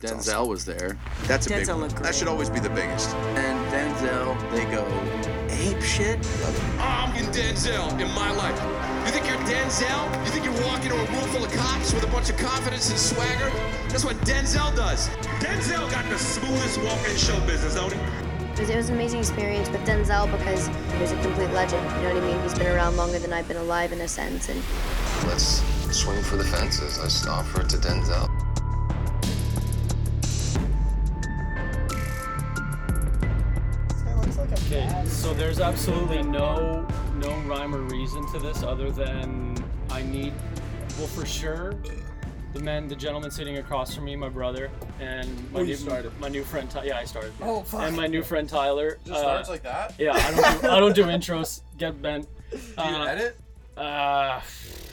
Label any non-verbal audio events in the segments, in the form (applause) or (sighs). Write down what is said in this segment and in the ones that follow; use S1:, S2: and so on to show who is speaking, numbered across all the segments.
S1: Denzel
S2: awesome.
S1: was there.
S2: That's a big
S3: Denzel
S2: one.
S3: looked
S2: That should
S3: great.
S2: always be the biggest.
S1: And Denzel, they go ape shit.
S4: I'm in Denzel in my life. You think you're Denzel? You think you walk into a room full of cops with a bunch of confidence and swagger? That's what Denzel does.
S5: Denzel got the smoothest walk in show business, don't he?
S6: It was, it was an amazing experience with Denzel because he was a complete legend. You know what I mean? He's been around longer than I've been alive in a sense. And
S7: Let's swing for the fences. Let's offer it to Denzel.
S8: Okay, so there's absolutely no no rhyme or reason to this other than I need well for sure the man the gentleman sitting across from me, my brother, and my new my new friend Ty- yeah I started oh fuck. and my new friend Tyler uh,
S9: like that?
S8: yeah I don't do, I don't do intros get bent uh,
S9: edit?
S8: uh,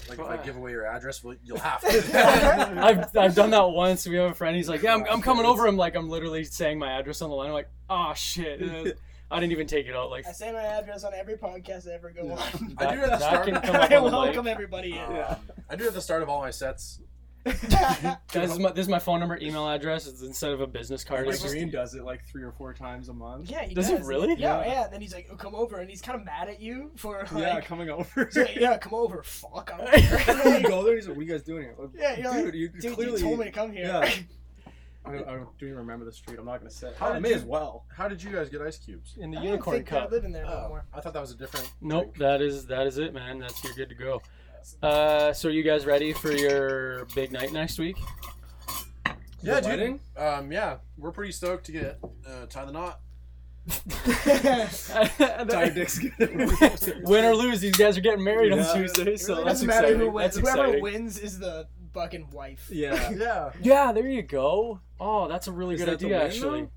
S9: Like if I give away your address, well, you'll
S10: (laughs)
S9: have to.
S8: I've, I've done that once. We have a friend. He's like, yeah, I'm, I'm coming over. I'm like, I'm literally saying my address on the line. I'm like, oh shit,
S9: (laughs)
S8: Uh, I didn't even take it out. Like,
S10: I say my address on every podcast I ever go on.
S9: I do
S8: That-
S9: have to
S8: that
S9: start.
S8: can come up
S10: I
S8: on the
S10: welcome
S8: mic.
S10: everybody in.
S9: Uh, I do have the start of all my
S10: (laughs)
S9: sets.
S8: Guys, this is my, this is my phone number, email address. It's instead of a business card.
S10: My
S8: it's just-
S10: green
S5: does it like three or four times a month.
S10: Yeah, he
S8: Does he
S10: does.
S8: really?
S10: Yeah, yeah. And then he's like, oh, "Come over," and he's kind of mad at you for like,
S5: coming
S8: (laughs)
S5: over.
S10: (laughs) he's like, "Yeah, come over." Fuck. I don't care.
S5: you go there. He's like, "What are you guys doing here?" Like,
S10: (laughs) yeah, you're like,
S5: dude, you
S10: dude,
S5: clearly
S10: you told me to come (laughs) here.
S5: Yeah. I don't, I don't even remember the street. I'm not gonna say. it.
S9: How
S5: I
S9: did
S5: may
S9: you-
S5: as well.
S9: How did you guys get ice cubes?
S8: in the
S10: I don't
S8: unicorn
S10: think I
S8: cup.
S10: live in there no
S9: Oh,
S10: more.
S9: I thought that was a different.
S8: Nope, that is that is it, man. That's you're good to go. Uh, so are you guys ready for your big night next week?
S9: Yeah,
S5: The
S9: dude.
S5: wedding?
S9: Um, yeah, we're pretty stoked to get uh, tie the knot.
S10: (laughs)
S8: (laughs)
S5: Ty Dick's gonna-
S8: Win or lose, these guys are getting married
S5: Yeah.
S8: on Tuesday, so
S10: It
S8: that's
S10: doesn't matter
S8: exciting.
S10: who wins.
S8: That's
S10: Whoever
S8: exciting.
S10: wins is the fucking wife.
S5: Yeah.
S9: Yeah.
S8: Yeah, there you go. Oh, that's a really
S5: Is
S8: good
S5: that the
S8: idea,
S5: win,
S8: actually.
S5: though?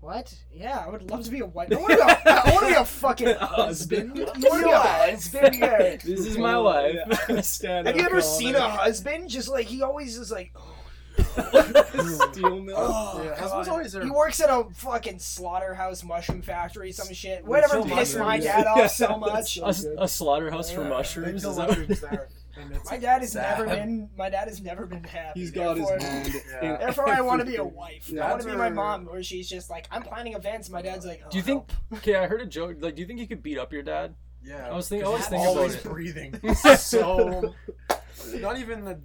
S10: What? Yeah, I would love to be a wife. I want to be a, I wanna be a fucking husband. I want to be a husband. Eric.
S8: This (laughs) is my wife.
S5: Yeah. Stand
S10: Have you
S5: up
S10: ever
S5: all
S10: seen a
S5: night.
S10: husband? Just like he always is like,
S5: steel mill?
S10: oh,
S9: yeah, husband's
S10: God.
S9: always there.
S10: He works at a fucking slaughterhouse mushroom factory, some shit. Whatever
S5: so
S10: pissed
S5: much.
S10: my dad
S5: Yeah,
S10: off so
S5: that's
S10: much.
S8: A, a slaughterhouse for
S10: Yeah.
S9: They
S8: mushrooms.
S9: still
S8: Is that
S9: love you there, and it's
S10: My dad has
S9: sad.
S10: never been. My dad has never been happy.
S5: He's got his
S10: Therefore-
S5: hand.
S9: Yeah.
S5: in
S10: Therefore, I want to be
S9: (laughs)
S10: a
S5: everything.
S10: wife.
S5: Yeah.
S10: I want to be my
S9: That's a-
S10: mom, where she's just like, I'm planning events. My dad's like,
S8: Do you
S10: "Oh,
S8: think-
S10: help."
S8: (laughs) okay, I heard a joke. Like, do you think you could beat up your dad?
S9: Yeah.
S8: I was thinking,
S9: Because
S8: always
S9: he's
S8: thinking
S9: always
S8: about it.
S5: (laughs)
S9: breathing. so not even the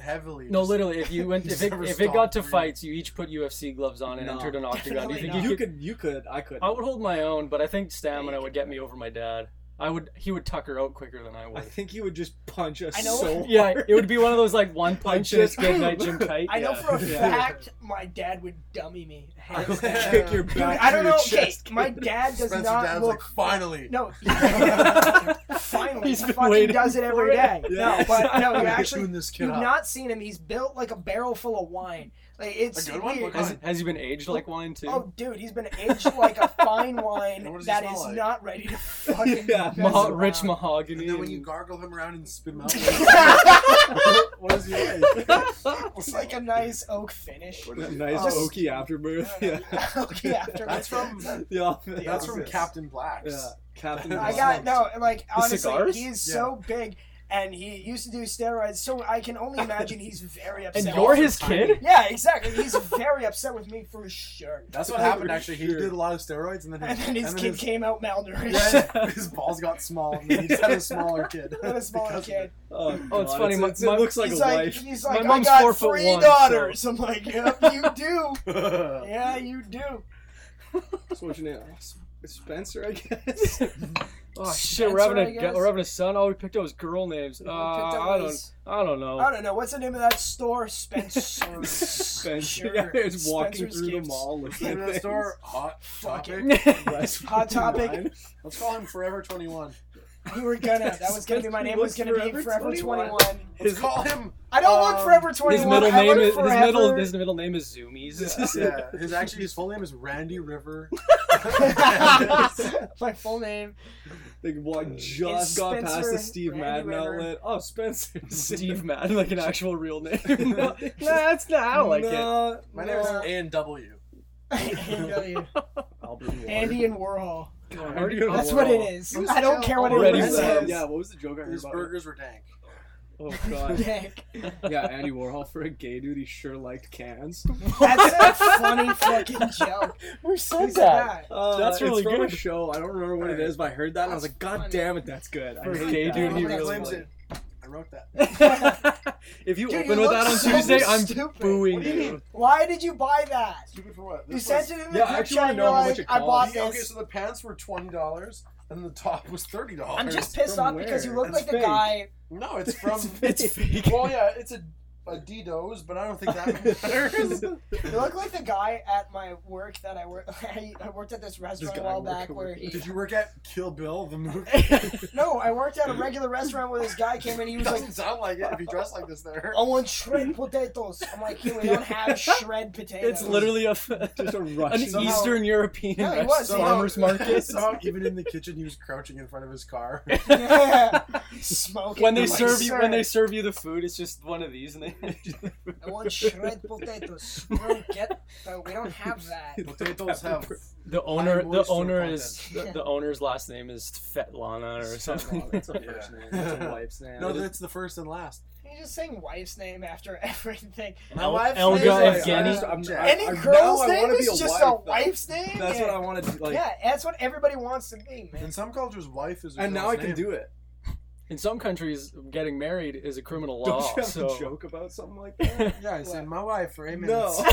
S9: heavily.
S8: No,
S9: just-
S8: literally, if you went, if
S9: Just
S8: it,
S9: never
S8: if it
S9: stop
S8: got to
S9: breathing.
S8: fights, you each put UFC gloves on and
S5: No.
S8: entered an octagon. Do you
S10: Definitely
S8: think
S10: not.
S8: you
S5: You
S8: could?
S5: could, you could, I could.
S8: I would hold my own, but I think stamina would get me over my dad. I would. He would tuck her out quicker than I
S5: I
S8: would.
S5: think he would just punch us
S10: I know.
S5: so hard.
S8: (laughs) Yeah, it would be one of those like one punch and it's
S5: just-
S8: good night, Jim Kite.
S10: I know
S8: Yeah.
S10: for a
S5: Yeah.
S10: fact my dad would dummy me. hands
S9: (laughs)
S5: (laughs)
S10: down.
S5: kick your back
S10: Dude,
S5: to
S10: I don't
S5: your
S10: know. Okay,
S5: chest.
S10: my dad does
S9: Spencer
S10: not
S9: dad's
S10: look.
S9: like finally. (laughs)
S10: No, finally,
S8: He's
S10: he
S8: been
S10: fucking
S8: waiting
S10: does it every
S8: for it.
S10: day.
S5: Yeah.
S10: No,
S9: (laughs)
S10: but no, you
S9: We're
S10: actually,
S9: doing this kid
S10: you've
S9: up.
S10: not seen him. He's built like a barrel full of wine. Like it's
S9: A good one?
S10: weird.
S9: What
S8: Has, has he been aged like wine too?
S10: Oh, dude, he's been aged like a fine wine
S9: What does he
S10: that
S9: smell
S10: is
S9: like?
S10: not
S9: (laughs)
S10: ready to fucking.
S5: Yeah.
S10: mess
S8: Maha-
S10: around.
S8: rich mahogany.
S9: And then when
S8: and-
S9: you gargle him around and spit him out, what- what (laughs) is he like?
S10: (laughs)
S9: Oh,
S10: It's like a nice oak finish.
S5: A nice
S10: Just-
S5: oaky afterbirth. Yeah.
S10: (laughs) okay, after
S9: That's from
S5: The office.
S9: that's from Captain Black's.
S5: Yeah. Captain.
S10: I
S5: Black.
S10: got no, and, like honestly,
S8: cigars?
S10: he is so big, and he used to do steroids, so I can only imagine he's very
S8: (laughs)
S10: upset.
S8: and
S10: with
S8: you're
S10: me.
S8: his kid?
S10: Yeah, exactly. He's very upset with me for sure.
S9: That's what happened
S5: For
S9: actually. He
S5: sure.
S9: did a lot of steroids and then his,
S10: (laughs) And then his
S9: and
S10: kid came out
S9: his-
S10: (laughs)
S5: (laughs)
S9: (laughs)
S10: malnourished.
S9: yeah, his balls got small and then he just had a smaller (laughs) kid.
S10: What a smaller
S9: Because of
S10: kid.
S9: it.
S5: Oh,
S8: Oh, it's
S5: God,
S8: funny, my-
S5: it's-
S8: my-
S5: it looks like
S10: he's
S5: a
S10: like,
S5: wife.
S10: he's like, I
S8: mom's four
S10: got
S8: foot
S10: three
S8: one, so-
S10: daughters. I'm like, yep, you
S5: (laughs)
S10: do.
S9: (laughs)
S10: Yeah, you do.
S5: That's what your name? Spencer, I guess.
S9: (laughs)
S8: Oh shit, we're
S10: Spencer, I
S8: having a
S10: guess.
S8: gu- we're having a son. Oh, we picked up his girl names. Uh,
S10: picked up
S8: I don't
S10: his-
S8: I don't know.
S10: I don't know what's the name of that store, Spencer.
S5: (laughs) Spencer.
S10: Sure.
S5: Yeah, it's walking
S10: Spencer's
S5: through
S10: gifts.
S5: the mall looking
S9: Name
S5: at
S9: of the
S5: things.
S9: store, hot
S10: Fuck
S9: topic. (laughs)
S5: Rice
S10: Hot Topic.
S5: wine.
S9: Let's call him Forever 21.
S10: We were gonna. That was
S5: (laughs)
S10: gonna be my name. Was gonna be Forever
S5: Forever
S10: Twenty
S5: 21.
S10: One.
S9: Let's call (laughs) him.
S10: I don't look
S9: Um,
S10: Forever Twenty
S8: his
S10: One.
S8: middle
S10: I
S8: name
S10: look
S8: is his middle
S10: forever-
S8: his middle name is Zoomies.
S9: Yeah, his actually his full name is Randy River.
S10: (laughs) my full name.
S5: They walk just
S10: Is
S5: got past the
S10: Spencer
S5: Steve
S10: Randy
S5: Madden
S10: River?
S5: outlet. Oh, Spencer.
S8: Steve Madden, like an actual real name. no, that's not. I
S9: (laughs)
S8: don't like it.
S5: no,
S9: My name
S5: no.
S9: is A and W.
S10: AW.
S5: Albert Ward.
S10: Andy and Warhol.
S8: I already-
S10: That's
S5: Warhol.
S10: what it is.
S9: Who's
S10: I don't
S9: Joe
S10: care what
S5: What
S10: anyone
S8: Already
S5: was
S10: says.
S5: that?
S9: said.
S5: Yeah, what was the joke I heard
S9: His
S5: about?
S9: burgers were dank.
S4: Oh god.
S10: Dick.
S4: (laughs) Yeah, Andy Warhol for a gay dude, he sure liked cans.
S10: (laughs) That's a funny fucking joke.
S11: Who said
S10: Who's
S11: that?
S10: that?
S4: Uh,
S8: That's really
S4: it's from a
S9: (laughs)
S8: good.
S4: show. I don't remember what it is, but I heard that and I was
S10: That's
S4: like, God
S10: funny.
S4: damn it, that's good. I
S8: For a
S4: hate
S8: gay
S4: that.
S9: Oh
S8: dude, he
S4: That
S8: really
S4: claims
S8: liked
S4: it.
S9: I wrote that.
S8: if you
S10: Dude,
S8: open
S10: you
S8: with
S10: look
S8: that on
S10: so
S8: Tuesday, I'm
S10: stupid.
S8: booing
S9: What do you mean?
S10: Why did you buy that?
S9: Stupid for what?
S10: You
S9: This
S10: sent
S9: was-
S10: it in the
S4: Yeah, I
S10: group
S4: actually
S10: chat.
S4: wanna
S10: and
S4: know
S10: You're
S4: how much
S10: like,
S4: it
S10: I bought
S9: Yeah,
S10: this.
S9: okay, so the pants were twenty dollars and the top was thirty dollars.
S10: I'm just pissed
S4: from
S10: off because
S4: where?
S10: you look
S4: That's
S10: like the
S4: fake.
S10: guy.
S9: no, it's from. (laughs)
S8: It's fake.
S9: well, yeah, it's a a Dido's, but I don't think
S4: (laughs)
S9: that matters.
S10: You look like the guy at my work that I work. (laughs) I I worked at this restaurant a
S4: guy
S10: while
S4: work-
S10: back where he.
S9: Did you work at Kill Bill the movie?
S10: (laughs) No, I worked at
S8: (laughs)
S10: a regular restaurant where this guy came in. He
S9: It
S10: was like,
S9: (laughs) doesn't sound like it if you dress like this (laughs) there.
S10: "I want shred potatoes." I'm like, "Here, "We
S8: (laughs)
S10: don't have shred potatoes."
S8: It's literally a f-
S4: Just a
S8: (laughs) an
S4: Russian.
S10: Somehow-
S8: Eastern European
S10: Yeah, it
S8: rest-
S10: was, yeah.
S9: (laughs)
S8: farmer's market.
S9: Somehow, even in the kitchen, he was crouching in front of his
S4: (laughs)
S9: car.
S10: Yeah. (laughs)
S8: (laughs)
S10: smoking.
S8: when they
S10: I'm like,
S8: serve you, when
S10: "Sir,
S8: they serve you the food, it's just one of these, and they. (laughs)
S10: I want shred potatoes. We don't get. Uh, we don't have
S8: (laughs)
S10: that.
S9: (laughs) Potatoes have.
S8: the owner, the
S9: moisture
S8: owner
S9: content.
S8: is the, the owner's last name is Fetlana or something. (laughs)
S4: That's a
S9: Yeah.
S4: first name.
S9: (laughs)
S4: That's a wife's name.
S9: No,
S4: It is-
S9: that's the first and last.
S10: You're just saying wife's name after (laughs) everything.
S9: My wife's
S8: Elga
S9: name is-
S8: Evgeny?
S9: I- I'm- I-
S10: Any
S4: I- now
S10: girl's
S4: I
S10: name
S4: wanna
S10: is
S4: be a
S10: just
S4: wife,
S10: a
S4: though.
S10: wife's name.
S4: That's
S10: yeah.
S4: what I want to like.
S10: yeah, that's what everybody wants to be, man.
S9: In some cultures, wife is. a
S4: And now
S9: girl's
S4: I can
S9: name.
S4: do it.
S8: In some countries, getting married is a criminal
S9: Oh,
S4: Don't
S8: law.
S4: you have
S8: so
S4: to joke about something like that?
S9: Yeah, I said my wife for eight
S4: No.
S9: minutes.
S8: (laughs)
S9: (laughs)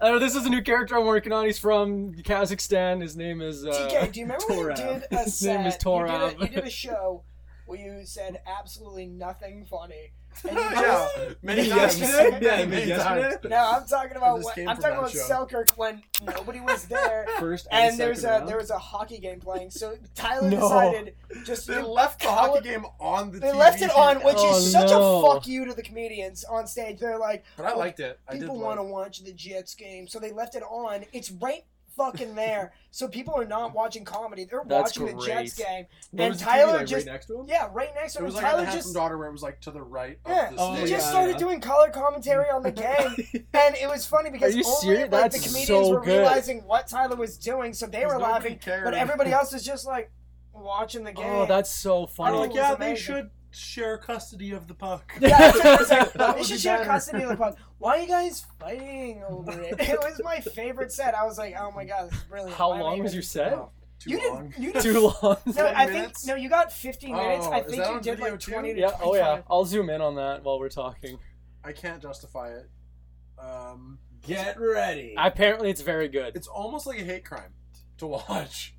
S8: Uh, this is a new character I'm working on. He's from Kazakhstan. His name is. Uh,
S10: TK, do you remember when you
S4: Torab.
S10: did a
S8: His name is
S10: set? you, did a,
S8: Torab.
S10: you did a show where you said absolutely nothing funny. And
S9: (laughs)
S10: you
S9: yeah,
S4: (laughs)
S10: just,
S9: many times.
S10: (laughs)
S4: yesterday? Yeah, I
S9: Many
S4: mean, yesterday?
S9: times.
S10: no, I'm talking about
S9: This
S10: what,
S9: came
S10: I'm talking
S9: from that
S10: about
S9: show.
S10: Selkirk when nobody
S9: (laughs)
S10: was there.
S4: First and,
S10: And there's a
S4: second round?
S10: there was a hockey game playing, so Tyler
S8: No.
S10: decided just
S9: They left the hockey game on the.
S10: They
S9: TV
S10: left it on, which
S8: Oh,
S10: is such
S8: no.
S10: a fuck you to the comedians on stage. They're like,
S9: but I liked it. I did
S10: people
S9: like
S10: want to watch the Jets game, so they left it on. It's right fucking there, so people are not watching comedy. They're
S8: That's
S10: watching the Jets
S8: great.
S10: game,
S4: What
S10: and
S4: was the TV,
S10: Tyler
S4: like,
S10: just
S4: right next to him.
S10: yeah, right next to
S9: It
S10: him.
S9: was like
S10: Tyler
S9: a
S10: just.
S9: daughter where it was like to the right
S10: Yeah,
S9: of the
S8: Oh,
S10: he
S9: stage.
S10: just
S8: yeah,
S10: started
S8: yeah.
S10: doing color commentary on
S9: (laughs)
S10: the game, and it was funny because
S8: you
S10: only
S8: serious?
S10: like the
S8: That's
S10: comedians
S8: so
S10: were
S8: good.
S10: realizing what Tyler was doing, so they were
S9: Because nobody
S10: laughing,
S9: cared.
S10: but everybody else is just like watching the game.
S8: oh, that's so
S9: I'm
S10: Oh,
S8: funny.
S9: like,
S10: it
S8: (laughs)
S9: yeah,
S10: was
S9: they
S10: amazing.
S9: should share custody of the puck. (laughs)
S10: Yeah, that's what I was like, (laughs)
S9: That
S10: they
S9: would
S10: should
S9: be
S10: share
S9: better.
S10: custody of the puck. Why are you guys fighting over
S9: (laughs)
S10: it? It was my favorite set. I was like, oh my god, this is brilliant.
S8: How
S10: Why am I
S8: long
S10: even-
S8: was your set?
S9: Oh, Too
S10: You
S9: long.
S10: didn't. You
S8: (laughs)
S10: didn't.
S8: Too long.
S10: No, I think
S9: minutes?
S10: no. You got 15 minutes.
S9: Oh,
S10: I
S9: is
S10: think
S9: that
S10: you
S9: on
S10: did
S9: video
S10: like
S9: too?
S10: 20 to
S8: Yeah. Oh yeah.
S10: 25.
S8: I'll zoom in on that while we're talking.
S9: I can't justify it. Um,
S4: Get ready.
S8: Apparently, it's very good.
S9: it's almost like a hate crime to watch.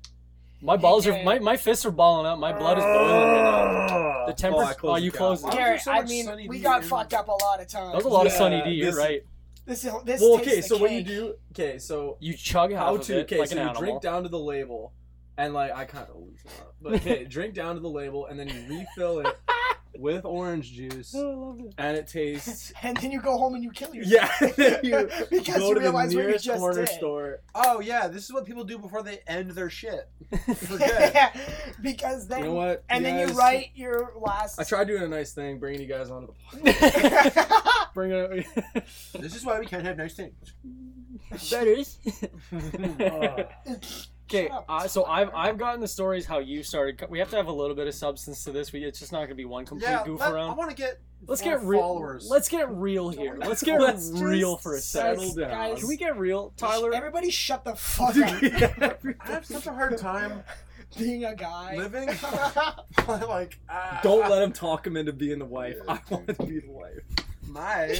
S8: My balls are
S10: Okay.
S8: my, my fists are balling up. My blood is boiling right now. The
S4: Oh, I
S8: temperature. Oh,
S4: closed
S8: you
S4: the
S8: closed.
S9: Why
S8: It.
S9: was
S10: Garrett,
S9: there so
S10: I
S9: much
S10: mean,
S9: Sunny
S10: we
S9: D
S10: got
S9: in-
S10: fucked up a lot of times.
S8: That was a lot of
S4: Yeah,
S8: Sunny D. You're
S4: this-
S8: right.
S10: Oh, This is this.
S4: well,
S10: takes
S4: okay.
S10: the
S4: So what you
S10: cake.
S4: do? Okay, so
S8: You chug half
S4: how
S8: of
S4: to?
S8: it
S4: Okay,
S8: like
S4: so
S8: an
S4: you
S8: animal. (laughs)
S4: drink down to the label, and like I kind of lose it up, but
S9: (laughs)
S4: okay, drink down to the label, and then you refill it with orange juice,
S8: Oh, I love it.
S4: and
S9: (laughs)
S4: it tastes.
S10: And then you go home and you kill yourself.
S4: Yeah, then (laughs) you
S10: because
S4: go
S10: (laughs) you
S4: to the
S10: realize what you
S4: nearest
S10: just
S4: corner
S10: did.
S4: store.
S9: Oh yeah, this is what people do before they end their shit.
S4: (laughs)
S9: Forget.
S10: (laughs) Yeah, because then
S4: You know what?
S10: and then you
S4: guys?
S10: write your last. (laughs)
S4: I tried doing a nice thing, bringing you
S9: (laughs)
S4: guys onto the podcast.
S8: (laughs) Bring it.
S9: this is why we can't have nice
S4: (laughs)
S9: things.
S8: that is. (laughs)
S4: Uh,
S8: Okay,
S10: Shut up,
S8: uh, so I've I've gotten the stories how you started. co- We have to have a little bit of substance to this. We it's just not gonna be one complete
S9: Yeah,
S8: goof
S9: let- I
S8: around.
S9: want to get
S8: Let's
S9: more
S8: get real.
S9: followers.
S8: Let's get
S9: (laughs)
S8: real here. Let's get
S4: Let's just
S8: real for a
S4: settle
S8: second.
S4: down.
S10: guys.
S8: Can we get real, Tyler?
S10: Everybody, shut the fuck up.
S9: I have such a hard time (laughs)
S10: Being a guy.
S9: living.
S10: (laughs)
S9: like ah,
S4: (laughs) Don't let him talk him into being the wife. I want to be the wife.
S9: my.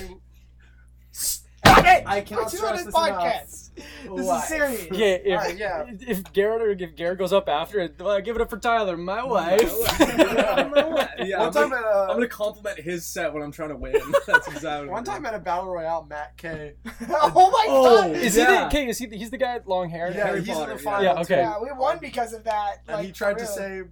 S10: Hey,
S9: I cannot
S10: we're doing
S9: stress
S10: a
S9: this
S10: podcast.
S9: enough.
S10: This
S9: Why?
S10: is serious.
S8: (laughs) Yeah, if,
S9: Alright, yeah.
S8: if Garrett or if Garrett goes up after it, well, give it up for Tyler, my
S9: (laughs)
S8: wife. (laughs)
S4: (laughs) yeah,
S9: one
S4: I'm,
S9: time
S4: gonna,
S9: at a
S4: I'm gonna compliment his set when I'm trying to win. (laughs) That's exactly. what
S9: one
S4: I'm gonna
S9: time at a battle royale, Matt K.
S10: (laughs) Oh my
S4: Oh,
S10: god.
S8: is
S4: Yeah.
S8: he the, okay, is he the, he's the guy with long hair?
S9: Yeah,
S4: Harry
S9: he's
S4: Potter,
S9: in the
S4: yeah.
S9: final.
S8: Yeah, okay.
S10: Yeah, we won because of that.
S9: And
S10: like,
S9: he tried to
S10: really.
S9: say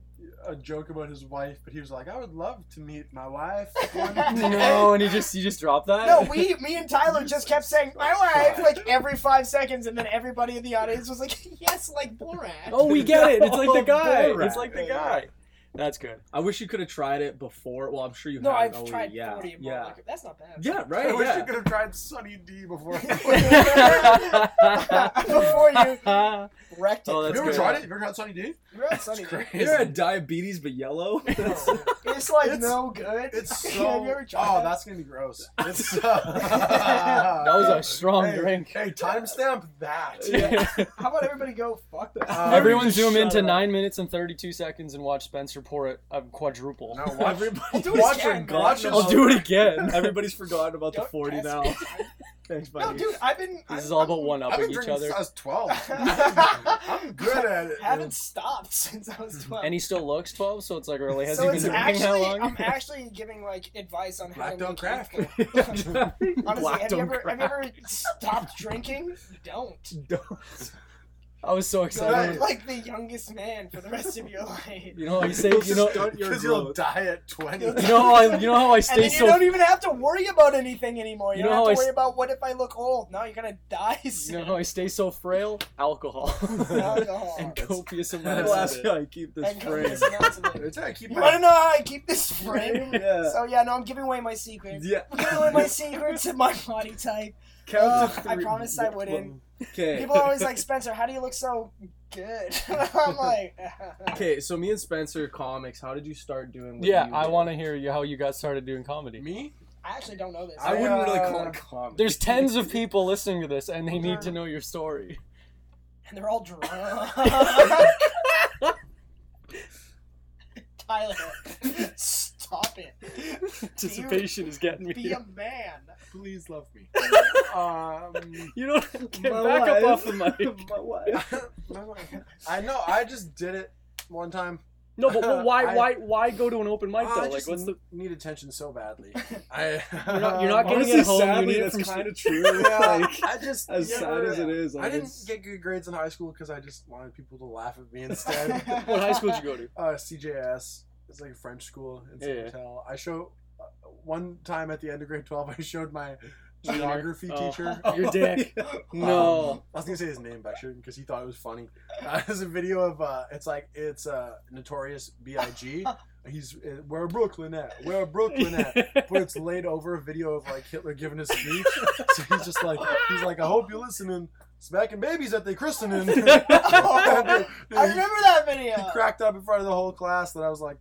S9: a joke about his wife, but he was like, "I would love to meet my
S10: (laughs)
S9: wife." one
S4: (laughs)
S9: day."
S8: No, and you just you just dropped that? (laughs)
S10: No, we, me and Tyler just kept saying my wife like every five seconds, and then everybody in the audience was like, (laughs) "Yes, like Borat."
S8: Oh, we get it. It's
S9: (laughs)
S8: like the
S4: Oh,
S8: guy.
S4: Borat.
S8: It's like the guy. That's good.
S4: I wish you could have tried it before. Well, I'm sure you
S10: no,
S4: have.
S10: I've
S4: oh,
S10: tried
S4: yeah,
S10: forty. More
S4: yeah,
S10: like, that's not bad.
S4: yeah,
S9: (laughs)
S4: right.
S9: I wish
S4: yeah.
S9: you could (laughs) have tried Sunny D before.
S4: (laughs)
S10: (laughs) Before you, wrecked it.
S4: Oh,
S9: Have you
S4: that's
S9: ever
S4: good.
S9: tried it? Have you ever tried Sunny D?
S10: You're right, Sonny.
S4: (laughs)
S8: (laughs)
S4: You're a diabetes but
S10: (laughs)
S4: yellow.
S10: It's like
S9: It's-
S10: no good.
S9: It's so.
S10: (laughs) Have you ever tried
S9: oh,
S10: it?
S9: that's gonna be
S4: (laughs)
S9: gross. It's, (laughs) uh,
S8: That was a strong
S9: hey,
S8: drink. (laughs)
S9: Hey, timestamp that.
S10: How about everybody go fuck
S8: (laughs)
S10: that?
S9: Uh,
S8: Everyone
S9: just
S8: zoom
S9: shut
S8: into
S9: up.
S8: nine minutes and thirty-two seconds and watch Spencer pour it a quadruple. (laughs)
S9: No, watch,
S4: Everybody-
S10: do it
S9: watch
S10: again,
S9: it.
S10: man.
S9: Watch it.
S8: I'll do it
S10: (laughs)
S8: again.
S4: Everybody's forgotten about the
S10: Don't
S4: 40
S10: ask
S4: now.
S8: (laughs)
S10: me.
S4: Thanks,
S10: no,
S4: buddy.
S10: dude, I've been.
S8: This is all
S10: I've-
S8: about one
S9: I've been
S8: upping each
S9: drinking
S8: other.
S9: since I was
S4: (laughs)
S9: twelve. (laughs)
S10: (laughs)
S9: I'm
S10: I'm
S9: good at it.
S10: Haven't stopped since I
S8: (laughs)
S10: was twelve.
S8: And he still looks twelve, so it's like really has
S10: so
S8: he been
S10: it's
S8: drinking
S10: actually,
S8: how long? (laughs)
S10: I'm actually giving like advice on how
S9: Black
S10: to
S9: don't
S10: make
S9: crack.
S10: it cool. (laughs) Honestly,
S4: Black
S10: have you,
S4: don't
S10: ever, have you
S4: crack.
S10: ever stopped drinking?
S8: (laughs)
S10: Don't.
S8: I was so
S10: So you're
S8: excited.
S10: like the youngest man for the rest of your (laughs) life.
S8: You know, I
S4: (laughs)
S8: say, you know, you
S4: stunt your
S9: Because you'll
S4: growth.
S9: die at twenty.
S8: know,
S9: (laughs)
S8: how I, you know how I
S10: And
S8: stay
S10: then you don't
S8: so,
S10: even have to worry about anything anymore.
S8: You
S10: You,
S8: know
S10: don't
S8: how I
S10: have to
S8: s-
S10: worry about what if I look old. No, you're gonna die
S8: you (laughs)
S10: soon.
S8: know how I stay so frail? Alcohol
S10: Alcohol.
S8: (laughs) and copious amounts.
S4: I'll
S8: of
S4: ask
S8: it.
S4: how I keep this
S10: And
S4: frame.
S10: copious amounts of it.
S9: It's how I keep
S10: You
S9: my-
S10: want to know how I keep
S8: (laughs)
S10: this frame?
S4: yeah.
S10: So yeah, no, I'm giving away my secret.
S4: Yeah.
S10: I'm giving away my secrets and my
S8: (laughs)
S10: body type.
S4: Count to
S10: Ugh, I
S4: three.
S10: promised I wouldn't.
S4: Okay.
S10: People are always
S8: (laughs)
S10: like, Spencer, how do you look so good? (laughs) I'm like,
S4: Okay, so me and Spencer comics. How did you start doing? What
S8: Yeah,
S4: you
S8: I
S4: do?
S8: want to hear you how you got started doing comedy.
S9: me.
S10: I actually don't know this.
S4: I wouldn't really call
S9: Uh,
S4: it comics. (laughs)
S8: There's tens of people listening to this, and they need to know
S4: (laughs)
S8: your story.
S10: And they're all drunk.
S8: (laughs)
S10: Tyler, stop it.
S8: Anticipation is getting
S10: Be
S8: me.
S10: a man.
S9: Please love me. um,
S8: (laughs) You don't get
S4: My
S8: back up
S4: wife.
S8: off the mic.
S4: (laughs) My wife.
S10: (laughs) um,
S9: I know. I just did it one time.
S8: No, but,
S4: (laughs)
S8: but why,
S9: I-
S8: why, why go to an open mic though?
S9: I
S8: Like,
S9: just
S8: what's the?
S9: need attention so
S10: (laughs)
S9: badly. I,
S8: You're
S4: (laughs)
S8: not, you're not
S9: (laughs)
S4: Um,
S8: getting
S4: honestly,
S8: it home.
S4: sadly,
S8: you need
S4: that's
S8: it from (laughs)
S4: kinda
S8: st-
S4: true.
S9: Yeah,
S4: Like,
S9: I just
S4: as sad as it is,
S9: I,
S4: like,
S9: didn't
S4: it's-
S9: get good grades in high school because I just wanted people to laugh at me
S10: (laughs)
S9: instead.
S8: (laughs) What high school did you go
S4: (laughs)
S8: to?
S9: uh, CJS, it's like a French school in
S8: Yeah, yeah.
S9: Hotel. I show uh, one time at the end of grade twelve. I showed my
S8: Wiener.
S9: geography
S8: Oh.
S9: teacher.
S8: (laughs) Your
S4: (laughs)
S8: dick.
S4: Oh,
S9: Um,
S8: No.
S9: I was gonna say his name by shooting because he thought it was funny. Uh, (laughs) there's a video of uh, it's like it's uh, notorious
S8: (laughs)
S9: B.I.G. He's uh, where Brooklyn at? Where Brooklyn at? But it's laid over a video of like Hitler giving a speech. so he's just like he's like I hope you're listening. Smacking babies at the christening. (laughs)
S8: (laughs)
S9: Oh,
S10: I I remember that video.
S9: he cracked up in front of the whole class that I was like,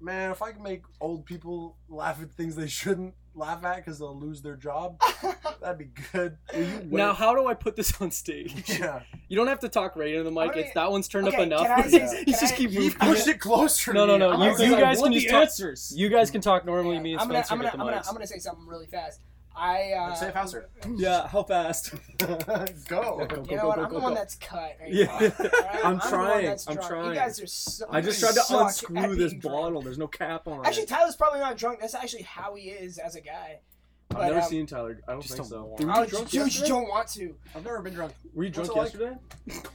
S9: man, if I can make old people laugh at things they shouldn't laugh at because they'll lose their
S10: (laughs)
S9: job, that'd be good.
S8: Now, how do I put this on stage?
S9: (laughs) Yeah.
S8: You don't have to talk right into the mic.
S10: How many-
S8: It's that one's turned
S10: Okay,
S8: up enough.
S10: can I
S8: He's
S10: just-
S8: he's
S10: can
S8: just
S10: I-
S8: keep
S9: He
S8: moving.
S9: pushed it closer.
S8: No,
S9: to
S8: no,
S9: me.
S8: no.
S9: I
S8: You,
S9: was
S8: you
S9: like,
S8: guys
S4: want
S8: can
S4: the
S8: just talk.
S4: answers.
S8: You guys can talk normally. Me and
S10: I'm gonna,
S8: Spencer
S10: I'm gonna,
S8: get the
S10: I'm gonna,
S8: mics.
S10: I'm gonna say something really fast. I, uh,
S9: Say it faster.
S4: Yeah, how fast?
S9: (laughs) Go.
S4: Go, go,
S10: you know
S4: go,
S10: what?
S4: go, go,
S10: I'm the one
S4: go.
S10: that's cut. Right
S4: Yeah.
S10: now,
S4: (laughs)
S10: alright?
S4: I'm
S10: the one
S4: trying,
S10: that's
S4: I'm
S10: drunk.
S4: trying.
S10: You guys are so.
S4: I just
S10: you
S4: tried to
S10: suck
S4: unscrew
S10: at
S4: this
S10: being drunk.
S4: bottle. There's no cap on
S10: Actually,
S4: it.
S10: Tyler's probably not drunk. That's actually how he is as a guy. But,
S4: I've never
S10: um,
S4: seen Tyler. I don't
S8: just
S4: think
S8: a
S4: so.
S8: warm-
S4: Were you
S10: I was-
S4: drunk
S10: dude,
S4: yesterday?
S10: you don't want to.
S9: I've never been (laughs) drunk.
S4: Were you drunk
S9: it like?
S4: yesterday?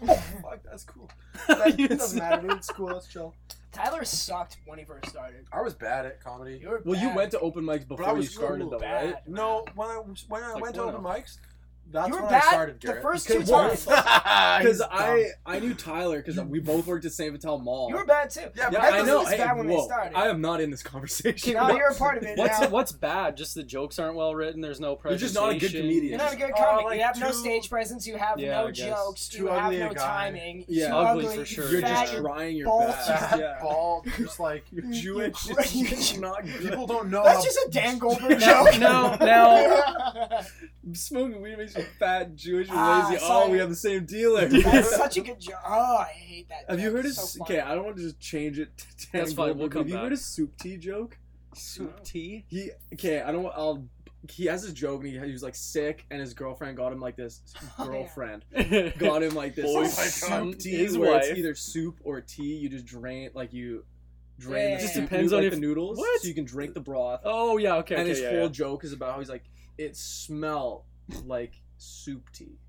S9: Fuck, that's cool. That it doesn't matter, dude. It's cool. That's chill.
S10: Tyler sucked when he first started.
S9: I was bad at comedy.
S10: You were
S4: Well, you
S10: bad.
S4: went to open mics before you
S9: was
S4: started,
S9: cool.
S4: though,
S10: Bad.
S4: right?
S9: No, when I when I
S8: Like
S9: went to
S8: one
S9: open
S8: of-
S9: mics, that's
S10: You were
S9: when
S10: bad
S9: I started.
S10: the
S9: Garrett.
S10: first
S9: (laughs)
S10: two
S4: Because
S10: times.
S4: Because
S9: Because
S4: I I
S10: (laughs)
S4: knew Tyler because we both worked at St. Vital Mall.
S10: You were bad too.
S9: Yeah, but
S4: yeah,
S10: that
S4: I
S10: was
S4: know.
S10: just
S4: Hey,
S10: bad when they
S4: whoa,
S10: started.
S4: I am not in this conversation.
S10: Now you're a part
S4: (laughs)
S10: of it.
S8: What's
S10: now.
S8: what's bad? Just the jokes aren't well written. There's no
S4: You're
S8: presentation.
S4: just not a good comedian.
S10: You're not a good
S9: Uh,
S10: comic.
S9: like
S10: you have no
S9: too-
S10: stage presence. You have
S8: Yeah,
S10: no
S8: I guess.
S10: jokes.
S9: Too
S10: You have
S9: ugly
S10: no
S9: a guy.
S10: timing.
S4: Yeah.
S10: You're
S8: Ugly
S10: ugly,
S8: for sure.
S4: You're
S10: fat,
S4: just
S10: you're
S4: trying your
S10: bald. (laughs)
S4: best. Yeah.
S9: bald, just like
S4: You're (laughs) Jewish. (laughs)
S10: You- (laughs)
S4: It's just not good.
S9: people don't know.
S10: That's
S9: how-
S10: just a Dan Goldberg
S8: Now- (laughs)
S10: joke.
S8: now- now-
S4: smoking weed makes you fat, Jewish, and
S10: Ah,
S4: lazy.
S10: sorry.
S4: Oh, we have the same dealer.
S10: That's (laughs) such a good joke. Oh, I hate that.
S4: have you
S10: joke.
S4: heard his?
S10: It's so funny.
S4: okay, (laughs) I don't want to just change it. To Dan
S8: That's fine, we'll
S4: Goldberg, but
S8: come
S4: Have you
S8: back.
S4: heard his soup tea joke?
S8: Soup tea.
S4: He okay. I don't. I'll. He has this joke, and he, he was like sick, and his girlfriend got him like this.
S10: (laughs) Oh, yeah.
S4: Girlfriend
S8: God.
S4: got him like this
S8: Boy,
S4: soup tea,
S8: his
S4: where
S8: wife.
S4: it's either soup or tea. You just drain like you drain.
S10: Yeah,
S4: the
S10: yeah,
S4: soup,
S10: yeah.
S8: Depends
S4: like
S8: on
S4: the
S8: if-
S4: noodles,
S8: What?
S4: so you can drink the broth.
S8: Oh yeah. Okay.
S4: and
S8: okay,
S4: his
S8: yeah,
S4: whole
S8: yeah.
S4: joke is about how he's like, it smelled like soup tea,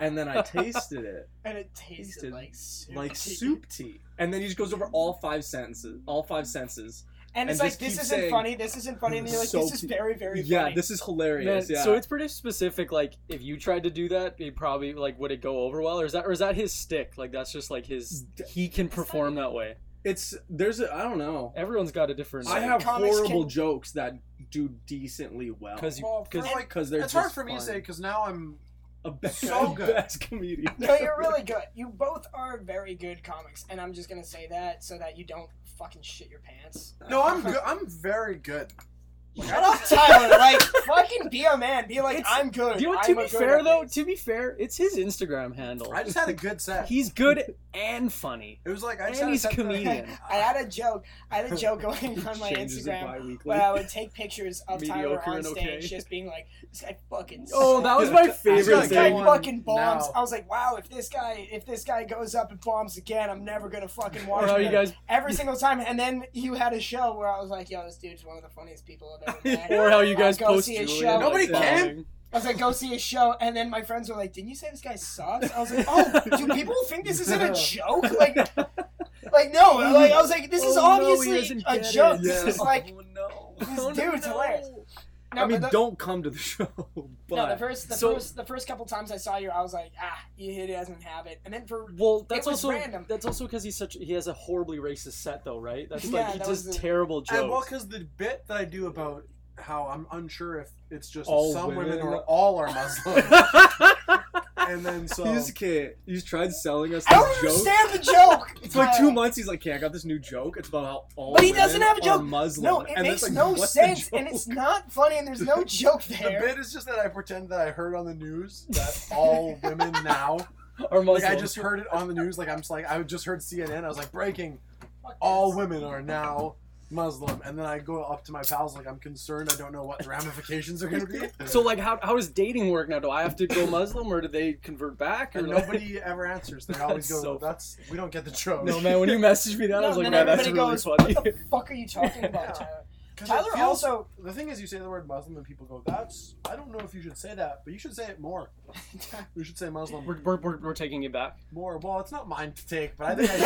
S4: and then I tasted it.
S10: (laughs)
S8: (laughs)
S10: and it tasted like soup.
S4: like
S10: (laughs) tea.
S4: soup tea. And then he just goes over all five sentences, all five senses.
S10: And it's
S4: and
S10: like
S4: just
S10: this
S4: keep
S10: isn't
S4: saying,
S10: funny. This isn't funny. And you're like,
S4: "Soap
S10: this is
S4: tea."
S10: very, very
S4: yeah,
S10: funny.
S4: this is
S8: Man,
S4: hilarious. yeah.
S8: So it's pretty specific. Like, if you tried to do that, it probably like would it go over well, or is that or is that his stick? Like, that's just like his. He can perform that way.
S4: it's there's a I don't know.
S8: Everyone's got a different.
S4: I have
S10: comics
S4: horrible
S10: can-
S4: jokes that do decently well.
S8: because you
S9: Well, for
S8: because
S9: like,
S4: because they're
S9: it's hard
S4: just
S9: for me to
S4: fun.
S9: say because now I'm
S8: a bad,
S10: So good.
S8: best comedian.
S10: (laughs) No, you're really good. You both are very good comics, and I'm just gonna say that so that you don't fucking shit your pants.
S9: No, I'm good. I'm very good.
S10: Shut up, Tyler. Like, fucking be a man. Be like,
S8: It's-
S10: I'm good.
S8: You know,
S10: I'm
S8: to
S10: a
S8: be
S10: good
S8: fair
S10: at
S8: though,
S10: this."
S8: to be fair, it's his Instagram handle.
S9: I just had a good set.
S8: (laughs) He's good and funny.
S9: It was like I just had
S8: And
S9: a
S8: he's
S9: set that-
S8: comedian.
S10: I had a joke. I had
S8: (laughs)
S10: a joke going on (laughs) my
S8: Changes it
S10: Instagram
S8: bi-weekly.
S10: where I would take pictures of Tyler
S8: Mediocre
S10: on
S8: and
S10: stage,
S8: okay.
S10: just being like, "This guy fucking."
S8: Oh,
S10: sucks.
S8: that
S10: (laughs)
S8: was my
S10: This
S8: favorite
S9: He's got
S10: guy
S8: thing.
S9: one
S10: fucking bombs.
S9: now.
S10: I was like, wow, if this guy if this guy goes up and bombs again, I'm never gonna fucking watch
S8: Oh,
S10: him
S8: you guys,
S10: every single time. And then you had a show where I was like, yo, this dude's one of the funniest people
S8: (laughs)
S10: I've ever met.
S8: or how you
S10: Uh,
S8: guys
S10: go
S8: post
S10: see his
S8: Julian.
S10: show.
S8: like,
S9: Nobody can.
S8: bombing.
S10: I was like, go see his show, and then my friends were like, didn't you say this guy sucks? I was like, oh, do people think this isn't a joke? Like, like no, like I was like, this is
S8: Oh, no, he
S10: obviously
S8: doesn't
S10: a
S8: get
S10: joke.
S8: it.
S10: This is
S8: Yeah.
S10: like,
S8: (laughs) Oh, no.
S10: (laughs) this
S8: Oh,
S10: dude's
S8: no.
S10: hilarious. no,
S8: I mean,
S10: but the,
S8: don't come to the (laughs) show. But
S10: no, the first, the
S8: so-
S10: first, the first couple times I saw you, I was like, ah, he doesn't have it. And then for
S8: Well, that's
S10: was
S8: also
S10: random.
S8: that's also because he's such he has a horribly racist set though, right? That's
S10: Yeah,
S8: like he
S10: that
S8: does
S10: was the-
S8: terrible
S9: And well,
S8: jokes.
S10: (laughs)
S9: because the bit that I do about how I'm unsure if it's just
S8: All
S9: some women,
S8: women-
S9: or all are Muslim,
S8: (laughs)
S9: and then so
S8: he's okay. He's tried selling us
S10: I
S8: this
S10: don't
S8: joke.
S10: understand the joke.
S8: (laughs) It's like two
S10: Tyler.
S8: months. He's like, "Okay, I got this new joke. It's about how all
S10: But he doesn't
S8: women
S10: have a
S8: are
S10: joke.
S8: Muslim."
S10: No, it
S8: And
S10: makes
S8: it's like,
S10: no
S8: what's the
S10: sense, and
S8: joke?
S10: it's not funny, and
S8: (laughs)
S10: there's no joke
S9: the
S10: there.
S9: bit is just that I pretend that I heard on the news that all women now,
S8: or
S9: like
S8: Muslim.
S9: I just heard it on the news, like I'm just like I just heard CNN, I was like breaking, all women are now. Muslim, and then I go up to my pals like I'm concerned. I don't know what the ramifications are going to
S8: (laughs)
S9: be.
S8: so like, how how does dating work now? Do I have to (laughs) go Muslim, or do they convert back? Or
S9: And nobody ever answers. They always go,
S8: That's so-
S9: "That's we don't get the joke." (laughs)
S8: (laughs) No man, (laughs) when you messaged me that, I
S10: No,
S8: was like,
S10: then
S8: "Man, that's
S10: everybody
S8: really
S10: goes,
S8: funny." (laughs)
S10: What the fuck are you talking about, Tyler?
S9: 'Cause it
S10: Tyler
S9: feels-
S10: also.
S9: The thing is, you say the word Muslim and people go, "That's." I don't know if you should say that, but you should say it
S10: (laughs)
S9: more. You should say Muslim
S12: We're, we're, we're, we're taking it back.
S9: more. Well, it's not mine to take, but I think I,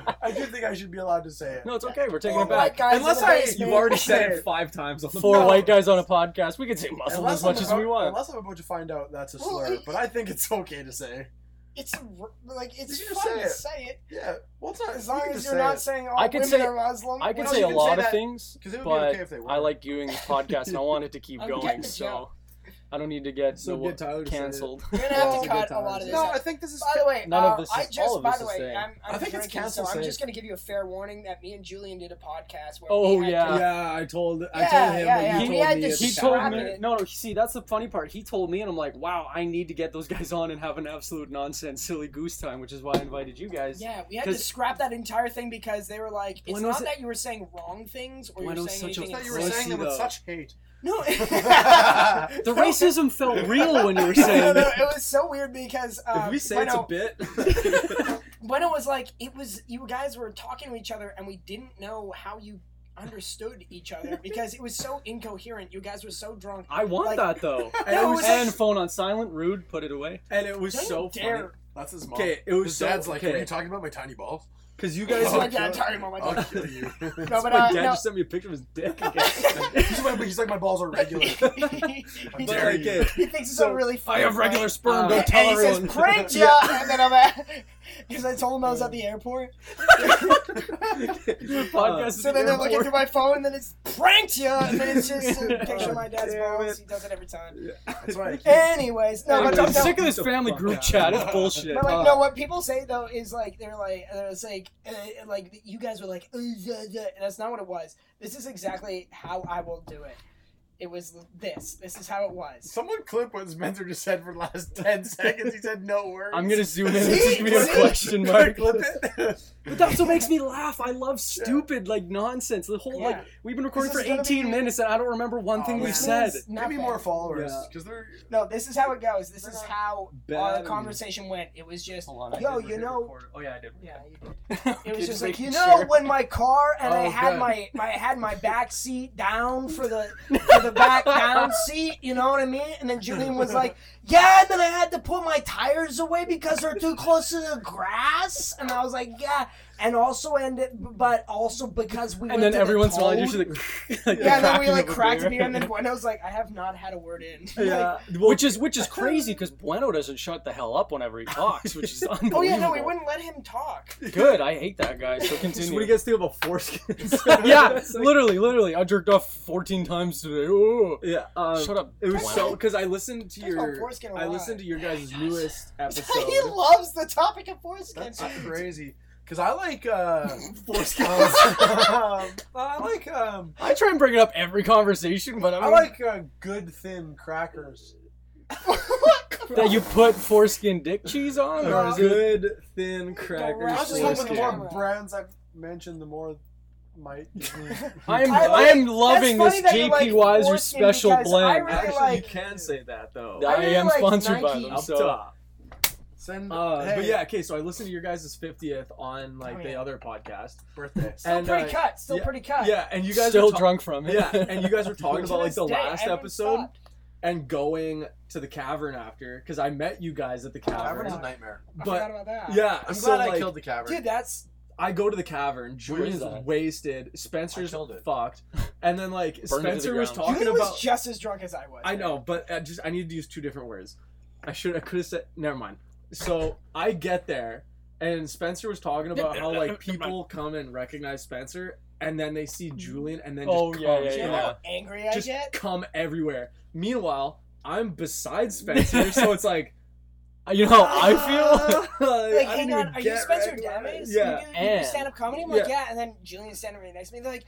S10: (laughs)
S9: should, (laughs) I do think I should be allowed to say it.
S8: No, it's okay. We're taking
S10: Four
S8: it back.
S10: white guys in
S9: Unless
S10: the
S9: I-
S10: basement.
S8: You've already said it five times on the
S12: Four
S8: podcast.
S12: white guys on a podcast. We can say Muslim
S9: Unless
S12: as much
S9: I'm
S12: as we
S9: about-
S12: want.
S9: Unless I'm about to find out that's a
S10: Well,
S9: slur,
S10: (laughs) it-
S9: but I think it's okay to say.
S10: It's a r- like it's
S9: You just
S10: fun
S9: say
S10: to
S9: it.
S10: say it
S9: Yeah. Well, it's not
S10: as
S9: (laughs)
S10: long
S9: you can
S10: as
S9: just
S10: you're
S9: say
S10: not
S9: it.
S10: saying all
S12: I could
S10: women
S12: say-
S10: are Muslim.
S12: I could
S9: Well,
S12: say
S9: you
S12: a
S9: can
S12: lot
S9: say
S12: of
S9: that,
S12: things,
S9: 'cause it would be
S12: but
S9: okay if they were.
S12: I like you and this podcast, and I want it to keep
S10: I'm getting
S12: going.
S10: the
S12: So
S10: joke.
S12: I don't need to get
S8: So
S12: the
S8: get Tyler to say it.
S12: canceled.
S10: You're gonna have
S9: Well,
S10: to cut a lot of this.
S9: No,
S10: out.
S9: I think this is.
S10: by the way,
S12: None of
S10: uh,
S12: this
S10: I
S12: is-
S10: just
S12: all of
S10: by
S12: this
S10: the
S12: is
S10: way,
S12: saying-
S10: I'm, I'm
S9: I think it's
S10: drinking,
S9: cancel
S10: so I'm
S9: safe.
S10: just gonna give you a fair warning that me and Julian did a podcast where
S12: Oh,
S10: we had
S12: yeah.
S10: to-
S8: Yeah, I told I
S10: Yeah,
S8: told him
S10: yeah,
S8: that
S10: yeah.
S8: you
S10: He
S8: told
S10: had
S8: me
S10: to
S8: it's
S12: he
S10: Just
S12: told
S10: grab
S12: me
S10: it.
S12: no no see that's the funny part he told me and i'm like wow i need to get those guys on and have an absolute nonsense silly goose time which is why i invited you guys
S10: Yeah, we had to
S8: 'Cause-
S10: scrap that entire thing because they were like, it's
S8: When was
S10: not
S8: it-
S10: that you were saying wrong things or you
S8: When
S10: were
S8: it was
S10: saying
S8: such a-
S10: anything.
S9: I thought you
S10: in-
S9: were saying them with
S8: though.
S9: such (laughs) hate.
S10: No,
S9: (laughs) if
S8: the
S10: (laughs)
S8: racism felt real when you were
S10: no,
S8: saying
S10: no,
S8: it.
S10: it was so weird because um,
S8: If we say
S10: when
S8: it's
S10: I-
S8: a
S12: (laughs)
S8: bit,
S10: when it was like it was you guys were talking to each other and we didn't know how you understood each other because it was so incoherent you guys were so drunk
S8: I want
S10: Like-
S8: that though.
S9: And
S10: No,
S9: it
S10: it
S9: was
S10: was
S8: And phone on silent, rude, put it away. And it was
S10: Don't
S8: so
S10: you dare.
S8: funny.
S9: That's his mom.
S8: Okay, it was
S9: His
S8: so
S9: dad's like, "Are
S8: okay.
S9: you talking about my tiny balls?"
S8: Cause you
S10: It's
S8: guys,
S9: Oh,
S10: my
S8: like,
S10: dad
S9: God.
S10: talking about my
S9: I'll
S10: dad.
S9: kill you.
S10: No, but
S8: my
S10: uh,
S8: dad
S10: no.
S8: just sent me a picture of his
S12: (laughs)
S8: dick again.
S9: (laughs) he's, like, he's like, my balls are
S10: (laughs)
S9: regular.
S10: he,
S9: How
S8: But,
S9: dare
S8: like,
S9: you.
S8: okay,
S10: he thinks it's
S8: So,
S10: a really funny.
S8: I have regular sperm.
S12: Um,
S8: Don't
S10: And
S8: tell
S10: he
S8: everyone.
S10: says, (laughs)
S8: (laughs)
S10: "Great
S8: Yeah.
S10: job!" And then I'm at (laughs) because I told him I was at the airport.
S8: Podcast is
S10: So then they're looking
S8: airport.
S10: through my phone, and then it's pranked you, and then
S8: (laughs)
S10: it's just a picture of my dad's
S8: Damn
S10: balls.
S8: it.
S10: He does it every time.
S9: That's why I keep
S10: Anyways, no,
S8: Anyways,
S10: but
S12: I'm
S10: no,
S12: sick of this
S8: Get the
S12: family
S8: fuck
S12: group
S8: out.
S12: chat.
S10: (laughs)
S12: It's bullshit.
S10: But like,
S8: Uh,
S10: no, what people say though is like they're like uh, it's like uh, like you guys were like uh, yeah, yeah. And that's not what it was. This is exactly how I will do it. It was this. This is how it was.
S9: Someone clip what Spencer just said for the last (laughs) 10 seconds. He said no words.
S12: I'm gonna zoom in.
S10: See?
S12: This is gonna be a
S10: See?
S12: question mark.
S9: clip it.
S8: But that's what makes me laugh. I love stupid like nonsense. The whole
S10: Yeah.
S8: like we've been recording
S10: This
S8: for
S10: is gonna
S8: 18
S10: be-
S8: minutes and I don't remember one
S9: Oh,
S8: thing we've
S9: man.
S10: This
S8: said.
S10: means
S9: Maybe
S10: nothing.
S9: more followers
S8: Yeah.
S9: because they're.
S10: No, this is how it goes. This is
S9: They're
S10: how our
S8: bad.
S10: conversation went. It was just
S12: Hold on, I
S10: yo,
S12: did
S10: you
S12: re-
S10: know.
S12: record. Oh yeah, I did.
S10: Yeah, you did. It
S12: Okay,
S10: was just
S12: just
S10: like you
S12: making
S10: know
S12: sure.
S10: when my car and I
S8: Oh,
S10: had
S8: good.
S10: my, my I had my back seat down for the
S8: (laughs)
S10: for the back down seat, you know what I mean? And then Julian was like, "Yeah," and then I had to put my tires away because they're too close to the grass, and I was like, "Yeah." and also end it, but also because
S8: (laughs)
S10: we
S8: and
S10: went
S8: then
S10: to
S8: every
S10: the
S8: once in a while you're
S10: tone-
S8: just like, (laughs) like the
S10: yeah, and then we
S8: cracking
S10: like
S8: of a
S10: cracked
S8: (laughs)
S10: beer, and then Bueno was like, I have not had a word in. Like,
S8: Yeah, which is which is crazy because Bueno doesn't shut the hell up whenever he talks, which is unbelievable.
S10: oh yeah, no, we wouldn't let him talk.
S8: Good, I hate that guy. So
S13: Just when he
S9: (laughs)
S8: continue.
S13: gets to have a foreskin.
S8: (laughs) yeah,
S13: It's like-
S8: literally, literally, I jerked off 14 times today. Oh.
S13: Yeah. Um,
S8: Shut up.
S13: It was
S8: Bueno.
S13: so because I listened to
S10: There's no
S13: your
S10: foreskin
S13: I
S10: alive.
S13: listened to your guys' newest episode.
S10: (laughs) he loves the topic of foreskin.
S9: That's crazy. Cause I like
S10: (laughs)
S9: uh,
S13: Foreskin.
S9: um, (laughs) I like um,
S8: I try and bring it up every conversation, but I,
S9: I
S8: mean,
S9: like uh, good thin crackers.
S8: that you put foreskin dick cheese on, or
S9: Uh-huh.
S8: is it?
S13: good thin crackers.
S9: I
S10: That's
S9: just love when the
S13: foreskin.
S9: more brands I've mentioned, the more might.
S13: (laughs)
S9: (laughs)
S8: I am,
S10: I
S8: I,
S10: like-
S8: am loving
S10: that's
S8: this
S10: funny that you
S8: JP
S10: like
S8: Weiser
S10: foreskin
S8: special
S10: because I
S8: blend.
S10: really
S13: Actually, you
S10: like-
S13: can say that though.
S8: I,
S10: really
S8: am
S10: like
S8: sponsored by
S10: Nike.
S8: them,
S13: Up
S8: so
S13: top.
S9: Send
S13: Uh,
S9: hey,
S13: But yeah, okay. So I listened to your guys' fiftieth on like
S10: Oh,
S13: the
S10: yeah.
S13: other podcast.
S9: birthday.
S10: Still
S13: and,
S10: pretty
S13: uh,
S10: cut. Still
S13: yeah,
S10: pretty cut.
S13: Yeah, and you guys
S8: still
S13: were ta-
S8: drunk from it. (laughs)
S13: Yeah, and you guys were talking
S10: To
S13: about like
S10: this
S13: the
S10: day, I
S13: last
S10: haven't
S13: episode
S10: stopped.
S13: and going to the cavern after because I met you guys at the cavern.
S9: Cavern's a nightmare.
S10: I forgot
S13: But
S10: about that.
S13: yeah,
S9: I'm
S13: so,
S9: glad I
S13: like,
S9: killed the cavern.
S10: Dude, that's
S13: I go to the cavern.
S8: Where is
S13: Julian's
S8: that?
S13: wasted. Spencer's
S9: I killed it.
S13: fucked. And then like
S8: to the
S13: Spencer was
S8: ground.
S13: talking
S10: Julie
S13: about.
S10: was just as drunk as I was.
S13: I know, but I just I needed to use two different words. I should I could have said never mind. So I get there, and Spencer was talking
S8: (laughs)
S13: about how (laughs) like people come and recognize Spencer, and then they see Julian, and then just
S8: Oh,
S13: come,
S8: yeah, yeah,
S10: Do you know
S8: yeah.
S10: how angry I
S13: just
S10: get?
S13: come everywhere. Meanwhile, I'm beside Spencer, so it's (laughs) like
S8: You know how (laughs) I feel?
S13: (laughs) like,
S10: Uh, Like, hang on, are you Spencer Damas? You
S13: Yeah,
S10: do- You do,
S8: And-
S10: stand up comedy? I'm like,
S13: Yeah.
S10: yeah. And then Julian's standing right next to me. They're like,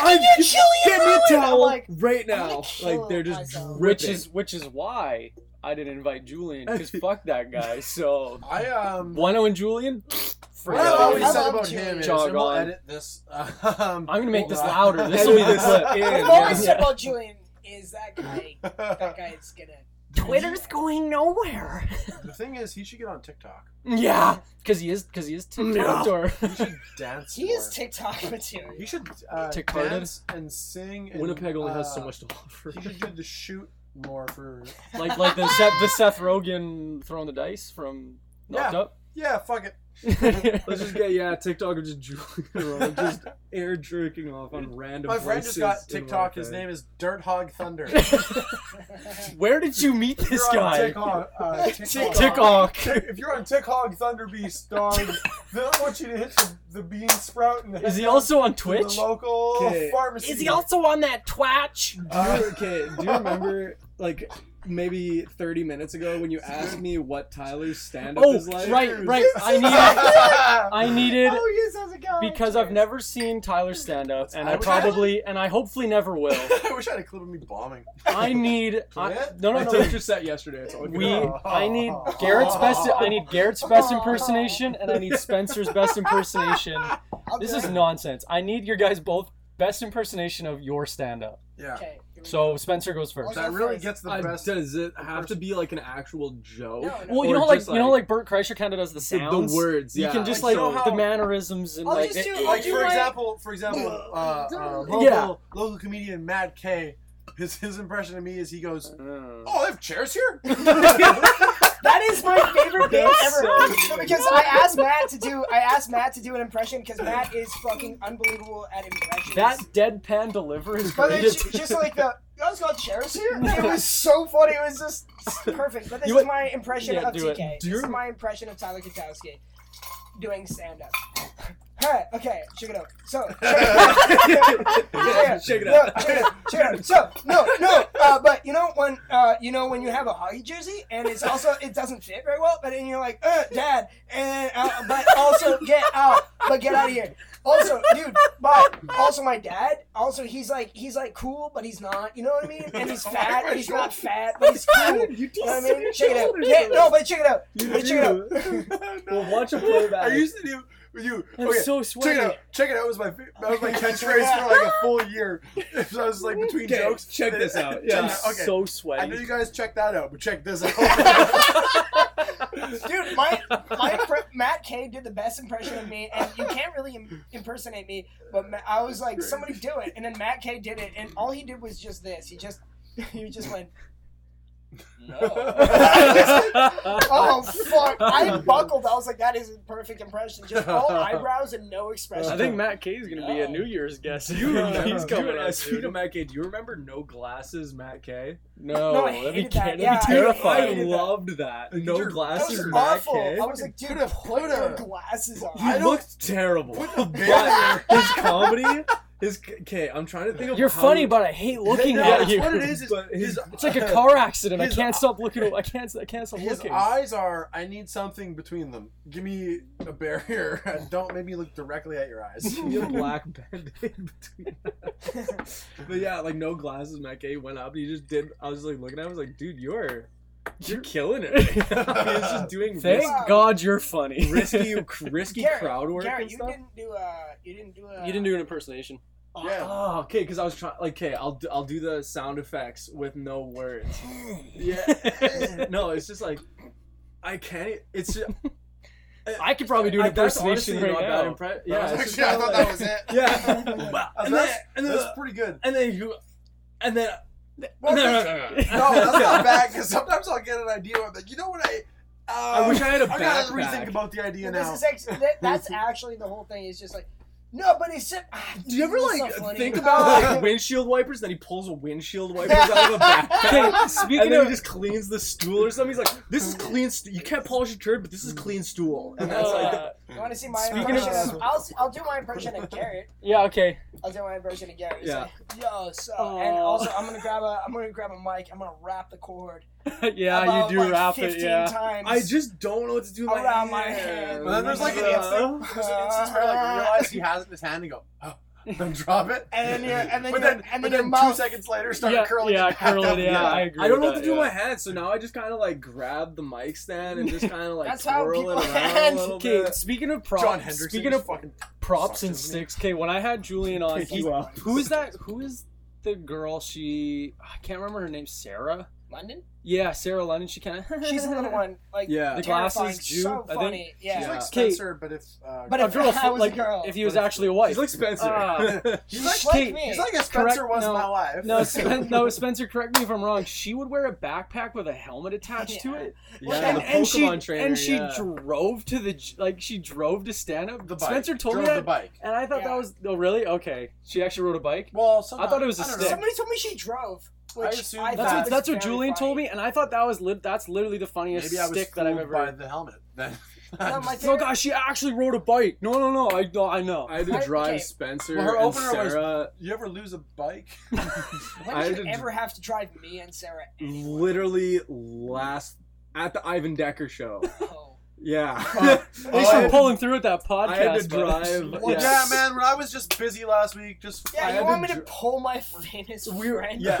S13: I'm
S10: you're Julian
S13: Get me a
S10: Rowan!
S13: towel
S10: I'm like,
S13: right
S10: I'm gonna
S13: now.
S10: kill
S13: Like they're just
S10: myself.
S8: which
S13: dripping.
S8: is which is why I didn't invite Julian (laughs) because fuck that guy. So
S9: I um.
S8: Bueno and Julian,
S9: What
S8: forget
S9: I've
S10: I
S8: about
S9: always
S8: it.
S10: love
S9: said about
S10: Julian.
S9: him is,
S8: Jog
S9: and we'll
S8: on.
S9: edit this. (laughs) Um,
S8: I'm gonna make this
S9: we'll- (laughs)
S8: louder. This will be the clip.
S13: Edit
S10: I've
S13: this
S8: Yeah.
S10: always "Oh, said about Julian is that
S13: (laughs)
S10: guy. That guy's gonna.
S8: Twitter's going nowhere.
S9: The thing is, he should get on TikTok.
S8: Yeah, because he is because he
S13: (laughs)
S8: is TikTok or
S9: He should dance.
S10: He is
S9: more.
S10: TikTok (laughs) material.
S9: He should uh,
S8: TikTok-ed?
S9: dance and sing. And,
S13: Winnipeg only has
S9: uh,
S13: so much to offer.
S9: He should do the shoot more for.
S8: (laughs) like like the Seth the Seth Rogen throwing the dice from Knocked
S9: Yeah.
S8: Up.
S9: Yeah, fuck it.
S13: (laughs)
S8: (laughs)
S13: Let's
S9: (laughs)
S13: just get yeah, TikTok or just Julian Rowan (laughs) just air jerking off on random.
S9: My friend
S13: (laughs)
S9: just got
S13: places in
S9: TikTok. His
S13: Winnipeg.
S9: name is Dirt Hog
S13: (laughs)
S9: Thunder.
S8: (laughs) Where did you meet
S9: If
S8: this
S9: you're on
S8: guy?
S9: TikTok, uh,
S13: (laughs)
S9: TikTok,
S8: TikTok.
S9: If you're on TikTok Thunder Beast,
S13: (laughs)
S9: dog, then I want you to hit the, the bean sprout and
S8: Is he
S9: head
S8: also on
S9: to
S8: Twitch?
S9: The local
S13: 'Kay.
S9: pharmacy.
S8: Is he
S13: (laughs)
S8: also on that Twatch?
S13: Do
S10: (laughs)
S13: you, okay, do you remember like maybe 30 minutes ago when you asked me what Tyler's stand up
S8: Oh,
S13: is like?
S8: right, right. I needed,
S9: (laughs) I
S8: I needed
S10: oh yes, how's it going?
S8: because I've never seen Tyler stand up, and
S9: I
S8: I
S9: would-
S8: probably and I hopefully never will.
S9: wish I had a clip of me bombing. (laughs)
S8: I need I,
S9: Clip?
S8: no no
S13: (laughs) I
S8: no.
S13: taped your set yesterday. It's all good.
S8: We, I need
S9: (laughs)
S8: Garrett's best. I (laughs) need Garrett's best impersonation, and I need Spencer's
S9: (laughs)
S8: best impersonation.
S10: I'll
S8: This
S10: do
S8: is
S10: it.
S8: nonsense. I need your guys both best impersonation of your stand-up.
S9: Yeah.
S10: Okay. here we
S8: So Spencer goes first.
S9: That really gets the
S13: Uh,
S9: best.
S13: does it have to be like an actual joke?
S10: No, no.
S8: Well, you
S13: Or
S8: know, like
S13: just,
S8: you know, like Bert Kreischer kind of does the
S13: the, the
S8: sounds.
S13: words. Yeah.
S8: You can just (laughs)
S9: Like,
S8: like,
S9: so how-
S8: the mannerisms and
S10: I'll
S8: like.
S10: just do- I'll
S9: Like
S10: do
S9: for
S10: my-
S9: example, for example, uh, uh, local,
S8: Yeah.
S9: local comedian Matt K. His his impression of me is he goes,
S8: Mm.
S9: "Oh, they have chairs
S8: (laughs)
S9: here." (laughs)
S10: That is my favorite bit
S13: That's
S10: ever.
S13: so
S10: No, because I asked Matt to do I asked Matt to do an impression because Matt is fucking unbelievable at impressions.
S8: That deadpan delivery is (laughs)
S10: but
S8: great.
S10: it's ju- just like the guys got chairs here. It was so funny. It was just perfect. But this
S8: You
S10: is
S8: would-
S10: my impression
S8: Yeah,
S10: of
S8: do it.
S10: TK. This
S8: Do you
S10: is
S8: rem-
S10: my impression of Tyler Katowski doing stand (laughs) up. Alright, okay, check it out.
S8: (laughs)
S10: So, check it out.
S13: yeah, check it
S10: No,
S13: out.
S10: check it out, check it out. So no, no, uh, but you know when uh, you know when you have a hockey jersey and it's also it doesn't fit very well, but then you're like, uh, Dad, and uh, but also get out, but get out of here. Also, dude, but also my dad. Also, he's like he's like cool, but he's not. You know what I mean? And he's fat, but he's not fat, but he's cool. You know what I mean? Check it out. Yeah, no, but check it out. But check it out.
S13: Well, watch a playback.
S9: I used to do you.
S8: I'm
S9: okay,
S8: so
S9: check it
S8: sweaty.
S9: out. Check it out was my fa- that
S8: (laughs)
S9: was my catchphrase for like a full year. (laughs) So I was like between
S13: Okay,
S9: jokes.
S13: check this
S9: (laughs)
S13: out.
S8: I'm
S13: Yeah.
S9: Okay.
S8: so
S9: I know
S8: sweaty. (laughs)
S9: you guys checked that out, (laughs) but check this out.
S10: Dude, my my impre- Matt K did the best impression of me, and you can't really Im- impersonate me. But Ma- I was like, somebody (laughs) do it, and then Matt K did it, and all he did was just this. He just he just went.
S9: (laughs)
S10: Oh fuck! I buckled. I was like, that is a perfect impression. Just all eyebrows and no expression.
S9: oh.
S14: I think Matt K is gonna be a
S10: No.
S14: New Year's guest.
S13: Do (laughs) you
S8: (laughs)
S9: uh,
S13: remember?
S14: He's coming
S13: dude,
S14: up,
S13: speaking
S14: dude.
S13: of Matt K, do you remember No Glasses, Matt K?
S8: No,
S10: No, I
S8: that'd be,
S10: hated that.
S8: that'd be
S10: Yeah, I hated-
S13: I
S8: terrifying.
S10: hated
S13: loved that.
S9: That
S13: No
S9: was
S10: that was
S13: Glasses, Matt
S10: awful.
S13: K.
S10: I was like, dude, put your glasses on.
S13: He looked terrible. But (laughs) his comedy, his okay. I'm trying to think of.
S8: You're
S13: how
S8: funny,
S13: he-
S8: but I hate looking
S9: No,
S8: at
S9: that's
S8: you.
S9: what it is. is
S13: But his-
S9: his-
S8: It's like a car accident. I
S9: His
S8: can't
S9: eye-
S8: stop looking. at- I can't. I can't stop
S9: His
S8: looking.
S9: eyes are. I need something between them. Give me a barrier. (laughs) Don't make me look directly at your eyes.
S13: (laughs) You have a black band-aid between us. But yeah, like no glasses, Matt Gay went up and he just did I was like looking at him, I was like, dude, you're you're killing it. right now." (laughs) he was just doing
S8: Thank
S13: risky,
S8: God you're funny. (laughs)
S13: risky risky
S10: Garrett,
S13: crowd work
S10: Garrett,
S13: and
S10: you
S13: stuff.
S10: didn't do a. You didn't do a.
S14: You didn't do an impersonation.
S9: Yeah.
S13: Oh, okay, because I was trying like okay, I'll do I'll do the sound effects with no words. Yeah. (laughs) no, it's just like I can't it's just,
S8: I could probably do an
S13: I- that's
S8: impersonation
S13: honestly
S8: right
S13: not
S8: now.
S13: that impre- yeah,
S9: was
S13: it's
S9: actually-
S13: just
S9: I
S13: kinda
S9: thought
S13: like-
S9: that was it.
S13: Yeah. (laughs)
S9: That's,
S13: and then, and then,
S9: that's pretty good.
S13: and then you and then
S9: Well,
S13: no, no,
S9: that's-
S13: no, no, no.
S9: No, that's not bad. Because sometimes I'll get an idea. Where I'm like, you know what? I uh,
S13: I wish I had a
S9: I gotta
S13: backpack.
S9: rethink about the idea
S10: Well,
S9: now.
S10: This is
S9: (laughs)
S10: actually, that, that's actually the whole thing. It's just like, no, but it's. just- ah,
S13: Do you ever
S10: this is so
S13: like
S10: funny.
S13: think about
S10: Ah, (laughs)
S13: like (laughs) windshield wipers? Then he pulls a windshield wiper out of
S8: (laughs)
S13: a backpack.
S8: Okay,
S13: And
S8: speaking
S13: then
S8: of
S13: he just cleans the stool or something. He's like, "This is clean. St- you can't polish a turd, but this is clean stool."
S9: (laughs)
S13: And that's like,
S8: Uh,
S10: You want to see my
S8: Speaking
S10: impression?
S8: of-
S10: Of, I'll, s- I'll do my impression of Garrett.
S8: yeah, okay.
S10: I'll do my impression of Garrett. It's
S13: Yeah.
S10: like, Yo, so
S8: Aw.
S10: and also I'm gonna grab a I'm gonna grab a mic. I'm gonna wrap the cord.
S8: (laughs) yeah,
S10: about,
S8: you do
S10: like,
S8: wrap
S10: 15
S8: it. Yeah.
S10: Times.
S13: I just don't know what to do. with
S10: Around my
S13: hand.
S10: hand.
S9: But then there's like an
S13: Uh,
S9: instant, there's an instance where like
S10: (laughs)
S9: you realize he has it in his hand and go, oh, then drop it.
S10: and then you're and then
S9: but
S10: you're,
S9: then,
S10: and
S9: but
S10: then
S9: then
S10: your
S9: two
S10: mouth.
S9: seconds later, start
S8: yeah,
S9: curling
S8: yeah,
S9: it back
S8: curl
S9: up.
S8: it. Yeah, I agree.
S13: I don't know
S8: with
S13: what to do
S8: that,
S13: with my
S8: yeah.
S13: hand, so now I just kind of like grab the mic stand and just kind of
S10: (laughs)
S13: like
S10: That's how
S13: twirl it
S10: people-
S13: around a little
S8: Okay,
S13: bit.
S8: speaking of props,
S9: John Hendrickson.
S8: speaking
S9: just
S8: of
S9: fucking
S8: props
S9: sucks,
S8: and
S9: doesn't he?
S8: sticks, okay, when I had Julian on,
S13: Pick
S8: he,
S13: you up.
S8: who is that? Who is the girl? She I can't remember her name. Sarah.
S10: London.
S8: Yeah, Sarah London. She (laughs) kind of.
S10: She's the little one. Like
S13: Yeah. The
S10: terrifying,
S8: glasses Jew, I
S10: So
S8: think.
S10: funny. Yeah.
S9: She's
S13: Yeah.
S9: like
S8: Okay.
S9: Spencer, but if uh,
S10: But
S8: A
S9: (laughs)
S10: if
S8: girl,
S10: I was
S8: like
S10: a girl,
S8: if he was actually a wife.
S13: He's like Spencer.
S8: Ah.
S13: He's
S10: She's
S8: like
S10: like me.
S9: he's like a Spencer
S8: Correct,
S9: was
S8: no.
S9: my wife.
S8: No, Spen-
S9: (laughs)
S8: no, Spencer, correct me if I'm wrong. She would wear a backpack with a helmet attached to
S10: Yeah.
S8: it,
S13: yeah,
S8: and,
S13: the
S8: and she
S13: Pokemon trainer,
S8: and she
S13: yeah.
S8: drove to the j- like she drove to stand up.
S9: the bike.
S8: Spencer told
S9: Drove
S8: me
S9: the
S8: that,
S9: bike.
S8: and I thought
S10: Yeah.
S8: that was oh really okay. She actually rode a bike.
S9: Well,
S8: I thought it was a
S9: I don't know.
S8: stick.
S10: Somebody told me she drove. Which
S9: I assume
S10: I
S8: That's
S10: thought
S9: that-
S8: what,
S10: was
S8: that's what
S10: very
S8: Julian
S10: funny.
S8: told me, and I thought that was lit that's literally the funniest
S9: Maybe I was
S8: stick that I've
S9: fooled by
S8: ever.
S9: the helmet. (laughs) Then
S10: No, my
S8: No,
S10: favorite-
S8: Oh, gosh, she actually rode a bike. No, no, no, I, no, I know.
S13: I had to
S10: I-
S13: drive
S10: okay.
S13: Spencer
S9: Well, her
S13: and
S9: opener was-
S13: Sarah.
S9: you ever lose a (laughs) bike?
S10: When
S13: I
S10: did
S13: had
S10: you
S13: to-
S10: ever have to drive me and Sarah? anywhere?
S13: literally last at the Ivan Decker show. (laughs)
S10: Oh.
S13: Yeah.
S8: Thanks
S9: I
S8: for
S9: had-
S8: pulling through with that podcast.
S13: I had to
S8: bud.
S13: drive.
S9: Well, Oh, yeah, man. When I was just busy last week, just
S13: I
S10: Yeah,
S13: had
S10: you want
S13: to
S10: me to
S13: dr-
S10: pull my famous friend? (laughs)
S13: (laughs) Yeah.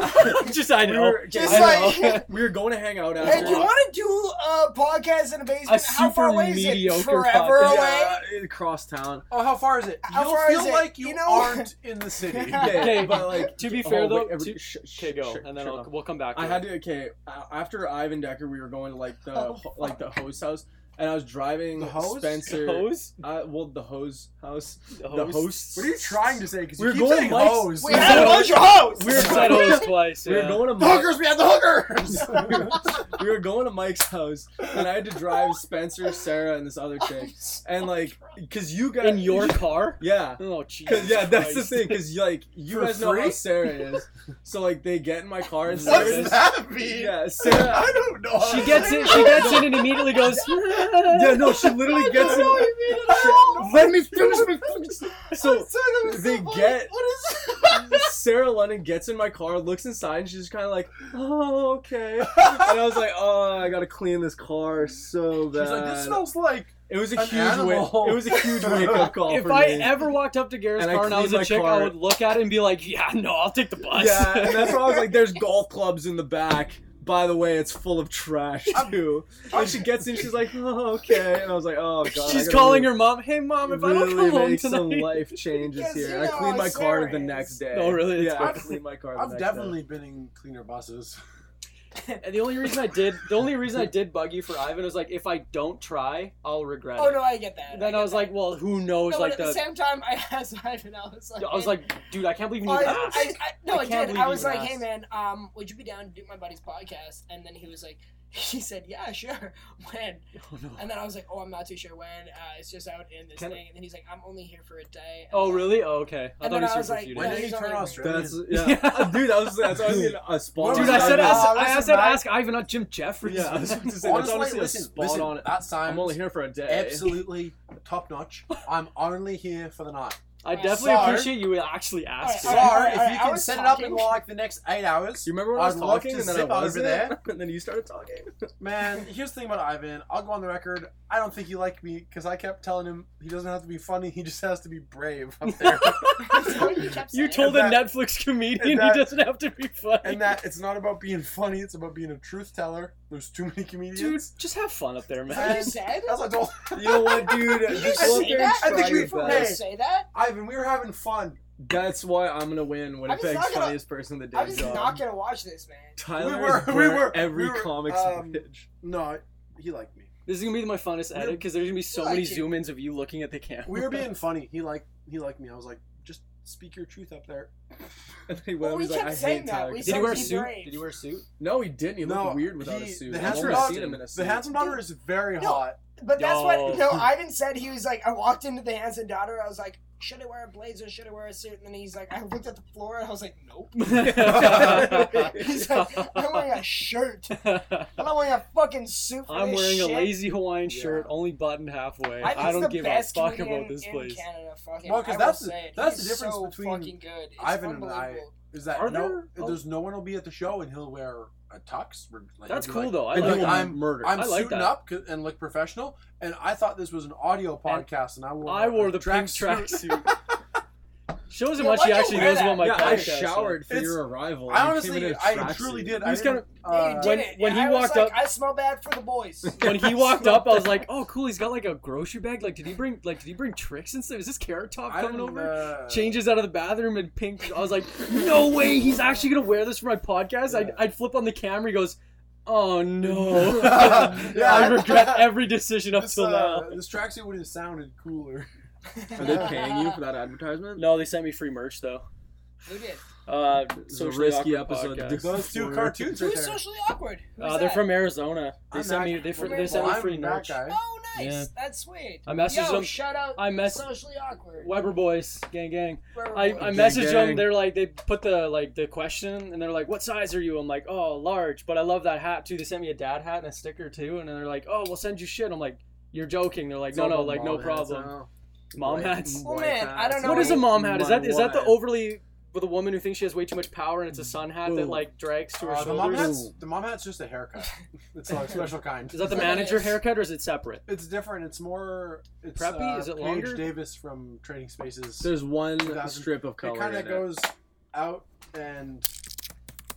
S8: Just I
S13: we
S8: know.
S13: were
S10: Just
S13: I know.
S10: like, hey,
S13: (laughs) we were going to hang out after.
S10: do you want to do a podcast in a basement? How
S8: super
S10: far away is it?
S8: mediocre
S10: Forever
S8: podcast.
S10: away?
S13: Yeah,
S9: (laughs)
S13: across town.
S9: oh, how far is it?
S10: How
S9: You'll
S10: far
S9: feel
S10: is it?
S9: like you,
S10: You know-
S9: aren't in the (laughs) city.
S13: Okay,
S8: Okay,
S13: but like
S8: to be
S13: oh,
S8: fair
S13: wait,
S8: though,
S13: every-
S8: to-
S13: sh- sh-
S8: Okay, go,
S13: sh-
S8: and then
S13: sure
S8: I'll,
S13: enough.
S8: we'll come back. To
S13: I
S8: it.
S13: had to okay a- after Ivan Decker. We were going to like the ho- like the hose house, and I was driving
S9: Oh. The hose?
S13: Spencer.
S8: hose.
S13: Uh, well, the hose house,
S8: The
S13: the
S8: hose?
S13: hosts.
S9: What are you trying to say? Because
S13: We're
S9: you keep
S13: going
S9: saying
S13: Mike's-
S9: hose. (laughs)
S10: We had a bunch of
S8: (laughs)
S10: hoes!
S8: We said hose twice.
S13: We were
S8: Yeah.
S13: going to
S9: the
S13: Mike's.
S9: hookers. We had the hookers.
S13: we, were, (laughs) we were going to Mike's house, and I had to drive Spencer, Sarah, and this other
S9: (laughs)
S13: chick, and like, cause you guys
S8: in your car.
S13: yeah,
S8: Oh,
S13: 'Cause,
S8: Jesus
S13: yeah, that's the
S8: Christ.
S13: thing, cause like you
S9: For
S13: guys know how
S9: free?
S13: Sarah is, so like they get in my car and
S9: What does
S13: Sarah's
S9: that mean?
S13: yeah, Sarah.
S9: (laughs) I don't know. (laughs)
S8: She gets in. She gets in and immediately goes. (laughs)
S13: Yeah, no, she literally gets in. She- Let me finish
S9: (laughs)
S13: my fucking- So they get Sarah Lennon gets in my car, looks inside, and she's just kind of like,
S9: (laughs)
S13: "Oh, okay." And I was like, "Oh, I gotta clean this car so bad."
S9: She's like, this smells like.
S13: It was a
S9: an
S13: huge wake.
S9: animal."
S13: It was a huge
S9: (laughs)
S13: wake up call
S8: If
S13: for
S8: I
S13: me.
S8: ever walked up to Garrett's
S13: And I
S8: car and I was
S13: cleaned
S8: a
S13: my
S8: chick,
S13: car.
S8: I would look at it and be like, "Yeah, no, I'll take the bus."
S13: yeah,
S8: (laughs)
S13: and that's why I was like, "There's golf clubs in the back." By the way, it's full of trash too. And she gets in, she's like, "Oh, okay," and I was like, "Oh god." I
S8: She's
S13: gotta
S8: calling
S13: really-
S8: her mom. Hey, mom, Um, if I
S13: really
S8: don't come home
S13: make
S8: (laughs)
S13: some
S8: tonight,
S13: life changes
S10: Yes,
S13: here.
S10: you
S13: I
S10: know
S13: cleaned
S10: how
S13: my car the
S10: Sarah
S13: next
S10: is.
S13: day.
S8: Oh, really? That's
S13: Yeah, I
S8: good.
S13: cleaned my car. The
S9: I've
S13: next
S9: definitely been in cleaner buses.
S8: (laughs) And the only reason I did, the only reason I did bug you for Ivan was like, if I don't try, I'll regret
S10: Oh
S8: it.
S10: no, I get that.
S8: Then
S10: get
S8: I was
S10: that.
S8: like, well, who knows?
S10: no, but
S8: like
S10: at the,
S8: the,
S10: same time, I (laughs) asked Ivan. I was like,
S8: I was like, dude, I can't believe you
S10: I,
S8: did
S10: I,
S8: that.
S10: I, no,
S8: I
S10: I,
S8: can't
S10: did.
S8: believe
S10: I was
S8: you
S10: like,
S8: asked.
S10: hey man, um, would you be down to do my buddy's podcast? And then he was like, (laughs) he said, yeah, sure. (laughs) When?
S8: Oh, no.
S10: And then I was like, oh, I'm not too sure when. Uh, it's just out in this
S8: Can I-
S10: thing. And then he's like, I'm only here for a day. And
S8: (laughs) Oh,
S10: then-
S8: really? Oh, okay. I
S10: And
S8: thought
S10: then
S8: he
S10: I
S8: was here
S10: was like,
S8: for a few
S10: no,
S9: When did
S8: days.
S9: he
S10: he's only
S9: turn
S10: here-
S9: Australian?
S13: That's
S8: (laughs)
S13: yeah, dude. That was that's honestly a spot.
S9: Where
S8: Dude,
S9: was
S8: I said,
S9: I-
S8: ask,
S9: uh,
S8: I
S9: listen,
S8: said,
S9: I-
S8: ask Ivan, not Jim Jeffries.
S13: Yeah, I was about to
S9: Honestly,
S13: say, that's honestly
S9: listen,
S13: a spot
S9: listen,
S13: on it.
S9: that sounds
S13: I'm only here for a day.
S9: absolutely top notch. I'm only here for the night.
S8: I definitely
S9: Sorry.
S8: appreciate you actually asking.
S10: All
S9: Sorry,
S10: right, all right,
S9: if
S10: all right,
S9: you
S10: I
S9: can
S10: was
S9: set it up in
S10: talking.
S9: like the next eight hours,
S13: You remember when I was
S9: I'd love
S13: talking
S9: to
S13: and then I
S9: zip over
S13: wasn't
S9: there.
S13: (laughs) and then you started talking.
S9: man. Here's the thing about Ivan. I'll go on the record. I don't think he liked me because I kept telling him he doesn't have to be funny. He just has to be brave
S13: (laughs)
S9: up there,
S10: That's what (laughs) you kept
S8: You
S10: saying.
S8: told
S9: And
S8: a Netflix comedian
S9: and that-
S8: he doesn't have to be funny.
S9: and that it's not about being funny. It's about being a truth teller. There's too many comedians.
S8: Dude, just have fun up there,
S10: Is that what
S8: man.
S10: you said?
S9: That's what I told
S13: You know what, dude?
S10: Did you
S13: Just
S10: say
S13: go up there and
S10: that?
S9: I think
S13: try
S9: we-
S13: your
S10: Did
S13: best.
S10: you
S9: Hey.
S10: say that?
S9: Ivan. We were having fun.
S13: That's why I'm gonna win Winnipeg's
S10: not gonna-
S13: funniest person of the
S10: I
S13: day
S10: was
S13: job.
S10: not gonna watch this, man.
S13: Tyler
S9: We were-
S13: has
S9: we
S13: burnt
S9: were-
S13: every
S9: we were,
S13: comics
S9: um,
S13: pitch.
S9: No, he liked me.
S8: This is gonna be my funnest edit because there's gonna be so
S10: like
S8: many
S10: it.
S8: zoom ins of you looking at the camera.
S9: We were
S13: (laughs)
S9: being funny. He liked he liked me. I was like, just speak your truth up there.
S13: And he
S10: Well,
S13: went,
S10: we
S13: he's like,
S10: kept
S13: I
S10: saying
S13: hate
S10: that.
S13: Tyler.
S10: We
S13: Did
S8: Did
S13: he
S10: said-
S8: you wear a
S10: Something
S8: suit?
S10: brave.
S8: Did you wear a suit?
S13: No, he didn't. He looked
S9: No,
S13: weird without
S9: he-
S13: a suit.
S9: the
S13: I've
S9: handsome
S13: never
S9: dog-
S13: seen him in a suit.
S9: The handsome daughter
S10: Dude.
S9: is very
S10: No.
S9: hot.
S10: But that's
S8: Yo. (laughs)
S10: what no, Ivan said he was like I walked into the Hanson daughter, I was like, Should I wear a blazer, should I wear a suit? And then he's like I looked at the floor and I was like, Nope. (laughs) He's like, I'm wearing a shirt. I'm not wearing a fucking suit for
S8: I'm
S10: this
S8: wearing a
S10: shit.
S8: lazy Hawaiian
S9: Yeah.
S8: shirt, only buttoned halfway.
S10: Ivan's
S8: I
S10: the
S8: don't give a
S10: best
S8: fuck
S10: comedian
S8: about this
S10: in
S8: place.
S10: Canada, fucking.
S9: No, 'cause
S10: because
S9: that's the-
S10: say it.
S9: that's the
S10: He's
S9: difference
S10: so
S9: between
S10: fucking good. It's
S9: Ivan and I.
S10: unbelievable.
S9: Is that
S8: Are
S9: no?
S8: there- oh.
S9: There's no one will be at the show, and he'll wear a tux. Or like,
S8: That's
S9: he'll
S8: cool
S9: be
S8: though. I
S9: and
S8: like
S9: like,
S8: that.
S9: I'm-
S13: (laughs)
S8: murder.
S9: Like,
S8: I
S9: I'm
S8: like
S9: suiting
S8: that.
S9: up 'cause- and look professional. And I thought this was an audio podcast, and, I wore
S8: I wore
S9: a
S8: the pink
S9: tracksuit. (laughs)
S8: tracksuit. Shows how
S10: Yeah,
S8: much he
S10: why'd you
S8: actually
S10: wear
S8: knows about
S10: that?
S8: my
S13: yeah, I
S8: podcast.
S13: showered for
S9: It's-
S13: your arrival.
S9: I
S13: and you came in
S9: honestly,
S13: a
S9: I
S13: tracksuit.
S9: truly did.
S8: He was
S9: I didn't-
S10: Yeah, you
S9: uh,
S10: did
S8: when-
S10: it.
S8: when he
S10: I was
S8: walked
S10: like,
S8: up-
S10: I smell bad for the (laughs) boys.
S8: When he walked up, I was like, "Oh, cool! He's got like a grocery bag. Like, did he bring like did he bring tricks and stuff? Is this carrot top
S9: I
S8: coming
S9: didn't,
S8: over?"
S9: uh,
S8: Changes out of the bathroom and pink. I was like, "No way! He's actually gonna wear this for my podcast." I'd,
S9: Yeah.
S8: I'd flip on the camera. He goes, "Oh no!
S9: Yeah.
S8: (laughs) I regret every decision up
S9: This,
S8: till now."
S9: uh, this tracksuit would have sounded cooler. (laughs)
S13: Are they paying you for that advertisement?
S8: No, they sent me free merch though.
S10: Who did?
S8: Uh,
S13: This is a
S8: socially
S13: risky
S8: awkward
S13: episode.
S8: podcast.
S13: to do
S9: Those two
S13: for-
S9: cartoons right
S10: Who's
S9: there.
S10: socially awkward? Who's
S8: Uh, they're
S10: that?
S8: from Arizona. They
S9: I'm
S8: sent me
S9: back-
S8: they, fr-
S10: Well,
S8: they sent
S9: Well,
S8: me
S9: I'm
S8: free
S9: that
S8: merch.
S9: guy.
S10: Oh, nice.
S15: Yeah.
S10: That's sweet.
S8: I messaged
S10: Yo,
S8: them-
S10: Shout out.
S8: I mess-
S10: Socially awkward.
S8: Weber boys, gang gang.
S10: Where
S8: I,
S10: were
S8: I
S10: we?
S8: messaged
S13: gang.
S8: them. They're like they put the like the question and they're like, "What size are you?" I'm like, "Oh, large." But I love that hat too. They sent me a dad hat and a sticker too. And then they're like, "Oh, we'll send you shit." I'm like, "You're joking." They're like, "No, no, like
S10: Oh,
S8: no problem." Mom hats.
S10: Well, man, I don't know.
S8: What is a mom hat? Is that is that the
S13: Mom hats.
S8: overly with a woman who thinks she has way too much power and it's a sun hat that
S13: Ooh.
S8: like drags to her
S9: Uh, the mom
S8: shoulders?
S9: hat's the mom hat's just a
S10: (laughs)
S9: haircut. It's a special kind.
S8: Is that the
S10: Yes.
S8: manager haircut or is it separate?
S9: It's different. It's more. It's,
S8: Preppy?
S9: Uh,
S8: Is it
S9: Paige
S8: longer?
S9: Davis from Trading Spaces.
S13: There's one
S9: 2000
S13: strip of color.
S9: it kind
S13: in
S9: of goes out and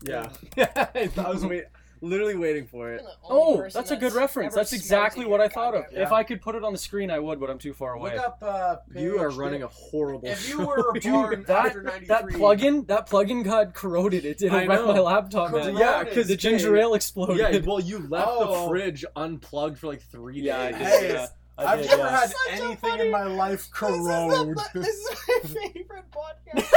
S13: Yeah. I was wait, literally waiting for
S10: You're
S13: it.
S10: the only
S8: Oh,
S10: person
S8: that's a good reference.
S10: ever
S8: That's
S10: smelled
S8: exactly
S10: it
S8: what
S10: in
S8: I thought of.
S10: goddamn-
S9: Yeah.
S8: If I could put it on the screen, I would, but I'm too far away.
S9: look up. Uh,
S13: You are
S9: Paige
S13: running
S9: Da-
S13: a horrible.
S9: If you
S8: (laughs)
S9: were
S8: Dude,
S9: born
S8: that-
S9: after '93,
S8: That plugin, that plugin got corroded. It did
S13: I
S8: it wrecked
S13: know.
S8: my laptop, man.
S9: Corroded.
S13: yeah, because
S8: the ginger ale exploded.
S13: (laughs) Yeah, well, you left
S9: Oh.
S13: the fridge unplugged for like three
S8: Yeah, I
S13: days.
S8: did,
S9: Hey,
S8: yeah. I
S9: I've
S8: did,
S9: never
S8: yeah.
S9: had
S10: Such a
S9: anything
S10: funny-
S9: in my life
S10: (laughs) This is, the,
S9: corrode. (laughs)
S10: bu- (laughs) this is my favorite (laughs) podcast.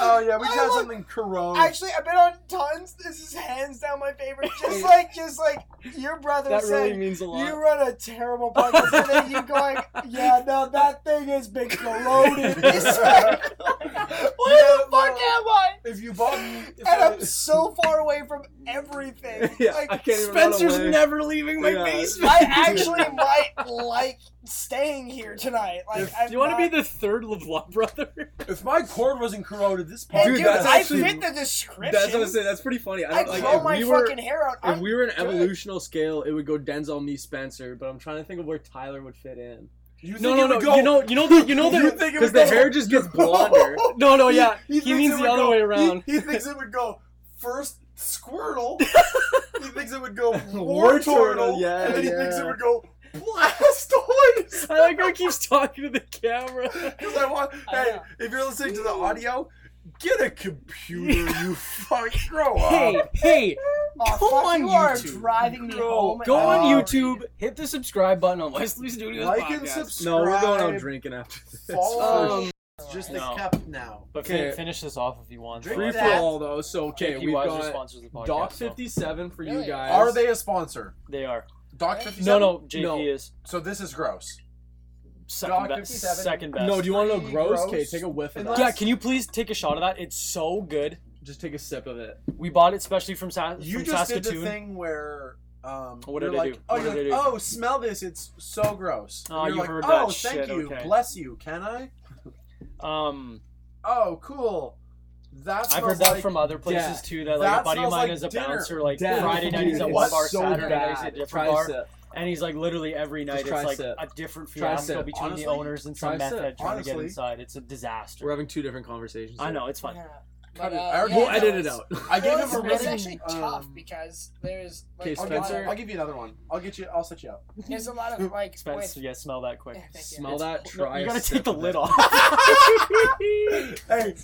S9: oh yeah, we just
S10: I
S9: had
S10: love-
S9: something corrode.
S10: Actually, I've been on tons. This is hands down my
S13: (laughs)
S10: favorite. Just like, just like your brother
S8: that
S10: said,
S8: really means a lot. (laughs)
S10: you run a terrible podcast, and then you going,
S13: (laughs)
S10: yeah, no, that thing has been corroded. It's like, (laughs) where the fuck am I?
S9: if you bought, if
S10: And
S9: I-
S10: I'm so far away from everything.
S13: (laughs) Yeah,
S10: like,
S13: I can't even run
S8: Spencer's
S13: away.
S8: never leaving my
S13: Yeah.
S8: basement. (laughs)
S10: (laughs)
S13: (laughs)
S10: I actually might like staying here tonight. Like, I'm
S8: Do you want
S10: not-
S8: to be the third LeBlanc brother?
S9: if my cord wasn't corroded, this
S10: Hey,
S13: Dude,
S10: dude,
S13: that's
S10: I
S13: actually-
S10: fit the description.
S13: That's what I'm saying. That's pretty funny. I
S10: I
S13: don't like
S10: grow
S13: if
S10: my
S13: we were
S10: fucking hair out.
S13: if
S10: I'm,
S13: we were an
S10: good.
S13: evolutional scale, it would go Denzel, me, Spencer. But I'm trying to think of where Tyler would fit in.
S9: You
S8: No,
S9: think
S8: no,
S9: it
S8: no.
S9: would go-
S8: You know, you know that. You (laughs) know
S9: You
S8: that.
S9: think it
S13: Because
S9: would
S13: the
S9: go?
S13: hair just gets blonder.
S8: No, no, yeah. (laughs) He,
S9: thinks
S8: means
S9: it
S8: the
S9: would
S8: other
S9: go-
S8: way around.
S9: He, he thinks it would go first Squirtle. he thinks it would go
S13: War
S9: War
S13: Turtle,
S9: Turtle.
S13: yeah,
S9: and then he thinks
S13: yeah.
S9: it would go Blastoise.
S8: (laughs)
S9: (laughs)
S8: I like how he keeps talking to the camera.
S9: Because I want.
S10: I
S9: hey,
S10: know.
S9: if you're listening to the audio, get a computer. you fuck. Grow
S8: (laughs) hey,
S9: up.
S13: (laughs)
S8: hey,
S10: Oh,
S2: Go
S10: fuck,
S2: on
S10: you are
S2: YouTube.
S10: driving me home.
S8: Go
S10: and
S8: on
S10: I'm
S8: YouTube, hit the subscribe button on Wesley Studios
S9: Like and
S8: podcast.
S9: subscribe.
S13: No, we're going out drinking after this.
S9: Follow.
S8: Um,
S1: It's just the
S8: No.
S1: cup now.
S8: but
S13: Okay.
S8: fin- finish this off if you want.
S1: Drink
S13: Free for
S1: that.
S13: all though. So okay,
S8: Mickey
S13: we've
S8: Weiser
S13: got
S8: sponsors the podcast.
S13: Doc
S8: so
S13: fifty seven for you
S10: Really?
S13: guys.
S9: Are they a sponsor?
S8: They are.
S9: Doc 57?
S8: No, no, JP
S13: No.
S8: is
S9: So this is gross.
S8: second,
S9: Doc
S8: be-
S9: 57.
S8: second best.
S13: No, do you want to know
S9: Free
S13: gross?
S9: gross.
S13: Okay, take a whiff of that.
S8: yeah, can you please take a shot of that? It's so good.
S13: Just take a sip of it.
S8: We bought it specially from, Sa-
S9: You
S8: from
S9: just did
S8: Saskatoon.
S9: the thing where. Um,
S8: What
S9: you're
S8: did I
S9: like,
S8: do?
S9: Oh,
S8: What
S9: you're
S8: did
S9: like,
S8: I do?
S9: oh, smell this. It's so gross.
S8: Oh,
S9: You're
S8: you
S9: like,
S8: heard
S9: oh,
S8: that
S9: thank
S8: shit,
S9: you.
S8: okay.
S9: Bless you. Can I?
S8: Um,
S9: Oh, cool. That's
S8: I've heard that from other places
S13: yeah,
S8: too. That like
S9: that
S8: a buddy
S9: smells
S8: of mine
S9: like
S8: is a
S9: dinner.
S8: bouncer. Like
S13: Death,
S8: Friday night he's at
S13: dude,
S8: one
S13: it's
S8: bar,
S13: so
S8: Saturday night he's
S13: bad.
S8: at a different
S13: Try
S8: bar,
S13: sip.
S8: and he's like literally every night it's
S13: try
S8: like
S13: sip.
S8: a different
S13: Try
S8: fiasco
S13: sip.
S8: between
S9: Honestly,
S8: the owners and
S13: try
S8: some meth
S13: sip.
S8: head trying to get
S9: Honestly.
S8: inside. It's a
S13: We're
S8: disaster.
S13: having two different conversations.
S8: I
S13: here.
S8: know it's
S10: Yeah.
S8: fine.
S10: But, uh,
S9: I already-
S10: yeah,
S13: We'll edit
S10: no,
S13: it out.
S9: I gave
S10: Well,
S9: him
S10: it's,
S9: a really.
S10: it's actually tough
S9: um,
S10: because there's
S13: okay,
S10: like
S9: I'll,
S10: a
S9: give,
S10: lot
S13: Spencer.
S9: I'll
S10: of,
S9: give you another one. I'll get you. I'll set you up. (laughs)
S10: there's a lot of like
S8: Spence,
S10: with-
S8: yeah, smell that quick.
S10: yeah, thank you.
S13: Smell that.
S8: No,
S13: Try.
S8: you
S13: a
S8: gotta
S13: sip
S8: take the
S13: of
S8: lid
S13: it.
S8: off.
S13: (laughs)
S9: Hey, (laughs)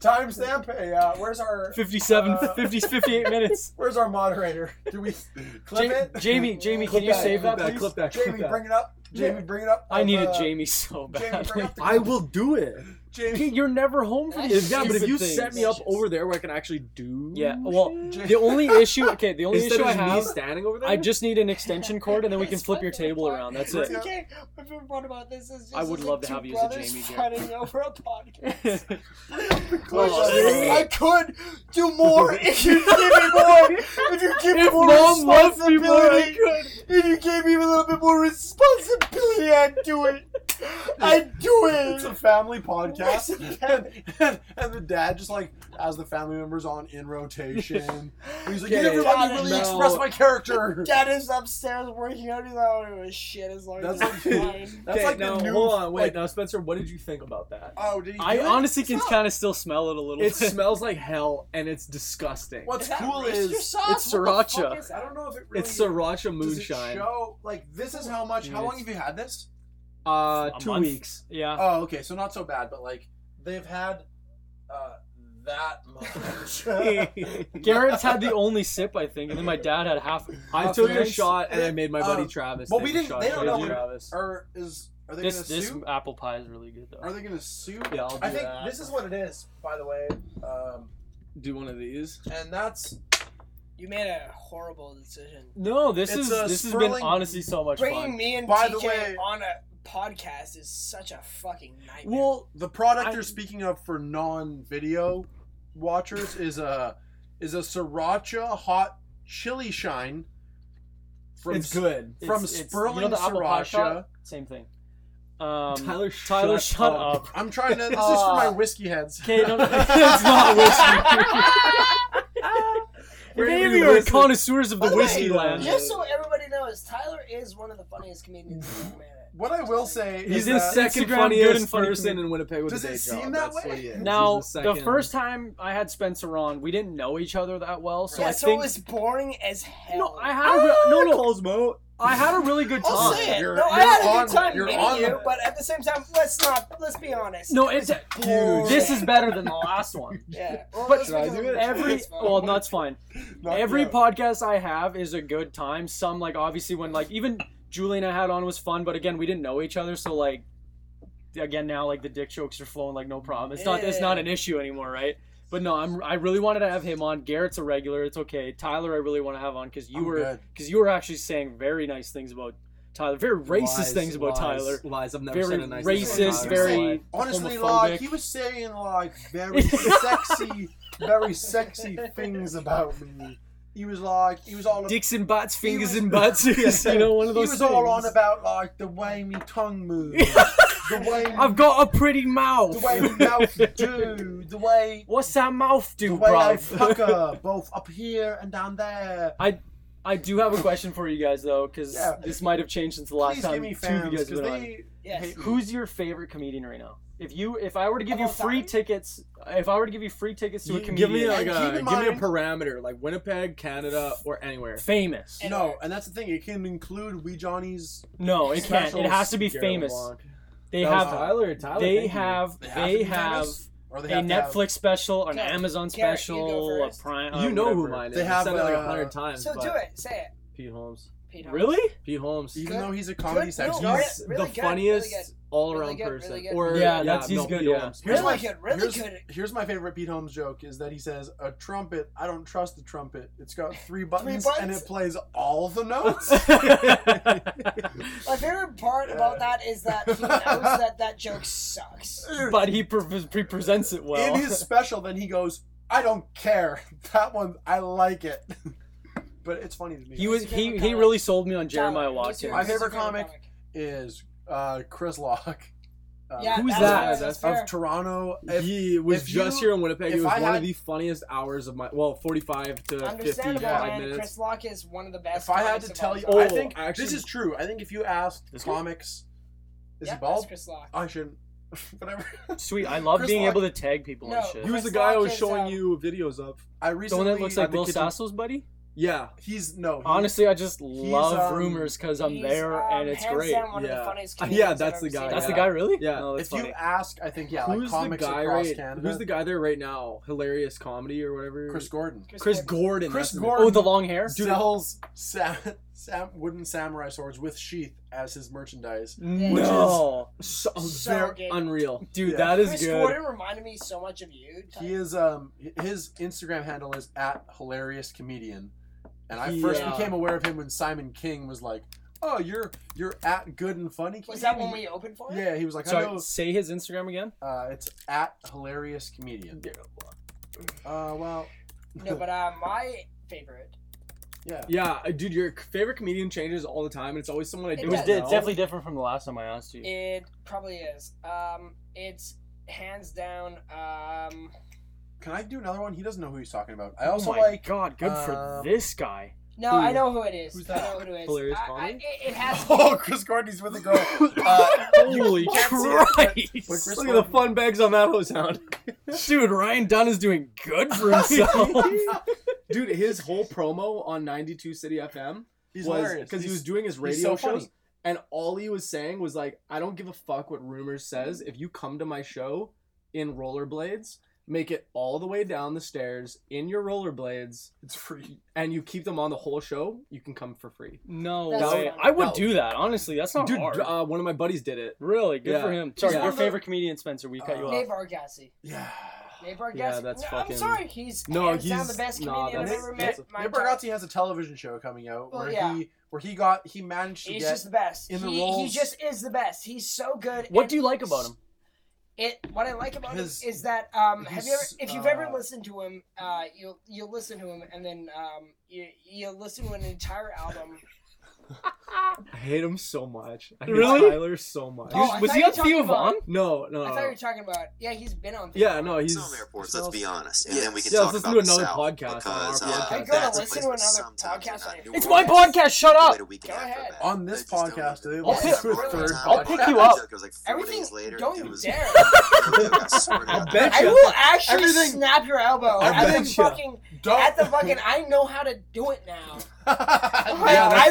S9: timestamp. Hey, uh, where's our
S8: 57,
S9: Uh,
S8: 50, 58 minutes.
S9: where's our moderator? Do
S8: (laughs)
S9: we clip
S8: Ja-
S9: it?
S8: Jamie, Jamie,
S9: Clip
S8: can you
S9: that,
S8: save that,
S13: clip that,
S8: please?
S13: clip that, clip
S9: Jamie,
S13: that.
S9: bring it up. Jamie, bring it up.
S8: I
S9: Um,
S8: needed
S9: uh,
S8: Jamie so
S9: Jamie,
S8: badly.
S9: bring up. The,
S13: (laughs) I will do it.
S9: Jamie.
S8: Pete, (laughs) You're never home from these
S13: Yeah, but if
S8: stupid
S13: you
S8: things.
S13: set me up over there where I can actually do.
S8: Yeah, well,
S13: shit,
S8: the only issue, okay, the only
S13: instead
S8: issue
S13: of
S8: I
S13: just me
S8: have,
S13: standing over there,
S8: I
S13: (laughs)
S8: just need an extension cord, and then we can flip your table around. That's
S9: Let's
S8: it.
S9: go.
S10: (laughs) Okay, my favorite part about this is just
S8: I would
S10: it's
S8: love
S10: like
S8: to have
S10: two
S8: you as a
S10: brothers
S8: Jamie here.
S10: fighting over a podcast.
S9: (laughs)
S8: Oh,
S10: I could do more if you give me more.
S13: (laughs)
S10: If you give me more
S8: Mom loves me more, I
S10: responsibility, if you gave me a little bit more responsibility, I'd do it. I'd do
S9: It's a
S10: it.
S9: family podcast, and, and, and the dad just like has the family members on in rotation. He's like,
S13: Okay.
S9: "Did everybody
S10: Got it.
S9: really
S13: No.
S9: express my character?"
S10: Dad is upstairs working out. He's like, I don't give a shit as long as
S9: That's
S10: I'm
S9: like-
S10: fine.
S9: That's
S13: okay,
S9: like
S13: now,
S9: the new.
S13: hold on, wait,
S9: like-
S13: now Spencer, what did you think about that?
S9: oh, did he?
S8: I
S9: do it?
S8: honestly can
S10: Smell.
S8: kind of still smell it a little
S13: It
S8: bit.
S13: smells like hell and it's disgusting.
S9: What's
S10: that
S9: cool
S10: rooster
S9: is
S10: sauce?
S13: it's
S10: What the
S13: sriracha.
S10: fuck is that?
S9: I don't know if it really.
S13: It's sriracha
S9: does it
S13: moonshine.
S9: show like this is how much?
S8: Dude,
S9: How long
S8: it's-
S9: have you had this?
S13: Uh,
S8: A
S13: two
S8: month?
S13: weeks.
S8: Yeah.
S9: Oh, okay, so not so bad, but like they've had uh, that much. (laughs)
S8: Garrett's had the only sip, I think, and then my dad had half.
S13: I
S9: Okay.
S13: took a shot and I made my buddy
S9: Um,
S13: Travis.
S9: well,
S13: take
S9: we
S13: a
S9: didn't-
S13: shot.
S9: they don't
S13: Thank
S9: know
S13: you,
S9: when-
S13: Travis.
S9: or is are they
S8: This
S9: gonna
S8: this
S9: sue?
S8: apple pie is really good
S9: Are
S8: though.
S9: they gonna sue?
S13: Yeah, I'll do
S9: I think
S13: that.
S9: this is what it is, by the way. Um,
S13: Do one of these.
S9: and that's
S10: You made a horrible decision.
S8: No, this
S9: It's
S8: is
S9: a
S8: this has
S9: swirling-
S8: been honestly so much
S10: Bringing
S8: fun.
S10: me and
S9: By
S10: By
S9: the way-
S10: on a podcast is such a fucking nightmare.
S8: Well,
S9: the product
S8: I-
S9: you're speaking of for non-video watchers is a is a sriracha hot chili shine. From
S13: it's good.
S9: From
S8: It's- it's-
S9: Sperling
S8: you know the apple pie
S9: Sriracha.
S8: shot? Same thing. Um, Tyler,
S13: Tyler,
S8: Tyler, shut up.
S9: I'm trying to. This is for
S8: (laughs)
S9: my whiskey heads.
S8: Okay, (laughs) no, no, Uh, it's not whiskey.
S13: We're
S8: Maybe
S13: gonna
S8: we
S13: be
S8: are
S13: listening-
S8: connoisseurs of the
S10: By the way,
S8: whiskey land.
S10: Just so everybody knows, Tyler is one of the funniest comedians
S8: (laughs)
S10: on the planet.
S9: (laughs) What I will say
S13: He's
S9: is
S13: the
S9: that
S13: second
S8: Instagram good
S13: funniest
S8: and funny
S13: person
S8: comedian.
S13: in Winnipeg with
S9: Does
S13: a
S9: it
S13: day
S9: seem
S13: job.
S9: that
S13: That's what
S9: way?
S13: he is.
S8: Now,
S13: He's
S8: the
S13: second-
S8: first time I had Spencer on, we didn't know each other that well, so
S10: yeah,
S8: I
S10: so
S8: think
S10: it was boring as hell.
S8: no, I had
S13: (laughs)
S8: a
S13: Ah!
S8: re- no, no,
S13: Cosmo.
S8: I had a really
S10: (laughs)
S8: good
S10: I'll
S8: time.
S10: say it.
S9: You're-
S10: no, I
S9: you're
S10: had a
S9: on-
S10: good time
S9: you're
S10: meeting
S9: on
S10: you,
S9: the-
S10: but at the same time, let's not. Let's be honest.
S8: No, it's
S9: Dude.
S8: this is better than the last one.
S10: (laughs) yeah. (laughs) Well,
S8: But
S10: that's
S9: Should I
S10: because
S9: do
S10: of-
S9: it?
S8: Every
S10: that's fine.
S8: well, that's fine.
S9: Not
S8: Every
S9: yet.
S8: podcast I have is a good time. Some like obviously when like even Julie and I had on was fun, but again we didn't know each other, so like again now like the dick jokes are flowing like no problem. It's not it's not an issue anymore, right? But no, I'm I really wanted to have him on. Garrett's a regular, it's okay. Tyler, I really want to have on because you
S9: I'm
S8: were
S9: good.
S8: because you were actually saying very nice things about Tyler, very racist
S13: Lies,
S8: things about
S13: lies,
S8: Tyler,
S13: Lies. I've never
S8: very
S13: said a nice thing about
S8: racist,
S13: Tyler.
S8: very
S9: honestly
S8: homophobic.
S9: like he was saying like very sexy, very sexy things about me. He was like he was all
S8: dicks and butts, fingers
S9: was-
S8: and butts.
S9: (laughs)
S8: (laughs) you know, one of
S9: he
S8: those.
S9: was all on
S8: things.
S9: about like the way me tongue
S8: (laughs)
S9: moves, the way me-
S8: I've got a pretty
S9: the
S8: mouth.
S9: way me mouth do, the way
S8: What's that mouth
S9: the
S8: do,
S9: way I
S8: bruv?
S9: fuck
S8: (laughs)
S9: her, both up here and down there.
S8: I do have a question for you guys though, because
S9: Yeah.
S8: this might have changed since the last
S9: Please
S8: time
S9: give me
S8: two of
S9: fans
S8: you guys
S9: because
S8: have been on.
S9: they
S10: Yes.
S9: hate me.
S8: Who's your favorite comedian right now? If you, if I were to give you
S10: Of all
S8: free
S10: time?
S8: tickets, if I were to give you free tickets to a
S13: You- Give
S8: comedian,
S13: me like
S9: And
S13: a
S9: keep in
S13: give me a
S9: mind-
S13: parameter, like Winnipeg, Canada, or anywhere.
S8: famous.
S9: no, and that's the thing. It can include Wee Johnny's.
S8: No, it can't. It
S9: Specials,
S8: has to be
S13: Garrett
S8: famous.
S13: LeBlanc.
S8: They
S13: That was
S8: have,
S13: Tyler. Tyler.
S8: they
S13: thank you.
S8: have,
S1: They have to
S8: they
S9: be
S8: have
S9: famous. Or
S8: a
S9: have to have-
S8: Netflix special, an
S10: Okay,
S8: Amazon
S10: Garrett, you
S8: special,
S10: go
S8: a
S10: first.
S8: Prime. uh,
S13: you know who
S8: whatever.
S13: mine is.
S9: They
S13: I've
S9: have,
S13: said it like
S9: uh,
S13: a hundred times.
S10: So
S13: but
S10: do it. Say it.
S13: Pete Holmes.
S10: Pete Holmes.
S8: Really?
S13: Pete Holmes.
S9: even
S10: Good.
S9: though he's a comedy
S10: Good.
S9: sex
S10: No, Garrett,
S9: he's-
S10: really
S13: the
S10: good,
S13: funniest
S10: really good.
S13: all-around
S10: Really good, really
S13: person.
S10: good.
S13: Or
S8: Yeah, that's- he's good,
S13: Pete
S8: yeah.
S13: Holmes.
S9: Here's
S10: Really
S9: my
S10: good, really
S9: here's,
S10: good.
S9: Here's my favorite Pete Holmes joke is that he says, "A trumpet, I don't trust the trumpet. It's
S10: (laughs)
S9: got three buttons, and
S10: buttons?
S9: it plays all
S10: (laughs)
S9: the notes."
S10: My favorite part about that is
S8: (laughs)
S10: that he knows that that joke sucks.
S8: But he pre- pre- presents it well.
S9: In his special, then he goes, "I don't care. (laughs) That one, I like it." (laughs) but it's funny to me.
S8: He was he,
S10: favorite
S8: he
S10: guy.
S8: really sold me on Jeremiah
S10: Tyler, who's your-
S9: My
S8: Watkins.
S10: who's your
S9: favorite comic. is uh, Chris Locke. Uh,
S10: Yeah,
S8: Who's
S10: that's
S8: that?
S10: fair,
S8: Yeah,
S10: that's
S9: of
S10: fair.
S9: Toronto. If-
S13: he was
S9: if
S13: just
S9: you-
S13: here in Winnipeg. It
S9: if
S13: was
S9: I
S13: one
S9: had-
S13: of the funniest hours of my well, forty-five to
S10: Understandable,
S13: fifty-five
S10: man.
S13: minutes.
S10: Chris Locke is one of the best.
S9: If I had
S10: comics
S9: to
S10: of
S9: tell
S10: all
S9: you,
S10: time.
S13: Oh,
S9: I think this
S13: actually-
S9: is true. I think if you asked
S8: Is he?
S9: comics, is
S10: yeah,
S9: he
S10: that's
S9: bald?
S10: Chris Locke.
S9: I shouldn't. (laughs) Whatever.
S8: Sweet, I love
S9: Chris
S8: being
S9: Lock-
S8: able to tag people
S10: No,
S8: and shit.
S13: he was the
S10: Chris
S13: guy I
S10: Rock
S13: was
S10: is,
S13: showing
S10: um,
S13: you videos of.
S9: I
S8: the
S9: recently.
S8: one that looks like
S13: the
S8: Will
S13: kid-
S8: Sasso's buddy.
S13: Yeah,
S9: he's no. he-
S8: Honestly, I just love
S9: um,
S8: rumors because I'm
S10: He's,
S8: there
S10: um,
S8: and it's
S10: hands
S8: great.
S10: down one of the
S13: yeah.
S10: funniest
S13: Yeah,
S10: comedians I've
S13: that's
S10: ever
S13: the guy,
S10: seen.
S8: That's the
S13: yeah.
S8: guy, really?
S13: Yeah.
S8: No, that's
S9: if you
S8: funny.
S9: ask, I think yeah, like
S13: who's the
S9: comics
S13: guy
S9: across
S13: right?
S9: Canada.
S13: Who's the guy there right now? Hilarious comedy or whatever.
S9: Chris Gordon?
S13: Chris Gordon.
S9: Chris
S13: that's the-
S9: Gordon.
S8: Oh, the long hair?
S13: Dude.
S9: sells sam, (laughs) sam wooden samurai swords with sheath as his merchandise.
S10: Which
S8: No.
S13: So,
S10: So
S13: very
S10: good.
S13: unreal.
S8: Dude,
S9: Yeah.
S8: that is
S10: Chris
S8: good.
S10: Gordon reminded me so much of you. Tyler.
S9: He is um his Instagram handle is at hilarious comedian, and I first
S13: Yeah.
S9: became aware of him when Simon King was like, "Oh, you're you're at good and funny."
S10: Was that when
S9: comedian."
S10: we opened for it?
S9: Yeah, he was like, "I
S8: Sorry,
S9: know."
S8: say his Instagram again.
S9: Uh, it's at hilarious comedian. Uh, well,
S10: No, but uh, my favorite.
S9: yeah.
S13: Yeah, uh, dude, your favorite comedian changes all the time, and it's always someone I
S10: It
S13: do.
S8: It was
S10: Yeah.
S8: di- definitely different from the last time I asked you.
S10: It probably is. Um, it's hands down. Um,
S9: Can I do another one? He doesn't know who he's talking about. I
S8: Oh
S9: also
S8: my
S9: like
S8: God, good for
S10: um,
S9: uh,
S8: this
S10: (laughs)
S8: guy. (laughs)
S10: no,
S8: Who?
S10: I know who it is.
S9: Who's
S10: I
S9: that?
S10: know who it is.
S8: Hilarious
S10: I- I-
S8: Colin?
S10: it, it has.
S13: (laughs)
S9: (laughs)
S10: To
S9: oh Chris Gordon's with a girl. Uh,
S8: Holy
S9: can't
S8: Christ!
S9: But Chris
S13: Look at the fun bags on that
S9: (laughs)
S13: hoe sound.
S8: Dude, Ryan Dunn is doing good for himself.
S13: (laughs)
S10: (laughs)
S9: (laughs)
S13: dude, his whole promo on 92 City FM
S9: he's
S13: was
S9: hilarious.
S13: because he
S9: He's-
S13: was doing his
S9: so
S13: radio shows,
S9: funny.
S13: and all he was saying was like, "I don't give a fuck what rumors says. If you come to my show in rollerblades, make it all the way down the stairs in your rollerblades,
S9: It's free.
S13: and you keep them on the whole show. You can come for free."
S8: no
S10: That's
S8: way.
S10: funny.
S8: I would
S13: No.
S8: do that. Honestly, that's not
S13: Dude,
S8: hard.
S13: uh, one of my buddies did it.
S8: really, good for
S13: yeah.
S8: him. Sorry,
S13: Yeah.
S8: your favorite comedian, Spencer. We cut you
S9: Uh,
S10: Nate
S8: off.
S10: Bargatze.
S9: Yeah.
S10: Nate Bargatze.
S13: Yeah, that's
S10: no,
S13: fucking-
S10: I'm sorry. He's
S13: No,
S10: hands down
S13: he's-
S10: the best
S13: nah,
S10: comedian I've
S13: that's-
S10: ever
S13: that's
S10: met.
S13: a-
S10: My
S9: Nick
S10: entire-
S9: Bargatze has a television show coming out
S10: Well,
S9: where
S10: yeah.
S9: he where he got he managed to
S10: He's
S9: get
S10: just the best.
S9: in the
S10: he, he
S9: roles.
S10: just is the best. He's so good.
S8: What
S10: and
S8: do you like about him?
S10: It. What I like about
S9: His-
S10: him is that um, have you ever,
S9: his,
S10: if you've
S9: uh,
S10: ever listened to him, uh, you'll you'll listen to him and then um, you you listen to an entire album.
S13: I hate him so much. I hate
S8: Really?
S13: Tyler so much.
S10: Oh, I
S8: was
S10: thought
S8: he
S10: you
S8: on
S10: were talking
S8: Theo Von?
S10: about-
S13: No, no.
S10: I thought you were talking about. Yeah, he's been on.
S13: yeah, no, he's.
S1: Some airports, let's be honest, and
S13: Yeah.
S1: then we can
S13: Yeah,
S1: talk
S13: let's
S1: about
S13: do
S1: the
S13: another
S1: South,
S13: podcast on
S1: because,
S13: our
S1: uh,
S13: podcast. I
S10: gotta
S1: that's a
S10: listen
S1: place
S10: to
S1: where
S10: another
S1: sometimes you're
S10: podcast
S1: not
S10: on it.
S1: New
S8: It's my
S1: Orleans.
S8: podcast. Shut up.
S1: Wait a week
S10: Go
S1: after
S10: ahead.
S1: that.
S9: on
S1: I
S9: this
S1: just don't
S9: podcast.
S1: know.
S9: They
S8: I'll
S9: launched
S8: pick-
S9: their
S10: I'll
S9: third
S1: I'll
S9: podcast.
S1: pick
S8: you up.
S1: It was like four
S10: Everything.
S1: days later.
S10: don't
S1: it
S10: you
S1: was-
S10: dare.
S1: I swear to God,
S13: I
S1: that
S13: bet
S10: I
S13: you.
S10: will actually
S9: Everything-
S10: snap your elbow at the
S9: Everything-
S10: fucking
S9: Don't-
S10: at the fucking. I know how to do it now.
S9: (laughs)
S13: Yeah, that's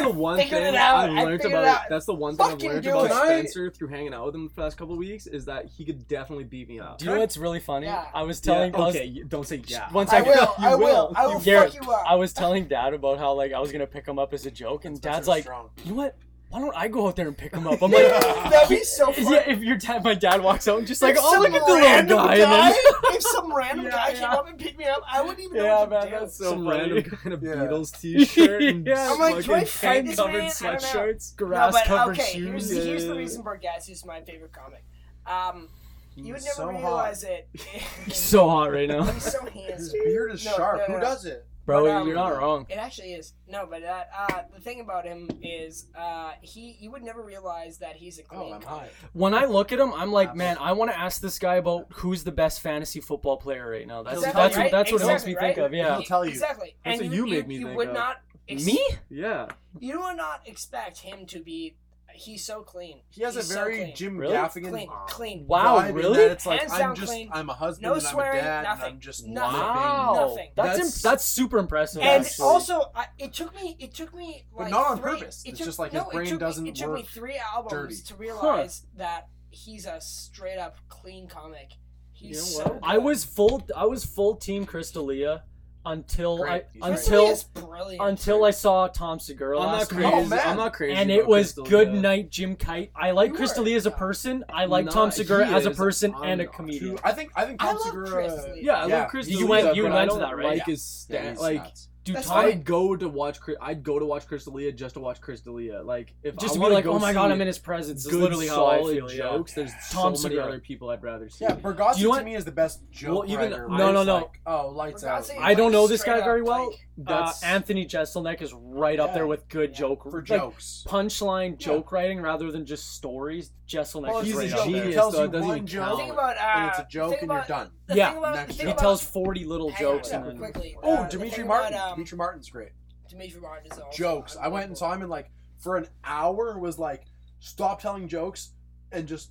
S10: I
S13: the one thing
S10: figured it out.
S13: I've
S10: I
S13: learned
S10: figured it
S13: about.
S10: out.
S13: That's the one thing I've
S10: Fucking
S13: learned
S10: do
S13: about
S9: it. Can I-
S13: Spencer through hanging out with him the past couple weeks is that he could definitely beat me up.
S8: Do you know what's really funny?
S10: Yeah.
S8: I was telling. I was-
S13: okay, you- don't say yeah.
S8: One
S10: I
S1: (laughs)
S8: second.
S10: will. I will. I will
S8: Garrett,
S10: fuck you up.
S8: I was telling Dad about how like I was gonna pick him up as a joke, and Dad's like,
S9: strong.
S8: "You know what? Why don't I go out there and pick him
S10: (laughs)
S8: up?" I'm like,
S10: That'd be
S8: (laughs)
S10: so
S8: Is
S10: funny.
S8: it- if your dad, my dad walks out and just like,
S10: If
S8: oh, look
S10: some
S8: at the
S10: random
S8: little guy. And then,
S10: if some random
S8: Yeah,
S10: guy came
S8: yeah.
S10: up and picked me up, I wouldn't even know
S8: yeah,
S10: what to
S8: man,
S10: do.
S8: that's so
S13: Some
S8: funny.
S13: random kind of
S9: Yeah.
S13: Beatles t-shirt and
S8: Yeah.
S10: I'm like, do I
S13: fucking
S10: fight this
S8: hand-covered
S10: man? I don't know.
S8: sweatshirts,
S10: No,
S8: grass
S10: but
S8: covered
S10: okay,
S8: shoes.
S10: here's, here's the
S8: yeah.
S10: reason Borghese is my favorite comic. Um, you would
S9: He's
S10: never
S9: so
S10: realize it.
S8: (laughs) (laughs)
S10: (laughs)
S8: He's so hot right now,
S10: He's so
S9: hot. His
S10: handsome.
S9: beard is
S10: No,
S9: sharp.
S10: no,
S9: Who
S10: no.
S9: does it?
S8: (laughs) bro.
S10: But, um,
S8: you're not wrong.
S10: It actually is. No, but that, uh, the thing about him is uh, he you would never realize that he's a clean
S9: Oh, I'm
S10: comic.
S9: high.
S8: When I look at him, I'm like, man, I want to ask this guy about who's the best fantasy football player right now. That's
S10: Exactly,
S8: that's
S10: right?
S8: what, that's what it makes
S10: Exactly,
S8: me think
S10: right?
S8: of. Yeah,
S9: He'll tell you.
S10: Exactly.
S13: That's
S10: and
S13: what you made me
S10: you
S13: think
S10: would
S13: of.
S10: not ex-
S8: me?
S13: Yeah.
S10: You would not expect him to be. He's so clean.
S9: He has
S10: He's
S9: a
S10: so
S9: very
S10: clean.
S9: Jim
S8: Really?
S9: Gaffigan
S10: clean, clean.
S8: Wow,
S9: vibe in
S8: really?
S9: that It's like
S10: Hands
S9: I'm
S10: down
S9: just
S10: clean.
S9: I'm a husband,
S10: No
S9: and I'm
S10: swearing,
S9: a dad, and
S10: nothing.
S9: I'm just
S10: Nothing.
S9: loving.
S8: Wow,
S10: Nothing.
S8: that's im-
S13: That's-
S8: that's super impressive.
S10: And
S8: actually.
S10: also, I, it took me. It took me.
S9: But
S10: Like
S9: not on
S10: three-
S9: purpose.
S10: It
S9: It's
S10: took,
S9: just like
S10: no,
S9: his brain
S10: it took
S9: doesn't
S10: me, It took me
S9: work
S10: three albums
S9: dirty.
S10: to realize that he's a straight up clean comic. He's
S13: know
S10: so.
S13: what?
S8: I was full. I was full team Crystalia until
S13: Great.
S8: I
S13: He's
S8: until
S10: Cecilia is brilliant.
S8: until I saw Tom Segura
S13: I'm not
S8: last
S13: crazy.
S8: night.
S10: man.
S13: I'm not crazy.
S8: And
S13: about
S8: it was
S13: Crystal
S8: good
S13: yet.
S8: night, Jim Kite. I like
S10: You
S8: Chris
S10: were-
S8: D'Elia as a person. I like
S13: Nah,
S8: Tom Segura
S13: he
S8: as a
S13: is.
S8: person
S13: I'm
S8: and a
S13: not.
S8: comedian.
S9: Dude, I think I think
S10: I
S9: Tom
S10: love Chris
S9: Segura.
S10: Lee.
S13: Yeah, I
S9: Yeah.
S13: love Chris.
S8: You
S13: D'Elia,
S8: went- you
S13: but
S8: went
S13: I
S8: to
S13: don't
S8: that, right?
S13: Like his sta-
S9: Yeah, he's
S13: like.
S9: nuts.
S8: Dude,
S10: That's
S8: Tom,
S10: fine.
S13: I'd go to watch. Chris- I'd go to watch Crystalia just to watch Crystalia. Like if
S8: just to
S13: I
S8: be
S13: wanna
S8: like,
S13: go
S8: oh my god,
S13: see
S8: I'm in his presence. Is
S13: good,
S8: literally how I
S13: solid
S8: feel. Yeah.
S13: jokes. There's
S8: Tom
S13: so many
S8: Segura.
S13: other people I'd rather see.
S9: Yeah, Bergazzi
S8: Do you know
S9: to
S8: what-
S9: me is the best joke
S13: Well, even-
S9: writer. Mine's
S8: no, no, no.
S9: like, oh, lights out.
S10: Bergazzi-
S8: I don't know this
S10: Straight
S8: guy
S10: up,
S8: very well.
S10: like-
S8: Uh,
S13: That's
S8: Anthony Jeselnik is right up
S9: Yeah.
S8: there with good joke
S9: for
S8: like,
S9: jokes.
S8: punchline joke writing rather than just stories. Jesselnik
S9: Well,
S8: is
S9: he's
S8: right
S9: a
S8: up
S9: genius.
S8: there.
S9: He tells
S13: though,
S9: you
S13: it doesn't
S9: one
S13: even
S9: joke,
S13: count.
S10: Think about uh,
S9: and it's a joke,
S10: think
S9: and you're
S10: about-
S9: done.
S10: the
S8: Yeah.
S10: thing about-
S9: Next
S10: think
S8: He
S9: joke.
S10: about-
S8: tells 40 little
S10: hang on,
S8: jokes
S10: yeah,
S8: and then
S10: quickly.
S9: Oh,
S10: uh, the
S9: Dimitri
S10: thing
S9: Martin.
S10: about, um,
S9: Dimitri Martin's great.
S10: Dimitri Martin is also
S9: Jokes. I went and saw him, and like for an hour was like, stop telling jokes and just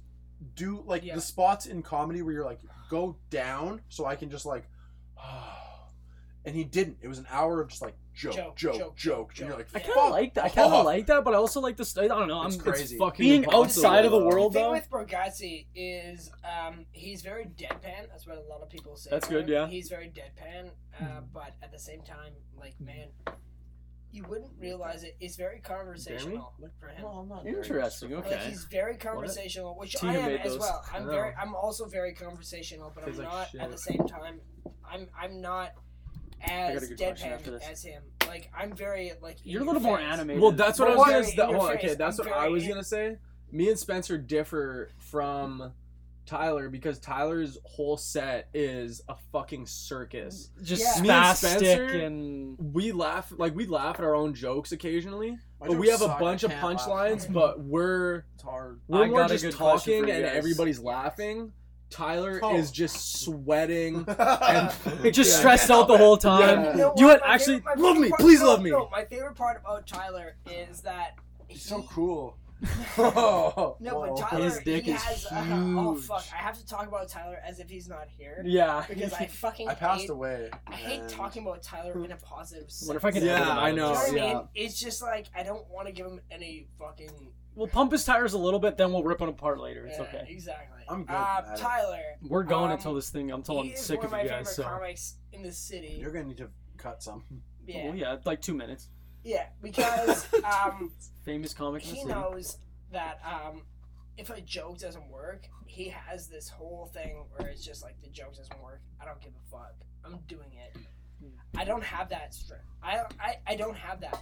S9: do like
S10: Yeah.
S9: the spots in comedy where you're like, go down so I can just like, (sighs) and he didn't. It was an hour of just like joke, joke,
S10: Joke,
S9: joke,
S10: joke,
S9: and you're
S10: joke.
S9: like,
S8: I kind
S9: fuck
S8: of like that. I kind
S9: off.
S8: of like that, but I also like the. St- I don't know. I'm
S9: It's
S8: it's
S9: crazy.
S13: fucking
S8: being
S13: impossible,
S8: outside of the
S13: though.
S8: world
S10: The thing
S8: though.
S10: with Borgazzi is um, he's very deadpan. That's what a lot of people say.
S8: That's
S10: about
S8: good,
S10: him.
S8: yeah. Hmm.
S10: He's very deadpan, uh, but at the same time, like man, you wouldn't realize it. It's very conversational for him.
S9: No, I'm not very
S8: Interesting.
S9: disturbed.
S10: Like
S8: Okay.
S10: he's very conversational, which
S8: Tina
S10: I am
S8: made
S10: as
S8: those. Oh.
S10: well.
S8: I
S10: I'm
S8: know.
S10: very, I'm also very conversational, but I'm
S13: Tastes like
S10: not
S13: shit.
S10: at the same time. I'm, I'm not as
S8: good question after
S10: deadpan
S8: this.
S10: as him. Like I'm very like. in
S8: You're a
S10: your
S8: little more
S10: face.
S8: animated.
S13: Well, that's what I
S10: Well,
S13: was
S10: why
S13: gonna.
S10: are you
S13: That,
S10: in your
S13: well,
S10: face?
S13: okay, that's
S10: I'm
S13: what I was
S10: very-
S13: gonna say. Me and Spencer differ from Tyler because Tyler's whole set is a fucking circus.
S8: just
S10: Yeah.
S13: Me and
S8: spastic
S13: Spencer-
S8: and
S13: We laugh like we laugh at our own jokes occasionally,
S9: My
S13: but we
S9: jokes
S13: have a
S9: suck. I
S13: bunch of
S9: can't laugh. (laughs)
S13: punchlines. But we're
S9: It's
S13: (laughs)
S9: hard.
S13: we're
S8: I
S13: more
S8: got a
S13: just
S8: good question
S13: talking
S8: for you
S13: and
S8: guys.
S13: everybody's laughing. Tyler
S9: Oh.
S13: is just (laughs) sweating.
S9: and
S13: Yeah.
S8: just stressed out the whole time.
S13: Yeah.
S10: You know
S8: You had
S10: what? My
S8: actually.
S10: favorite- my
S13: love
S10: favorite
S13: me,
S10: part-
S13: please
S10: no,
S13: love me.
S10: No, my favorite part about Tyler is that
S9: He's so
S10: he-
S9: cool.
S10: No, but
S9: Whoa.
S10: Tyler,
S13: His dick
S10: he
S13: is
S10: has. Uh, oh
S13: huge.
S10: fuck! I have to talk about Tyler as if he's not
S13: (laughs)
S10: here
S13: (laughs) Yeah.
S10: (laughs) because I fucking
S9: I passed
S10: hate,
S9: away.
S10: I hate
S9: and-
S10: talking about Tyler in a positive. sense.
S8: What if I could?
S13: Yeah,
S8: edit it out?
S13: I know,
S10: You know what
S13: yeah.
S10: I mean? It's just like I don't want to give him any fucking.
S8: We'll pump his tires a little bit, then we'll rip him apart later. It's
S10: Yeah,
S8: okay.
S10: Exactly.
S9: I'm good
S10: Uh,
S9: at it.
S10: Tyler.
S8: We're going
S10: Um,
S8: until this thing. Until
S10: he
S8: I'm
S10: is
S8: sick of
S10: one of my
S8: you
S10: favorite
S8: guys. So.
S10: comics in the city.
S9: You're gonna need to cut some.
S10: Yeah,
S8: Well, yeah, like two minutes.
S10: yeah, because um,
S8: Famous comic in the
S10: he
S8: city.
S10: knows that um, if a joke doesn't work, he has this whole thing where it's just like the joke doesn't work. I don't give a fuck. I'm doing it. I don't have that strength. I, I I don't have that.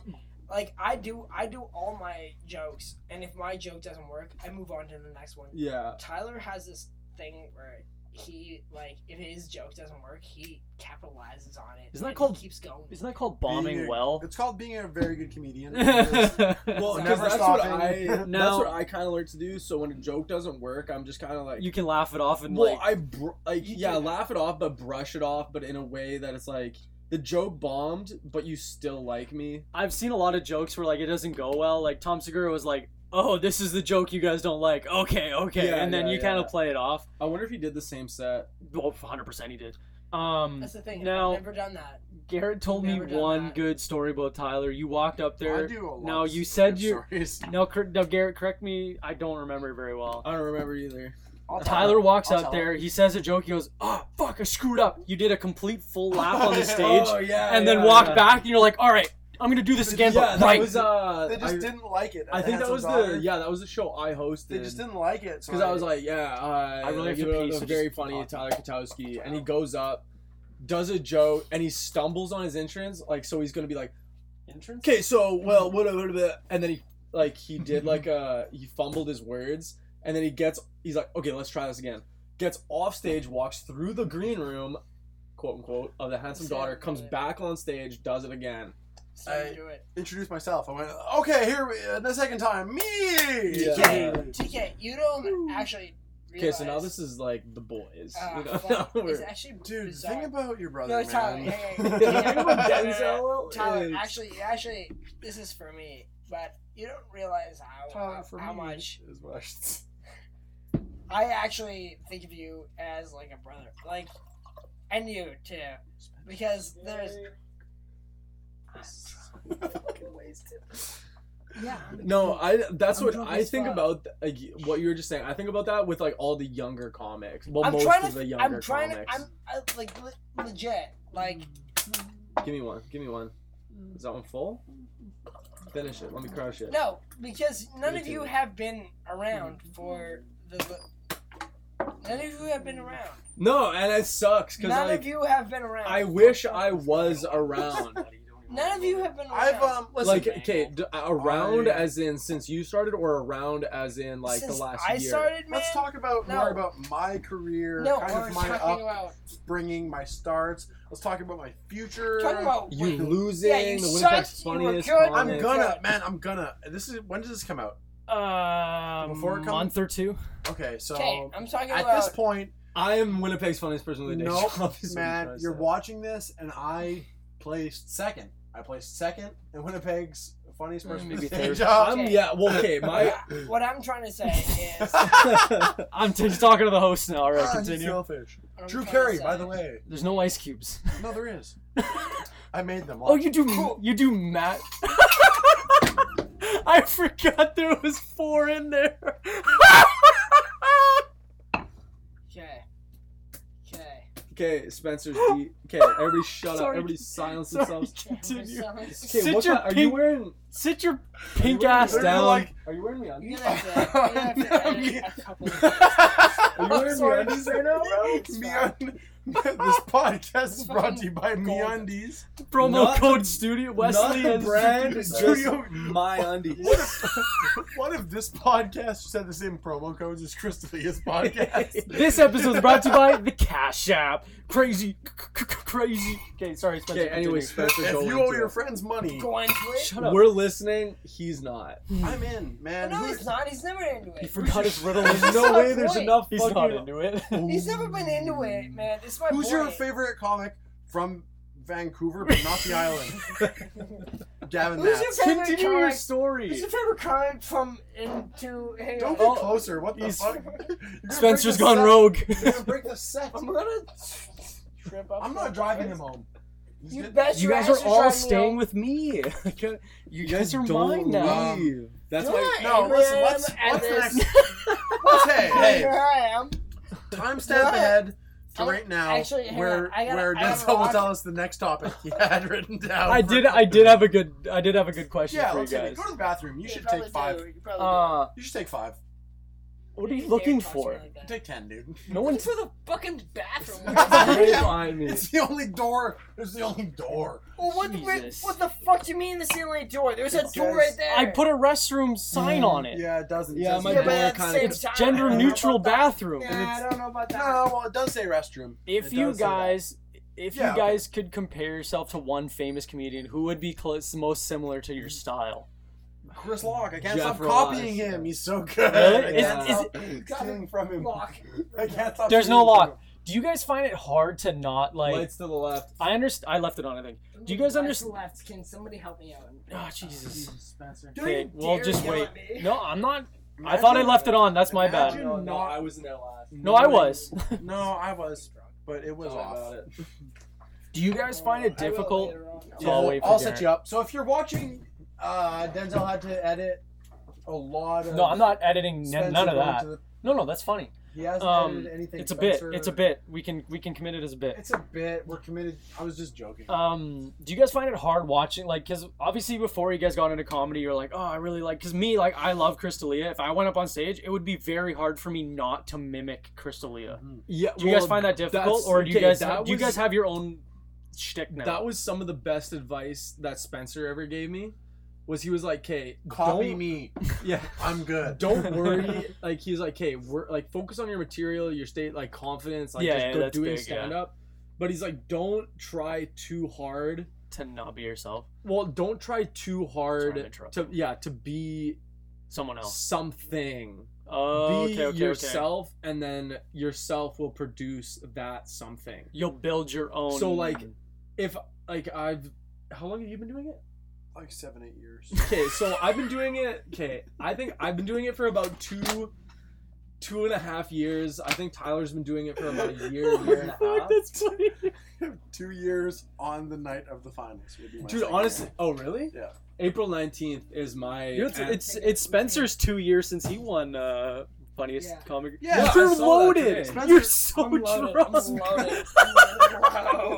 S10: Like I do, I do all my jokes, and if my joke doesn't work, I move on to the next one.
S13: Yeah.
S10: Tyler has this thing where he like if his joke doesn't work, he capitalizes on it.
S8: Isn't that
S10: and
S8: called-
S10: He keeps going.
S8: Isn't that called
S9: Being
S8: bombing
S9: a-
S8: well? (laughs)
S9: It's called being a very good
S13: (laughs)
S9: comedian. It's-
S8: well,
S13: Well, 'cause
S9: Never
S13: that's
S9: stopping.
S13: what I
S8: Now-
S13: that's what I kind of learned to do. So when a joke doesn't work, I'm just kind of like,
S8: you can laugh it off and
S13: well,
S8: like.
S13: I br- like
S10: You
S13: yeah,
S10: do-
S13: laugh it off, but brush it off, but in a way that it's like the joke bombed, but you still like me.
S8: I've seen a lot of jokes where like it doesn't go well. Like Tom Segura was like, "Oh, this is the joke you guys don't like." Okay, okay,
S13: Yeah,
S8: and then
S13: yeah,
S8: you kind
S13: yeah.
S8: of play it off.
S13: I wonder if he did the same set.
S8: Well, 100 percent he did. Um,
S10: That's the thing.
S8: Now-
S10: I've never done that.
S8: Garrett told me
S10: Never done
S8: one
S10: that.
S8: good story about Tyler. You walked up
S9: I
S8: there.
S9: do a lot
S8: Now,
S9: of
S8: you said
S9: (laughs) good
S8: you-
S9: stories.
S8: No, cor- no, Garrett, correct me. I don't remember very well.
S13: I don't remember either.
S9: I'll tell
S8: Tyler
S9: him.
S8: walks
S9: I'll
S8: out
S9: tell
S8: there.
S9: him.
S8: He says a joke. He goes, "Oh fuck, I screwed up." You did a complete full lap
S9: (laughs)
S8: on the stage,
S13: Oh yeah,
S8: and then
S13: yeah,
S8: walk
S13: yeah.
S8: back, and you're like, "All right, I'm gonna do this
S13: Yeah,
S8: again." but
S13: that
S8: right.
S13: was uh.
S9: They just
S13: I,
S9: didn't like it.
S13: I think that
S9: Handsome
S13: was
S9: daughter.
S13: the yeah, that was the show I hosted.
S9: They just didn't like it. so
S13: Because I was like, yeah, uh,
S8: I really
S13: like,
S8: have to
S13: you know,
S8: pee,
S13: the
S8: so just-
S13: very funny Tyler Katowski, and he goes up, does a joke, and he stumbles on his entrance, like so he's gonna be like,
S8: Entrance?
S13: okay, so well, what, what, what, and then he like he did like uh he fumbled his words, and then he gets he's like, okay, let's try this again. Gets off stage, walks through the green room, quote unquote, of the handsome daughter, comes back on stage, does it again.
S10: So
S9: I-
S10: do it.
S9: introduce myself. I went, okay, here we, uh, the second time, me.
S13: Yeah.
S10: TK, you don't actually
S13: Okay,
S10: realize.
S13: so now this is like the boys.
S10: uh,
S13: you know?
S10: fuck,
S13: Now
S10: it's
S13: (laughs) we're-
S10: actually
S9: Dude,
S10: bizarre.
S9: think about your brother,
S10: No,
S9: man.
S10: it's
S9: (laughs)
S10: Tyler. Hey, hey, hey.
S13: Yeah, (laughs)
S10: Think about Denzel.
S13: Denzel
S10: Tyler,
S13: is-
S10: actually, actually, this is for me, but you don't realize how
S9: Tyler,
S10: how-
S9: for
S10: how
S9: me,
S10: much
S9: is what I should say.
S10: I actually think of you as like a brother, like, and you too,
S9: (laughs)
S10: because there's. Yeah.
S13: No, I. That's
S10: I'm
S13: what
S10: drunk
S13: I
S10: as
S13: think
S10: fuck.
S13: about. Like, what you were just saying. I think about that with like all the younger comics. Well,
S10: I'm
S13: most
S10: trying
S13: of
S10: to.
S13: the younger
S10: I'm trying
S13: comics.
S10: to. I'm I, like le- legit. Like
S13: Give me one. Give me one. Is that one full? Finish it. Let me crush it.
S10: no, because none
S13: Me
S10: of you
S13: too.
S10: have been around
S9: Mm.
S10: for the. None of you have been around.
S13: No, and it sucks because
S10: None
S13: like
S10: of you have been around.
S13: I wish I was
S10: (laughs)
S13: around.
S10: None of you have been around.
S9: I've um listen,
S13: like okay, d- uh, around
S9: I-
S13: as in since you started, or around as in like
S10: Since
S13: the last
S10: I
S13: year.
S10: started, man.
S9: Let's talk about
S10: No.
S9: more about my career,
S10: no,
S9: kind
S10: we're
S9: of my
S10: talking about
S9: upbringing, my starts. Let's talk about my future.
S10: talking about
S13: you
S10: when-
S13: losing
S10: yeah, you
S13: the
S10: sucked,
S13: Winnipeg's
S10: you were
S13: funniest.
S10: good, you were
S9: I'm
S13: comic.
S9: gonna,
S10: God.
S9: man. I'm gonna. This is when does this come out?
S8: Um,
S9: Before it comes-
S8: month or two. (laughs)
S9: Okay, so
S10: Okay, I'm talking
S9: at
S10: about.
S9: this point,
S13: I am Winnipeg's funniest person of the day. uh,
S9: Nope,
S13: (laughs) Stop this when
S9: man,
S13: you try
S9: you're
S13: to
S9: watching this, and I placed second. I placed second in Winnipeg's funniest person.
S8: Hmm. maybe
S9: of the day
S8: third.
S13: say
S9: job.
S13: it. I'm yeah. Well,
S8: (laughs)
S13: okay, my.
S10: what I'm trying to
S9: (laughs)
S10: say is.
S8: I'm t- talking to the host now. All right,
S9: Ah, he's
S8: continue.
S9: selfish.
S10: what I'm
S9: Drew
S10: trying to
S9: Carey, by
S10: say-
S9: the way.
S8: There's no ice cubes.
S9: No, there
S8: (laughs)
S9: is. I made them. All. (laughs)
S8: Oh, you do. You do, Matt. (laughs) I forgot there was four in
S13: (laughs)
S8: there.
S10: Okay. Okay.
S13: Okay, Spencer's
S8: (laughs)
S13: deep. Okay, everybody shut up.
S8: Sorry. (laughs)
S13: Everybody silence
S8: Sorry,
S13: themselves.
S8: continue.
S13: Okay,
S8: Sit
S13: what
S8: your
S13: kind- are you
S8: pink-
S13: wearing?
S8: Sit your
S13: are you
S8: pink
S13: wearing-
S8: ass
S13: are you
S8: down.
S13: Like, are you wearing me on?
S10: You're gonna
S9: (laughs)
S10: have to, you're gonna have to edit a couple of
S8: (laughs)
S10: these.
S13: Are you wearing
S9: sorry,
S13: me on
S9: this-
S13: right now, bro?
S10: It's fine.
S9: Meund- this (laughs) podcast is brought to you by MeUndies.
S8: Promo
S13: Not the-
S8: code studio Wesley
S13: Not
S8: is-
S13: the brand,
S9: Studio-
S13: just my undies.
S9: What if, what if this podcast just had the same promo codes as
S8: (laughs)
S9: Christopher's podcast?
S8: This episode is brought to you by the Cash App. Crazy, c- c- c- crazy. Okay, sorry, Spencer.
S13: Okay,
S8: continue.
S13: anyway, Spencer,
S9: if
S13: go
S9: you owe
S13: into
S9: your
S13: it.
S9: friends money,
S10: Going to it.
S8: shut up.
S13: We're listening. He's not.
S9: I'm in, man.
S10: No,
S9: Who-
S10: he's not. He's never into
S8: He
S10: it.
S8: forgot his riddle.
S13: There's no way. There's
S10: Wait.
S13: enough.
S8: He's
S13: fucking-
S8: not into (laughs) it.
S10: He's never been into it, man. This is my
S9: Who's
S10: boy.
S9: your favorite comic from Vancouver, but not the
S10: (laughs)
S9: island? Gavin
S10: Who's your
S9: Matz.
S10: favorite
S13: Continue
S10: comic?
S13: your
S10: Who's
S13: story.
S10: your favorite comic from into? Hang
S9: Don't
S10: on.
S9: get
S13: Oh,
S9: closer. What the
S13: he's-
S9: fuck? You're gonna break
S8: Spencer's
S9: the
S8: gone
S9: set.
S8: rogue.
S9: You're gonna break the set.
S10: I'm gonna trip up.
S9: I'm not driving him home. He's
S10: You
S9: good-
S10: bet
S8: You
S10: your
S8: guys
S10: ass
S8: are
S10: you're
S8: all
S10: driving me
S8: staying
S10: home.
S8: with me. (laughs) I can't- you guys are
S13: Don't
S8: mine now.
S13: leave. That's
S10: You're
S13: why.
S10: not
S9: No,
S10: angry
S9: listen,
S10: at
S9: what's,
S10: him at
S9: what's the
S10: this. Oh
S9: next?
S10: (laughs)
S9: What's, hey,
S10: Here
S9: hey,
S10: I am.
S9: timestamp ahead to
S10: I'm-
S9: right now
S10: actually, hang on,
S9: where,
S10: I gotta-
S9: where
S10: I gotta
S9: Denzel will
S10: watch-
S9: tell us the next topic he had (laughs) written down.
S8: I
S9: for-
S8: did. I did have a good. I did have a good question
S9: Yeah,
S8: for you
S9: let's take
S8: guys.
S9: it. go to the bathroom. You
S10: You
S9: should
S10: probably
S9: take five.
S10: do. You probably
S8: Uh,
S9: You should take five.
S8: what are
S10: do.
S8: you looking
S10: Dare talk to me
S8: for?
S10: like that.
S9: Take ten, dude.
S8: No
S10: Looking
S8: one's
S10: for the fucking
S8: (laughs)
S10: bathroom.
S13: Right
S9: (laughs) Yeah.
S13: behind me.
S9: It's the only door. It's the only door.
S10: Well, what, what,
S8: Jesus.
S10: what the fuck do you mean this is the only door? There's a
S9: It
S10: door
S9: says-
S10: right there.
S8: I put a restroom sign on it.
S9: Yeah, it doesn't.
S13: Yeah,
S9: it
S13: my
S10: Yeah,
S9: says-
S10: but
S13: door
S10: at the
S13: kind
S10: same
S13: of.
S8: It's
S10: time, I don't
S8: gender
S10: know
S8: neutral
S10: about that.
S8: bathroom.
S10: Yeah, I don't know about that.
S9: No, well, it does say restroom.
S8: If
S9: It
S8: you
S9: does say that.
S8: guys, if
S9: Yeah,
S8: you
S9: okay.
S8: guys could compare yourself to one famous comedian, who would be close, most similar to your style?
S9: Chris Lock, I can't
S13: Jeff
S9: stop
S13: Ross.
S9: copying him. He's so good.
S8: Really?
S9: I
S8: Is-
S9: can't
S8: is-
S9: stop stealing from him.
S10: Lock.
S9: I can't stop.
S8: There's no
S9: stealing from
S8: lock.
S9: him.
S8: Do you guys find it hard to not like?
S13: Lights to the left.
S8: I understand. I left it on. I think. Do you guys understand?
S10: Left. Can somebody help me out?
S8: Oh Jesus.
S9: Spencer.
S10: Don't
S8: Okay,
S10: you
S8: well
S10: dare
S8: just
S10: yell
S8: wait.
S10: at me.
S8: No, I'm not. I thought I left it on. That's my bad.
S9: Imagine
S13: No,
S9: not-
S13: I was in there last.
S8: No, I was.
S9: (laughs) No, I was drunk, but it was
S13: Sorry about
S9: off.
S13: it.
S8: (laughs) Do you guys find it
S10: I will
S8: difficult?
S10: later on.
S8: Yeah. I'll wait for
S9: I'll set
S8: Garrett.
S9: you up. So if you're watching, uh, Denzel had to edit a lot of.
S8: No, I'm not editing n-
S9: Spencer
S8: none of
S9: going
S8: that.
S9: to the-
S8: No, no, that's funny.
S9: he hasn't
S8: Um,
S9: edited anything.
S8: It's a bit.
S9: Spencer.
S8: It's a bit. We can we can commit it as a bit.
S9: It's a bit. We're committed. I was just joking.
S8: um do you guys find it hard watching like because obviously before you guys got into comedy you're like oh i really like because me like i love crystalia if i went up on stage it would be very hard for me not to mimic crystalia
S13: Yeah.
S8: do you guys
S13: well,
S8: find that difficult
S13: that's-
S8: or do you
S13: okay,
S8: guys
S13: that
S8: do you
S13: was-
S8: guys have your own shtick now
S13: That was some of the best advice that Spencer ever gave me. Was he was like, "Okay,
S9: Copy
S8: (laughs)
S13: don't,
S9: me.
S13: Yeah,
S9: I'm (laughs) good.
S13: don't worry." like he was like, "Okay, we're like focus on your material, your state, like confidence, like
S8: Yeah,
S13: just
S8: yeah,
S13: go
S8: that's
S13: doing
S8: big, yeah.
S13: stand up." But he's like, "Don't try too hard.
S8: to not be yourself
S13: Well, don't try too
S8: Sorry, I'm
S13: hard to
S8: interrupting.
S13: yeah to be
S8: someone else
S13: something.
S8: oh
S13: be
S8: okay okay okay
S13: yourself, and then yourself will produce that something."
S8: you'll build your own
S13: So, like, if like I've how long have you been doing it?
S9: Like seven, eight years.
S13: (laughs) Okay, so I've been doing it. Okay, I think I've been doing it for about two, two and a half years. I think Tyler's been doing it for about a year,
S2: (laughs)
S13: year and a half.
S8: that's funny
S9: Two years on the night of the finals. Would be my
S13: Dude,
S9: second
S13: honestly,
S9: year.
S13: oh really?
S9: Yeah.
S13: April 19th is my.
S2: You know, it's, it's it's Spencer's two years since he won uh, funniest
S10: Yeah.
S2: comic.
S13: Yeah,
S2: you're
S13: I saw that today.
S2: loaded.
S13: Spencer,
S2: you're so
S10: I'm loaded.
S2: drunk.
S10: I'm (laughs) loaded. I'm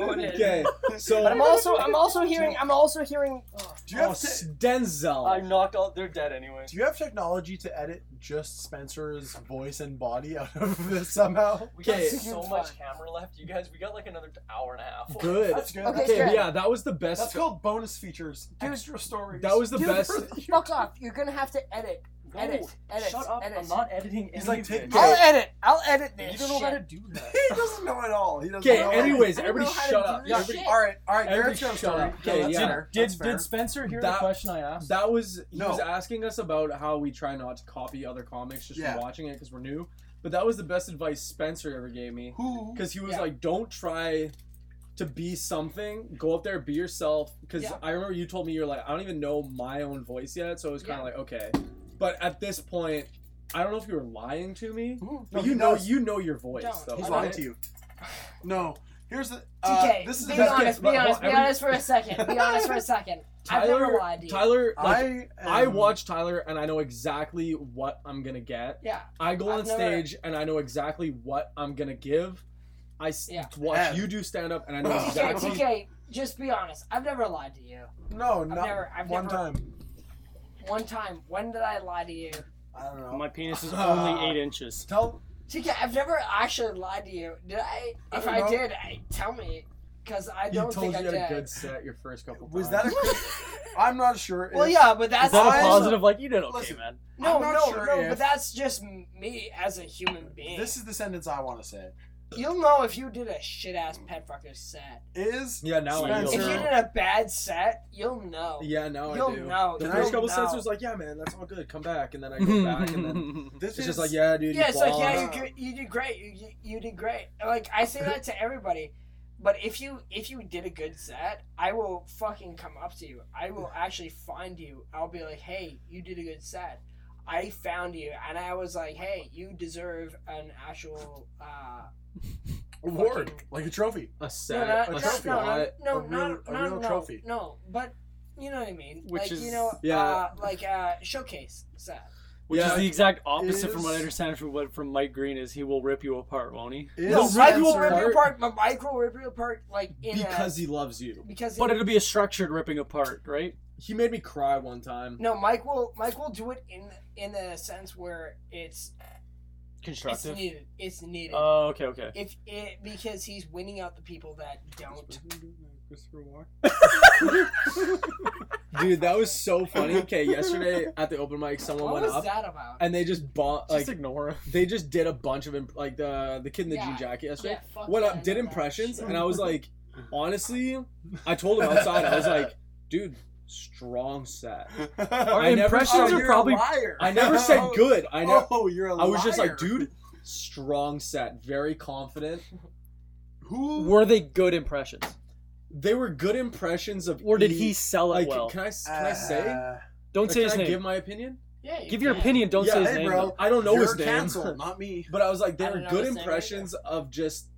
S9: (laughs)
S10: loaded.
S13: okay, so
S10: But I'm also I'm also hearing I'm also hearing oh,
S9: Do you have
S13: Oh,
S9: to-
S13: s- Denzel.
S2: I knocked all. They're dead anyway.
S9: Do you have technology to edit just Spencer's voice and body out of this somehow?
S2: We
S13: got Okay.
S10: so much
S2: camera left, you guys. We got like another hour and a half.
S13: good.
S9: That's good.
S10: Okay,
S13: Okay,
S10: good.
S13: yeah, that was the best.
S9: That's called bonus features.
S10: Dude,
S9: extra stories.
S13: that was the
S10: Dude,
S9: (laughs)
S13: best.
S10: fuck off. You're gonna have to edit. edit. Edit.
S2: Shut up!
S10: Edit.
S2: I'm not editing anything.
S9: He's like, take
S10: I'll edit. I'll edit
S2: You
S10: this.
S2: don't know how
S10: shit.
S2: to do that.
S9: he doesn't know it all. He doesn't
S13: Okay,
S9: know
S13: anyways,
S10: I don't (laughs)
S13: everybody
S10: know how to
S13: shut
S10: do
S13: up.
S10: this
S13: Everybody-
S10: shit.
S9: All right, all right.
S13: Everybody
S9: Garrett's got a
S13: shut
S9: story.
S13: up. Okay,
S9: that's
S13: yeah.
S9: fair.
S2: Did
S9: That's fair.
S2: did Spencer hear the
S13: That-
S2: question I asked?
S13: That was he
S9: No.
S13: was asking us about how we try not to copy other comics just
S9: Yeah.
S13: from watching it because we're new. But that was the best advice Spencer ever gave me
S9: Who?
S13: because he was
S10: Yeah.
S13: like, "Don't try to be something. Go up there, be yourself." Because
S10: Yeah.
S13: I remember you told me you're like, "I don't even know my own voice yet," so it was kind
S10: Yeah.
S13: of like, "Okay." But at this point, I don't know if you were lying to me,
S9: Who?
S13: but
S9: No,
S13: you
S9: he
S13: know,
S9: knows.
S13: you know your voice
S10: Don't.
S13: though.
S9: He's
S13: right?
S9: lying to you. (sighs) No. Here's the. Uh,
S10: TK,
S9: this is
S10: be
S9: the best
S10: honest,
S13: case,
S10: be
S13: but-
S10: honest, be
S13: every-
S10: honest for a second. Be honest for a second. I've
S13: Tyler,
S10: never lied to you.
S13: Tyler, like,
S9: I.
S13: I
S9: am-
S13: watch Tyler and I know exactly what I'm gonna get.
S10: Yeah.
S13: I go
S10: I've
S13: on
S10: never-
S13: stage and I know exactly what I'm gonna give. I s-
S10: Yeah.
S13: watch
S9: Ed.
S13: you do stand up and
S9: (laughs)
S13: I know
S9: TK,
S10: TK,
S13: exactly.
S10: TK, just be honest. I've never lied to you.
S9: No, not
S10: never- I've
S9: one
S10: never-
S9: time.
S10: One time, when did I lie to you?
S9: I don't know.
S8: My penis is only eight inches.
S9: Tell.
S10: TK, I've never actually lied to you. Did I?
S9: I
S10: If
S9: don't
S10: I,
S9: know.
S10: did, I, tell me, because I
S13: You
S10: don't
S13: told you
S10: think I
S13: had
S10: did. (laughs)
S13: a good set your first couple.
S9: Was
S13: times.
S9: that a? I'm not sure.
S10: Well,
S9: if-
S10: yeah, but that's
S8: Is that a
S9: I-
S8: positive? Like you did okay,
S9: Listen.
S8: man.
S10: No,
S9: I'm not
S10: no,
S9: sure
S10: no.
S9: if-
S10: But that's just m- me as a human being.
S9: This is the sentence I want to say.
S10: You'll know if you did a shit ass pet fucker set.
S9: Is
S13: Yeah, now I know.
S10: If you
S9: Spencer-
S10: did a bad set, you'll know.
S13: yeah, now
S10: You'll
S13: I do.
S10: know.
S13: The
S9: Can
S13: first
S9: I-
S13: couple
S10: know.
S13: sets was like, yeah, man, that's all good. Come back, and then
S8: (laughs)
S13: I go back, and then
S9: this
S13: it's
S9: is
S13: just like, yeah, dude.
S10: Yeah,
S13: you
S10: it's like
S13: bombed.
S10: yeah, you, gr- you did great. You, you you did great. Like I say that to everybody, but if you if you did a good set, I will fucking come up to you. I will actually find you. I'll be like, hey, you did a good set. I found you, and I was like, hey, you deserve an actual. Uh,
S9: award,
S10: fucking-
S9: like a trophy.
S13: a
S10: no,
S13: set,
S10: no, no,
S13: a shot.
S10: no, no,
S9: a
S10: no,
S9: real- a
S10: no,
S9: real
S10: no,
S9: trophy.
S10: No, but you know what I mean.
S8: Which
S10: like you
S8: is-
S10: know,
S13: yeah.
S10: uh, like uh, showcase set.
S8: Which
S13: Yeah.
S8: is the exact opposite from what I
S9: Is-
S8: understand from what from Mike Green is. He will rip you apart, won't he?
S9: Is
S10: No, Michael will
S9: Spencer- (laughs)
S10: rip you apart. But Michael will rip you apart, like in
S13: because
S10: a,
S13: he loves you.
S10: because
S8: But
S10: he-
S8: it'll be a structured ripping apart, right?
S13: He made me cry one time.
S10: No, Mike will Mike will do it in in the sense where it's it's
S8: Constructive.
S10: needed. It's needed.
S13: Uh,
S8: Oh, okay,
S10: (laughs)
S8: okay.
S10: if it because he's winning out the people that don't.
S13: Dude, that was
S10: (laughs)
S13: so funny. Okay, yesterday at the open mic, someone
S10: What
S13: went
S10: was
S13: up
S10: that about?
S13: and they just bought like
S8: Just ignore him.
S13: they just did a bunch of imp- like the the kid in the
S10: Yeah.
S13: jean jacket yesterday.
S10: Yeah, fuck
S13: went
S10: yeah, I
S13: up, uh, did
S10: know that.
S13: impressions,
S10: Shit. (laughs)
S13: and I was like, honestly, I told him outside. I was like, dude, strong set.
S8: Our
S13: I never
S8: impressions
S13: saw
S8: are
S13: you're
S8: probably. (laughs)
S13: I never said good. I never.
S9: Oh, you're a
S13: I was just
S9: liar.
S13: like, dude, strong set, very confident.
S9: Who?
S8: Were they good impressions,
S13: They were good impressions of.
S8: or did
S13: E-
S8: he sell it
S13: Like,
S8: well?
S13: can I s- can I say?
S9: Uh,
S8: don't
S13: Like,
S8: say
S13: can
S8: his
S13: I
S8: name.
S13: give
S8: Give,
S13: my opinion?
S10: Yeah, you
S8: your
S10: can.
S8: opinion. Don't
S13: Yeah,
S8: say his
S13: hey,
S8: name.
S9: bro.
S8: though.
S13: I don't know
S9: you're
S13: his name.
S9: canceled, not me.
S13: (laughs) But I was like,
S10: I
S13: there
S10: don't
S13: are
S10: know
S13: good
S10: his name
S13: impressions of just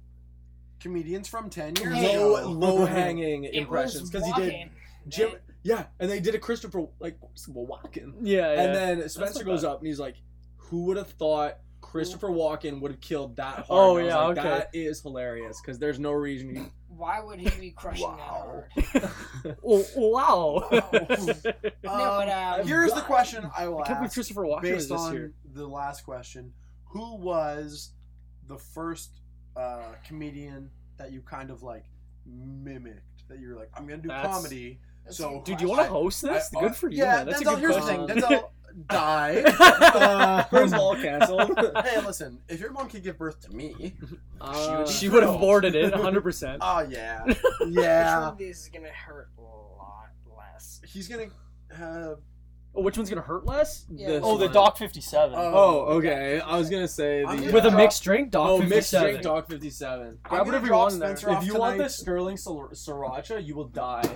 S9: Comedians from ten years
S13: low,
S9: ago.
S13: low hanging
S10: It
S13: impressions
S10: was
S13: because he did
S10: walking.
S13: Jim.
S10: Right.
S13: Yeah, and they did a Christopher like Walken,
S8: Yeah, yeah.
S13: and then Spencer
S8: not
S13: goes
S8: bad.
S13: up and he's like, "Who would have thought (laughs)
S8: (laughs)
S13: Christopher Walken would have killed that hard?"
S8: Oh,
S13: And I was
S8: yeah,
S13: like,
S8: okay.
S13: that is hilarious because there's no reason. You...
S10: Why would he be crushing that
S9: Wow.
S10: hard?
S8: oh, wow.
S9: Um,
S10: No, but, um,
S9: here's the
S10: God.
S9: question I will
S8: I can't believe
S9: ask
S8: Christopher Walken was
S9: based
S8: this
S9: on (laughs)
S8: year.
S9: (clears throat) the last question. Who was the first uh, comedian that you kind of like mimicked? That you were like, I'm gonna do
S8: That's-
S9: comedy.
S10: That's
S9: So,
S10: a
S8: Dude, you want
S9: I-
S8: to host this?
S9: I- uh,
S8: good for you.
S9: Yeah,
S8: man.
S9: Denzel,
S8: That's a good
S9: here's
S8: question. (laughs)
S9: the thing. Denzel died.
S13: Uh, First of
S9: (laughs)
S13: all, canceled.
S9: hey, listen, if your mom could give birth to
S8: (laughs)
S9: me,
S13: Uh,
S8: she would have
S9: thrilled.
S8: boarded (laughs) it 100%.
S9: oh yeah,
S10: Which
S9: yeah,
S10: one of these is gonna hurt a lot less?
S9: he's gonna have.
S8: Oh, which one's gonna hurt less?
S10: Yeah.
S13: This
S8: Oh, the
S13: one.
S8: Doc 57.
S13: Oh, okay. I was gonna say
S9: I'm
S13: the
S9: gonna
S8: With a
S9: Doc-
S8: mixed drink, Doc
S13: oh
S8: 57.
S13: mixed drink Doc 57.
S9: I'm
S8: Grab
S9: gonna
S8: whatever you
S9: drop
S8: want in there.
S9: Spencer off
S13: if you want
S9: tonight.
S13: this Sterling Sir- Sriracha, you will die.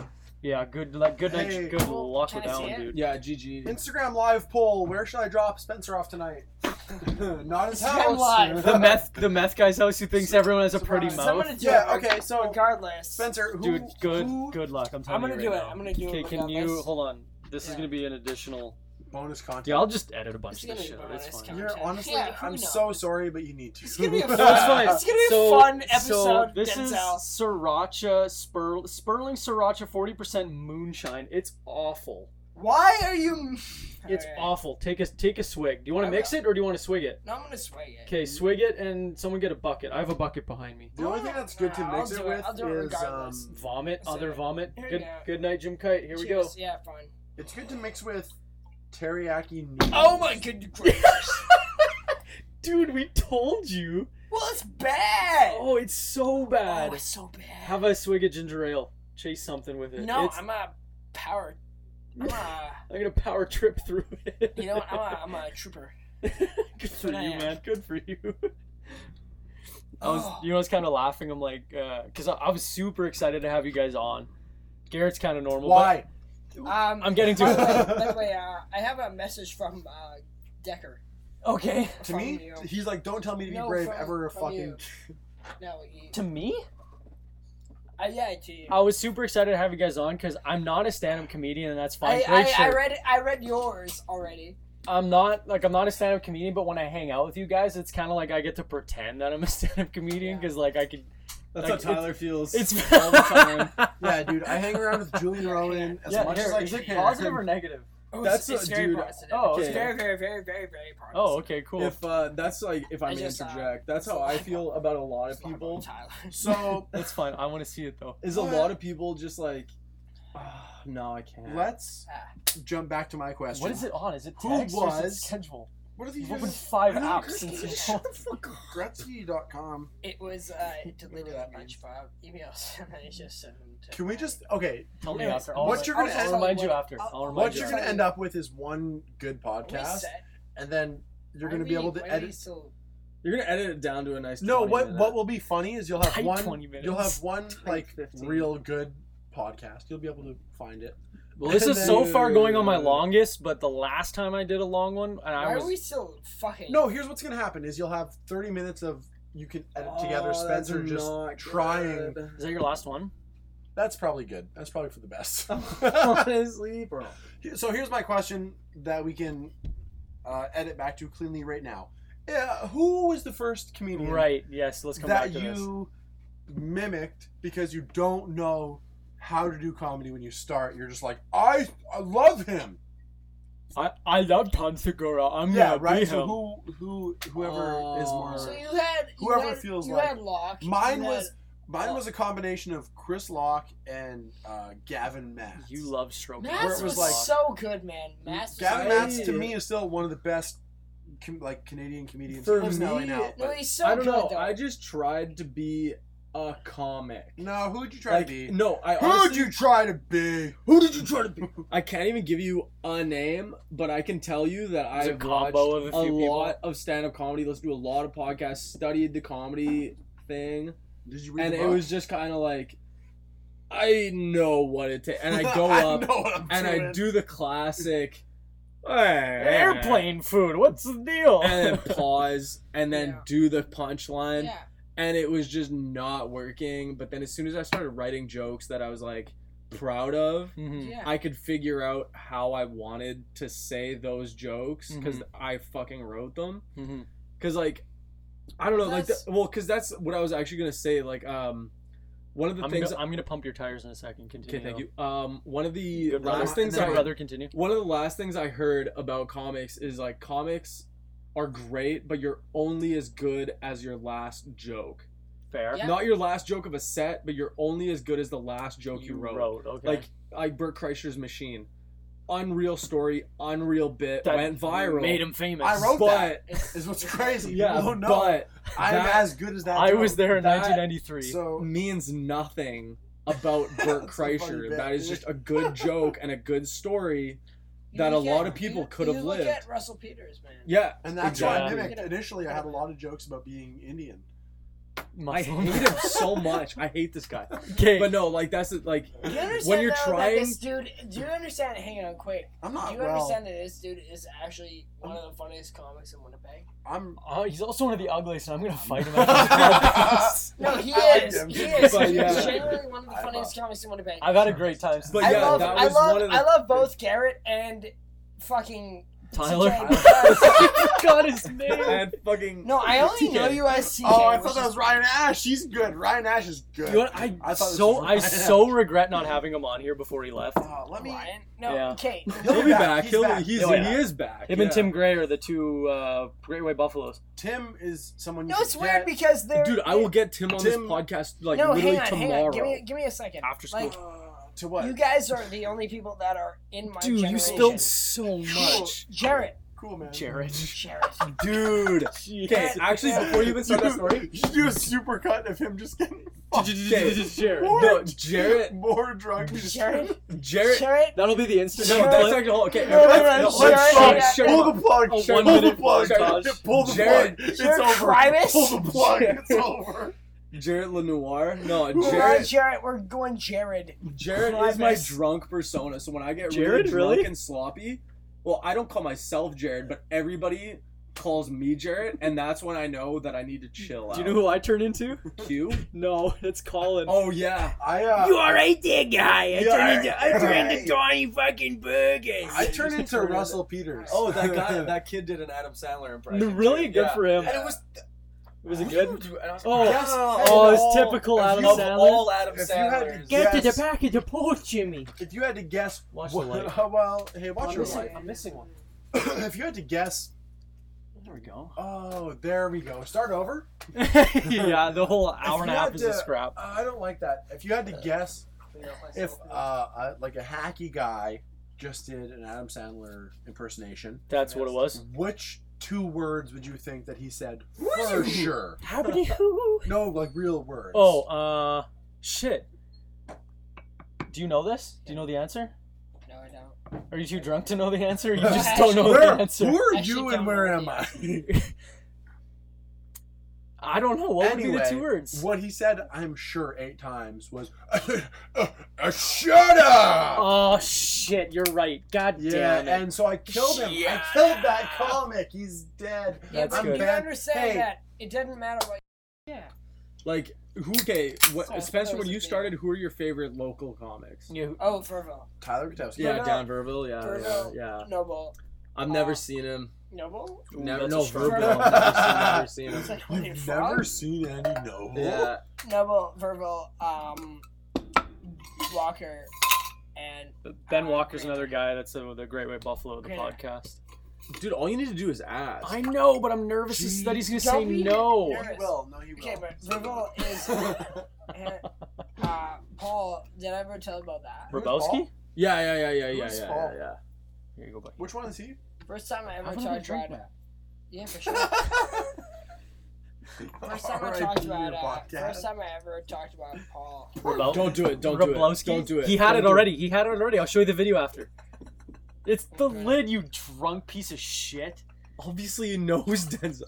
S8: Yeah, good like good night,
S9: Hey.
S8: good
S10: Well,
S8: luck
S10: can
S8: with
S10: I
S8: that
S10: see
S8: one,
S10: it?
S8: dude.
S13: Yeah, GG.
S9: Instagram live poll: Where should I drop Spencer off tonight? (laughs) Not his
S10: Instagram
S9: house.
S8: (laughs)
S10: live.
S8: The meth, the meth guy's house who thinks everyone has a pretty
S10: Surprise. I'm
S8: mouth.
S10: gonna do
S9: Yeah.
S10: it.
S9: Okay. So
S10: Regardless,
S9: Spencer, who,
S8: Dude, good,
S9: who-
S8: good luck. I'm
S10: I'm
S8: telling
S10: gonna
S8: you
S10: do
S8: right
S10: it.
S8: now.
S10: I'm gonna do it.
S8: Okay, can
S10: regardless.
S8: you hold on? This is gonna be an additional.
S9: bonus content.
S8: Yeah, I'll just edit a bunch
S10: It's
S8: of
S10: gonna
S8: this
S10: be
S8: shit.
S10: bonus
S8: It's fine.
S10: content.
S9: You're honestly,
S10: Yeah, who
S9: I'm
S10: knows?
S9: so sorry, but you need to.
S10: It's
S9: (laughs)
S10: gonna be a fun,
S8: That's fine.
S10: It's gonna be
S8: So-
S10: a fun episode.
S8: So this is
S10: Denzel.
S8: sriracha, Spur- Sperling sriracha, forty percent moonshine. It's awful.
S10: Why are you?
S8: It's
S10: Alright.
S8: awful. Take a take a swig. Do you want
S10: I
S8: to mix it or do you want to swig it?
S10: No, I'm gonna sway it.
S8: Okay, swig it and someone get a bucket. I have a bucket behind me.
S9: The only thing that's good to
S10: Nah, I'll
S9: mix
S10: do
S9: it
S10: it.
S9: with
S10: I'll do it
S9: is
S10: regardless.
S9: um,
S8: Vomit,
S10: That's
S8: other
S10: it.
S8: vomit.
S10: Here we
S8: Good
S10: go.
S8: good night, Jim Kite. Here we go.
S10: Cheers. Yeah, fun.
S9: it's good to mix with teriyaki noodles.
S10: Oh my (laughs) goodness. gracious.
S8: Dude, we told you.
S10: well, it's bad. Oh,
S8: Oh, it's so bad.
S10: it's so bad.
S8: Have a swig of ginger ale. Chase something with it.
S10: no,
S8: It's-
S10: I'm a power. I'm a.
S8: I'm gonna power trip through it.
S10: You know, what? I'm a, I'm a trooper.
S8: (laughs) Good for you,
S10: what I am.
S8: man. Good for you. I was,
S10: Oh.
S8: you know, I was kind of laughing. I'm like, because I, I was super excited to have you guys on. Garrett's kind of normal.
S9: Why?
S10: Um,
S8: I'm getting to
S10: by
S8: it.
S10: (laughs) the
S8: (laughs)
S10: way- by the way, uh, I have a message from uh, Decker.
S8: But, okay.
S9: To
S10: from
S9: me,
S10: you.
S9: he's like, don't tell me to be
S10: No,
S9: brave
S10: from-
S9: ever.
S10: from
S9: Fucking.
S10: you. No, he,
S8: To me,
S10: uh, yeah, to you.
S13: Oh,
S8: I was super excited to have you guys on because I'm not a stand-up comedian, and that's fine.
S10: I,
S8: Great
S10: I, I
S8: shirt.
S10: read it- I read yours already.
S8: I'm not like I'm not a stand-up comedian, but when I hang out with you guys, it's kind of like I get to pretend that I'm a (laughs) stand-up comedian
S10: Yeah.
S8: because like I could.
S13: (laughs) That's
S8: Like,
S13: how Tyler
S8: (laughs)
S13: feels.
S8: It's
S13: all the time.
S9: Yeah, dude, I hang around with Julian
S10: (laughs)
S9: Rowan as
S8: yeah,
S9: much
S8: here,
S9: as I
S8: is
S9: can.
S8: it positive or negative?
S10: Oh,
S13: (laughs)
S10: it's,
S13: That's a
S10: it's very
S13: dude-
S10: positive.
S8: oh,
S10: It's
S13: okay.
S10: very, very, very, very, very positive.
S8: Oh, okay, cool.
S13: If uh, that's like, if I,
S10: I
S13: may
S10: just, uh,
S13: interject, that's how I feel about a lot of
S10: It's not about
S13: people.
S10: Tyler. (laughs)
S9: (laughs)
S13: So,
S8: that's fine. I want to see it though.
S13: is a lot of people just like, "Ah, (sighs) no, I can't.
S9: Let's
S10: Ah.
S9: jump back to my question.
S8: What is it on? Is it
S9: Who
S8: text or is it
S9: was-
S8: schedule?
S9: What are these?
S8: You've opened five apps since you
S10: Shut
S8: (laughs)
S9: (laughs) Gretzky.com.
S10: It was uh, delivered
S9: that
S10: a bunch of (laughs) emails, and I just sent them to.
S9: Can we just okay?
S8: Tell me
S10: Yeah,
S8: after.
S10: I'll-
S9: what you're gonna
S8: I'll
S9: end-
S8: remind you
S10: what-
S8: after. I'll,
S10: I'll-
S8: remind
S9: What
S8: you.
S9: you're gonna end up with is one good
S10: Are we
S9: podcast,
S10: set?
S9: and then you're
S10: Why
S9: gonna
S10: we-
S9: be able to
S10: why we
S9: edit.
S10: still-
S13: You're gonna edit it down to a nice.
S9: No,
S13: 20
S9: what
S13: minute.
S9: what will be funny is you'll have
S8: Tight
S9: one
S8: 20 minutes.
S9: you'll have one like
S13: 15.
S9: real good podcast. You'll be able to find it.
S8: Well, this is so far going on my longest, but the last time I did a long one, and I
S10: Why
S8: was
S10: are we still fucking?
S9: No, here's what's gonna happen is you'll have 30 minutes of you can edit together.
S13: Oh, that's
S9: Spencer just
S13: not
S9: trying.
S13: good.
S8: is that your
S9: (laughs)
S8: last one?
S9: That's probably good. That's probably for the best.
S13: (laughs) Honestly, bro.
S9: so here's my question that we can uh, edit back to cleanly right now. Yeah, who was the first comedian
S8: Right. Yes. Let's come
S9: that
S8: back to this.
S9: you mimicked because you don't know how to do comedy when you start? You're just like, I, I love him.
S8: I I love Tom Segura. I'm
S9: Yeah,
S8: gonna be
S9: right.
S8: him.
S9: So who who whoever is more
S10: Oh. So you had you
S9: Whoever
S10: had-
S9: feels
S10: you
S9: like-
S10: had Locke.
S9: Mine
S10: you had-
S9: was mine was a combination of Chris Locke and uh, Gavin Matz.
S8: You love stroking.
S9: where it
S10: Mass was,
S9: was like-
S10: so good, man. Mass was
S9: Gavin
S13: I-
S9: Matz to me is still one of the best com- like Canadian comedians.
S13: For
S9: he lives in LA
S13: me,
S9: now.
S10: no,
S9: but-
S10: he's so
S13: I don't
S10: good
S13: know.
S10: though.
S13: I just tried to be a comic.
S9: No, who'd you try
S13: Like,
S9: to be?
S13: no, I
S9: Who'd
S13: honestly,
S9: you try to be? Who did you try to be?
S13: I can't even give you a name, but I can tell you that
S8: was a
S13: I've
S8: combo of
S13: watched a,
S8: a few people.
S13: lot of stand-up comedy. Listened to a lot of podcasts. Studied the comedy thing,
S9: Did you read
S13: and
S9: the
S13: it
S9: book?
S13: was just kind of like, I know what it takes, and (laughs) I go
S9: (laughs) I
S13: up
S9: know what I'm
S13: and
S9: doing.
S13: I do the classic.
S8: (laughs) Airplane food. What's the deal?
S13: and
S8: (laughs)
S13: then pause and then
S10: Yeah.
S13: do the punchline
S10: yeah.
S13: and it was just not working but then as soon as i started writing jokes that i was like proud of
S8: Mhm.
S10: Yeah.
S13: i could figure out how i wanted to say those jokes because
S8: Mm-hmm.
S13: i fucking wrote them
S8: Mhm.
S13: because like i don't know like
S10: That's-
S13: the, well because that's what i was actually gonna say like um one of the
S8: I'm,
S13: things
S8: gonna, I'm gonna pump your tires in a second. Continue.
S13: okay thank you um one of the
S8: Good brother.
S13: last things
S8: Good
S13: i
S8: brother, continue.
S13: one of the last things I heard about comics is like comics are great, but you're only as good as your last joke.
S8: Fair.
S10: Yeah.
S13: Not your last joke of a set, but you're only as good as the last joke you, wrote.
S8: Okay.
S13: Like like Bert Kreischer's Machine, unreal story, unreal bit,
S8: That
S13: went viral.
S8: Made him famous.
S9: I wrote
S13: but
S9: (laughs) is what's crazy.
S13: yeah,
S9: People don't know.
S13: but
S9: I'm
S13: that-
S9: as good as that.
S8: I
S9: joke.
S8: was there in
S13: That-
S8: 1993.
S9: So
S13: means nothing about Bert
S9: That's a funny
S13: Kreischer.
S9: bit,
S13: That is
S9: dude.
S13: just a good joke and a good story.
S10: You
S13: that a
S10: look
S13: lot
S10: at-
S13: of people
S10: you-
S13: could
S10: you
S13: have
S10: look
S13: lived.
S10: at Russell Peters, man.
S13: Yeah,
S9: and that's why I
S8: Exactly.
S9: mimicked. Initially, I had a lot of jokes about being Indian.
S13: I
S8: Muslim. (laughs)
S13: hate him so much. I hate this guy.
S8: Okay.
S13: But no, like that's it,
S10: (laughs)
S13: like
S10: Do you understand
S13: when you're
S10: though,
S13: trying.
S10: that this dude? Do you understand? Hang on, quick.
S9: I'm
S10: Do
S9: not
S10: you
S9: well.
S10: understand that this dude is actually one of the funniest comics in Winnipeg?
S9: I'm.
S8: Oh, he's also one of the ugliest, and I'm gonna
S13: (laughs)
S8: fight him. After this podcast.
S10: No, he
S9: I like
S10: is.
S9: him.
S10: He is.
S13: But, yeah.
S10: He's genuinely one of the
S9: I
S10: funniest comics in Winnipeg.
S8: I've had a great time. Since
S13: But
S10: I
S13: yeah,
S10: love,
S13: that
S10: I
S13: was
S10: love,
S13: one of the-
S10: I
S13: (laughs)
S10: love both Garrett and fucking
S8: Tyler.
S13: (laughs)
S10: TK. (laughs)
S8: God, his name.
S13: and fucking.
S10: no, I only
S13: TK.
S10: know you as TK.
S9: Oh, I
S10: which
S9: thought that
S10: is-
S9: was Ryan Ash. He's good. Ryan Ash is good.
S8: You know what? I,
S9: I thought this
S8: so
S9: was
S8: I
S9: Ryan
S13: (laughs)
S8: so regret not having him on here before he left.
S9: Uh, let me.
S10: Ryan. No,
S8: Yeah.
S10: okay.
S13: He'll be back.
S9: He's
S13: He'll
S9: back.
S13: he's
S8: Oh, yeah.
S13: he is back.
S8: Him
S13: yeah.
S8: and Tim Gray are the two uh, Great Way Buffaloes.
S9: Tim is someone. You
S10: No,
S9: should
S10: it's weird
S9: get.
S10: because they're.
S13: Dude, I will get Tim on this
S9: Tim-
S13: podcast like
S10: no,
S13: literally
S10: hang on, hang
S13: tomorrow.
S10: on. Give me, give me a second.
S16: After school.
S10: Like,
S9: uh, to what?
S10: you guys are the only people that are in my
S13: Dude,
S10: generation.
S13: you spilled so much.
S10: Jarrett.
S9: cool man.
S16: Jared.
S10: Jarrett.
S13: Dude. Okay,
S8: (laughs)
S13: actually, before you
S9: (laughs)
S13: even
S9: You
S13: start
S10: (laughs)
S13: that story,
S9: should do a super cut of him just getting
S13: Okay. (laughs)
S8: Jared.
S13: no,
S9: (laughs)
S13: Jarrett.
S9: more drunk. Just
S10: Jarrett.
S13: Jarrett.
S10: Jarrett.
S8: That'll be the Instagram.
S13: No, that's actually whole. Okay,
S10: No, no,
S13: everybody-
S10: no,
S13: no,
S9: Let's
S13: Jarrett-
S9: stop.
S13: Jarrett-
S9: Pull the plug.
S8: A
S9: Pull the
S8: (laughs) one-minute
S9: plug.
S8: montage.
S9: Pull the
S13: Jarrett-
S9: plug. It's
S10: Jarrett
S9: over.
S10: Crimus?
S9: Pull the plug.
S13: Jarrett-
S9: It's over.
S13: Jarrett Lenoir. No,
S10: We're Jared.
S13: Jarrett.
S10: Jared. We're going Jared.
S13: Jarrett is my
S10: Jarvis.
S13: drunk persona. So when I get
S8: Jared,
S13: really drunk
S8: really?
S13: and sloppy, well, I don't call myself Jared, but everybody calls me Jarrett, and that's when I know that I need to chill out.
S8: Do you know who I turn into?
S13: Q?
S8: No, it's Colin.
S13: Oh yeah.
S9: I uh,
S8: right there, guy.
S9: Yeah, I- I-
S8: Johnny fucking Burgess.
S9: I turned (laughs) into Russell Peters.
S13: Oh,
S9: (laughs)
S8: (laughs)
S13: that guy, that kid did an Adam Sandler impression.
S8: really
S13: too.
S8: good
S13: Yeah.
S8: for him.
S13: And it was,
S8: Was it good?
S13: oh,
S8: Oh,
S13: yes,
S8: oh,
S13: and
S8: it's
S13: all-
S8: typical
S13: of
S8: Adam Sandler.
S13: all Adam
S9: If you had to
S13: Sandlers.
S9: Get to the Yes.
S8: back of the porch, Jimmy.
S9: if you had to guess,
S8: Watch the
S9: what, (laughs)
S8: light.
S9: how well? Hey, watch
S8: I'm
S9: your
S8: missing,
S9: light.
S8: I'm missing one.
S9: (coughs) if you had to guess,
S8: There we go.
S9: oh, there we go. Start over.
S8: (laughs) yeah, the whole hour and a
S9: you
S8: half
S9: had
S8: is a
S9: to-
S8: scrap.
S9: Uh, I don't like that. If you had to guess, if uh, uh, like a hacky guy just did an Adam Sandler impersonation,
S8: That's what
S9: (laughs)
S8: it was.
S9: which two words would you think that he said for sure?
S8: Happity-hoo.
S9: No, like real words.
S8: oh, uh, shit. Do you know this? Do you know the answer?
S10: No, I don't.
S8: Are you too drunk to know the answer? You
S9: No,
S13: (laughs)
S8: just don't know the
S9: Where-
S8: answer.
S9: Who are
S10: Actually,
S9: you
S10: don't
S9: and where
S10: know
S9: am I?
S8: (laughs) I don't know. What would be the
S9: Anyway,
S8: two words?
S9: What he said, I'm sure, eight times was, (laughs) shut up!
S8: Oh shit! You're right. God
S9: Yeah,
S8: damn it.
S9: and so I killed him. I killed that comic. He's dead.
S10: Yeah,
S8: That's
S10: but
S8: good.
S10: you understand
S9: Hey.
S10: that it doesn't matter what. Yeah.
S13: Like, who? Okay, what,
S10: So,
S13: Spencer, when
S10: those
S13: you
S10: are
S13: started, who are your favorite local comics?
S8: You-
S10: Oh, Ferville.
S9: Tyler Katowski.
S13: Yeah,
S10: Yeah.
S13: Dan Verville. Yeah, yeah,
S10: Verville.
S13: yeah.
S10: Noble.
S13: I've never
S10: Uh,
S13: seen him.
S10: Noble?
S8: Ooh,
S13: Never,
S8: that's
S13: no
S8: a strong-
S13: Verville. (laughs) Never seen, never
S10: It's
S13: seen him.
S10: like, what,
S9: You've
S10: frog?
S9: never seen any novel.
S13: Yeah,
S10: Noble, Verbal, um, Walker, and
S8: ben Walker's another guy that's uh, the Ah, Great Way Buffalo of the
S10: Great.
S8: podcast.
S13: dude, all you need to do is ask.
S8: I know, but I'm nervous is that he's gonna say
S10: Don't be
S8: no.
S9: No, he will. No, he will.
S10: okay, but Verbal
S9: (laughs)
S10: is and, uh, Paul. Did I ever tell you about that?
S8: Rabowski?
S13: Yeah, yeah, yeah, yeah, yeah,
S9: Who's
S13: yeah,
S9: Paul?
S13: yeah, yeah.
S8: Here you go, buddy.
S9: Which one is he? (laughs)
S10: First time I ever
S13: I don't
S10: talked
S13: even drink
S10: about it.
S13: that.
S10: Yeah, for sure. First time I talked about uh, first time I ever talked about Paul.
S8: Rabo-
S13: Don't do it. Don't
S8: Rablowski?
S13: do it. Don't do it.
S8: He had
S13: Don't
S8: it
S13: do
S8: already. He had it already. I'll show you the video after. It's the lid, you drunk piece of (laughs) shit.
S13: Obviously, he (laughs) knows Denzel.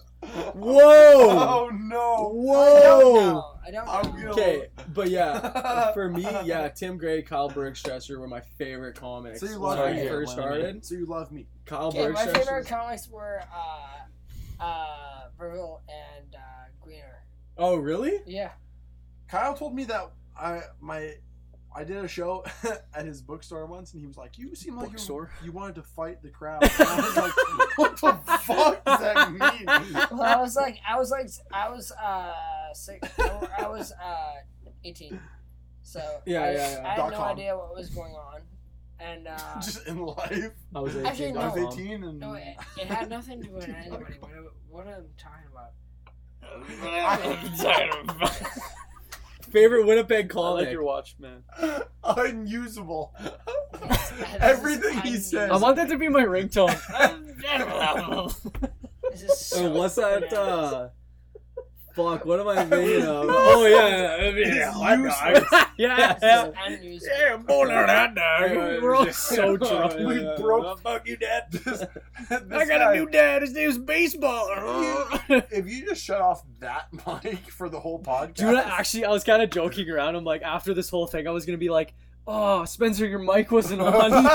S13: Whoa!
S9: Oh no!
S10: I
S9: Oh!
S10: don't
S13: Whoa!
S10: know. I don't
S9: I'm
S10: know.
S9: gonna-
S13: Okay,
S10: (laughs)
S13: but yeah, (laughs) for me, yeah, Tim Gray, Kyle Bergstresser were my favorite comics
S9: So you
S13: when
S9: love
S13: I
S9: me.
S13: first
S8: When I made
S13: started.
S9: So you love me.
S13: Kyle
S10: Okay, my favorite
S13: Bergstresser.
S10: comics were uh, uh, Verville and uh, Greener.
S13: Oh, really?
S10: Yeah.
S9: Kyle told me that I my I did a show (laughs) at his bookstore once, and he was like, "You seem like you,
S13: Bookstore?
S9: you wanted to fight the
S13: (laughs)
S9: crowd." And I was like, "What the fuck does that
S13: (laughs)
S9: mean?"
S10: Well, I was like, I was like, I was uh, six, I was uh, eighteen, so
S13: Yeah,
S10: I,
S13: yeah, yeah.
S10: I had
S9: Dot
S10: no
S9: com.
S10: idea what was going on, and uh,
S9: (laughs) Just in life,
S13: I was 18.
S10: Actually,
S9: I
S10: No.
S9: was 18, and (laughs)
S10: no, it, it had nothing to do with anybody. What, I- what I'm talking about?
S8: (laughs)
S13: Favorite Winnipeg
S8: I
S13: comic.
S8: like your watch, man.
S9: (laughs)
S10: (laughs)
S9: unusable.
S10: This
S9: Everything
S10: is
S9: he
S10: unusable.
S9: says.
S8: I want that to be my ringtone.
S10: This is
S13: Or
S9: (laughs) Oh,
S10: so
S13: Oh, what's that?
S10: (laughs) bananas.
S13: Uh, fuck, what
S10: (laughs)
S13: am I made of?
S8: Oh yeah, yeah, hot
S13: (laughs)
S8: dogs.
S9: uh,
S10: (laughs)
S8: yeah,
S9: (laughs)
S8: yeah.
S10: And news.
S8: Yeah, boner hot dog. We're all so drunk.
S9: We broke. Fuck you, Dad. (laughs) This-
S8: I
S9: this
S8: got
S9: guy-
S8: a new dad. His name's Baseball.
S9: If you just shut off that (laughs) mic for the whole podcast,
S8: Dude, I actually, I was kind of joking around. I'm like, after this whole thing, I was gonna be like, "Oh, Spencer, your mic wasn't
S10: (laughs)
S8: on."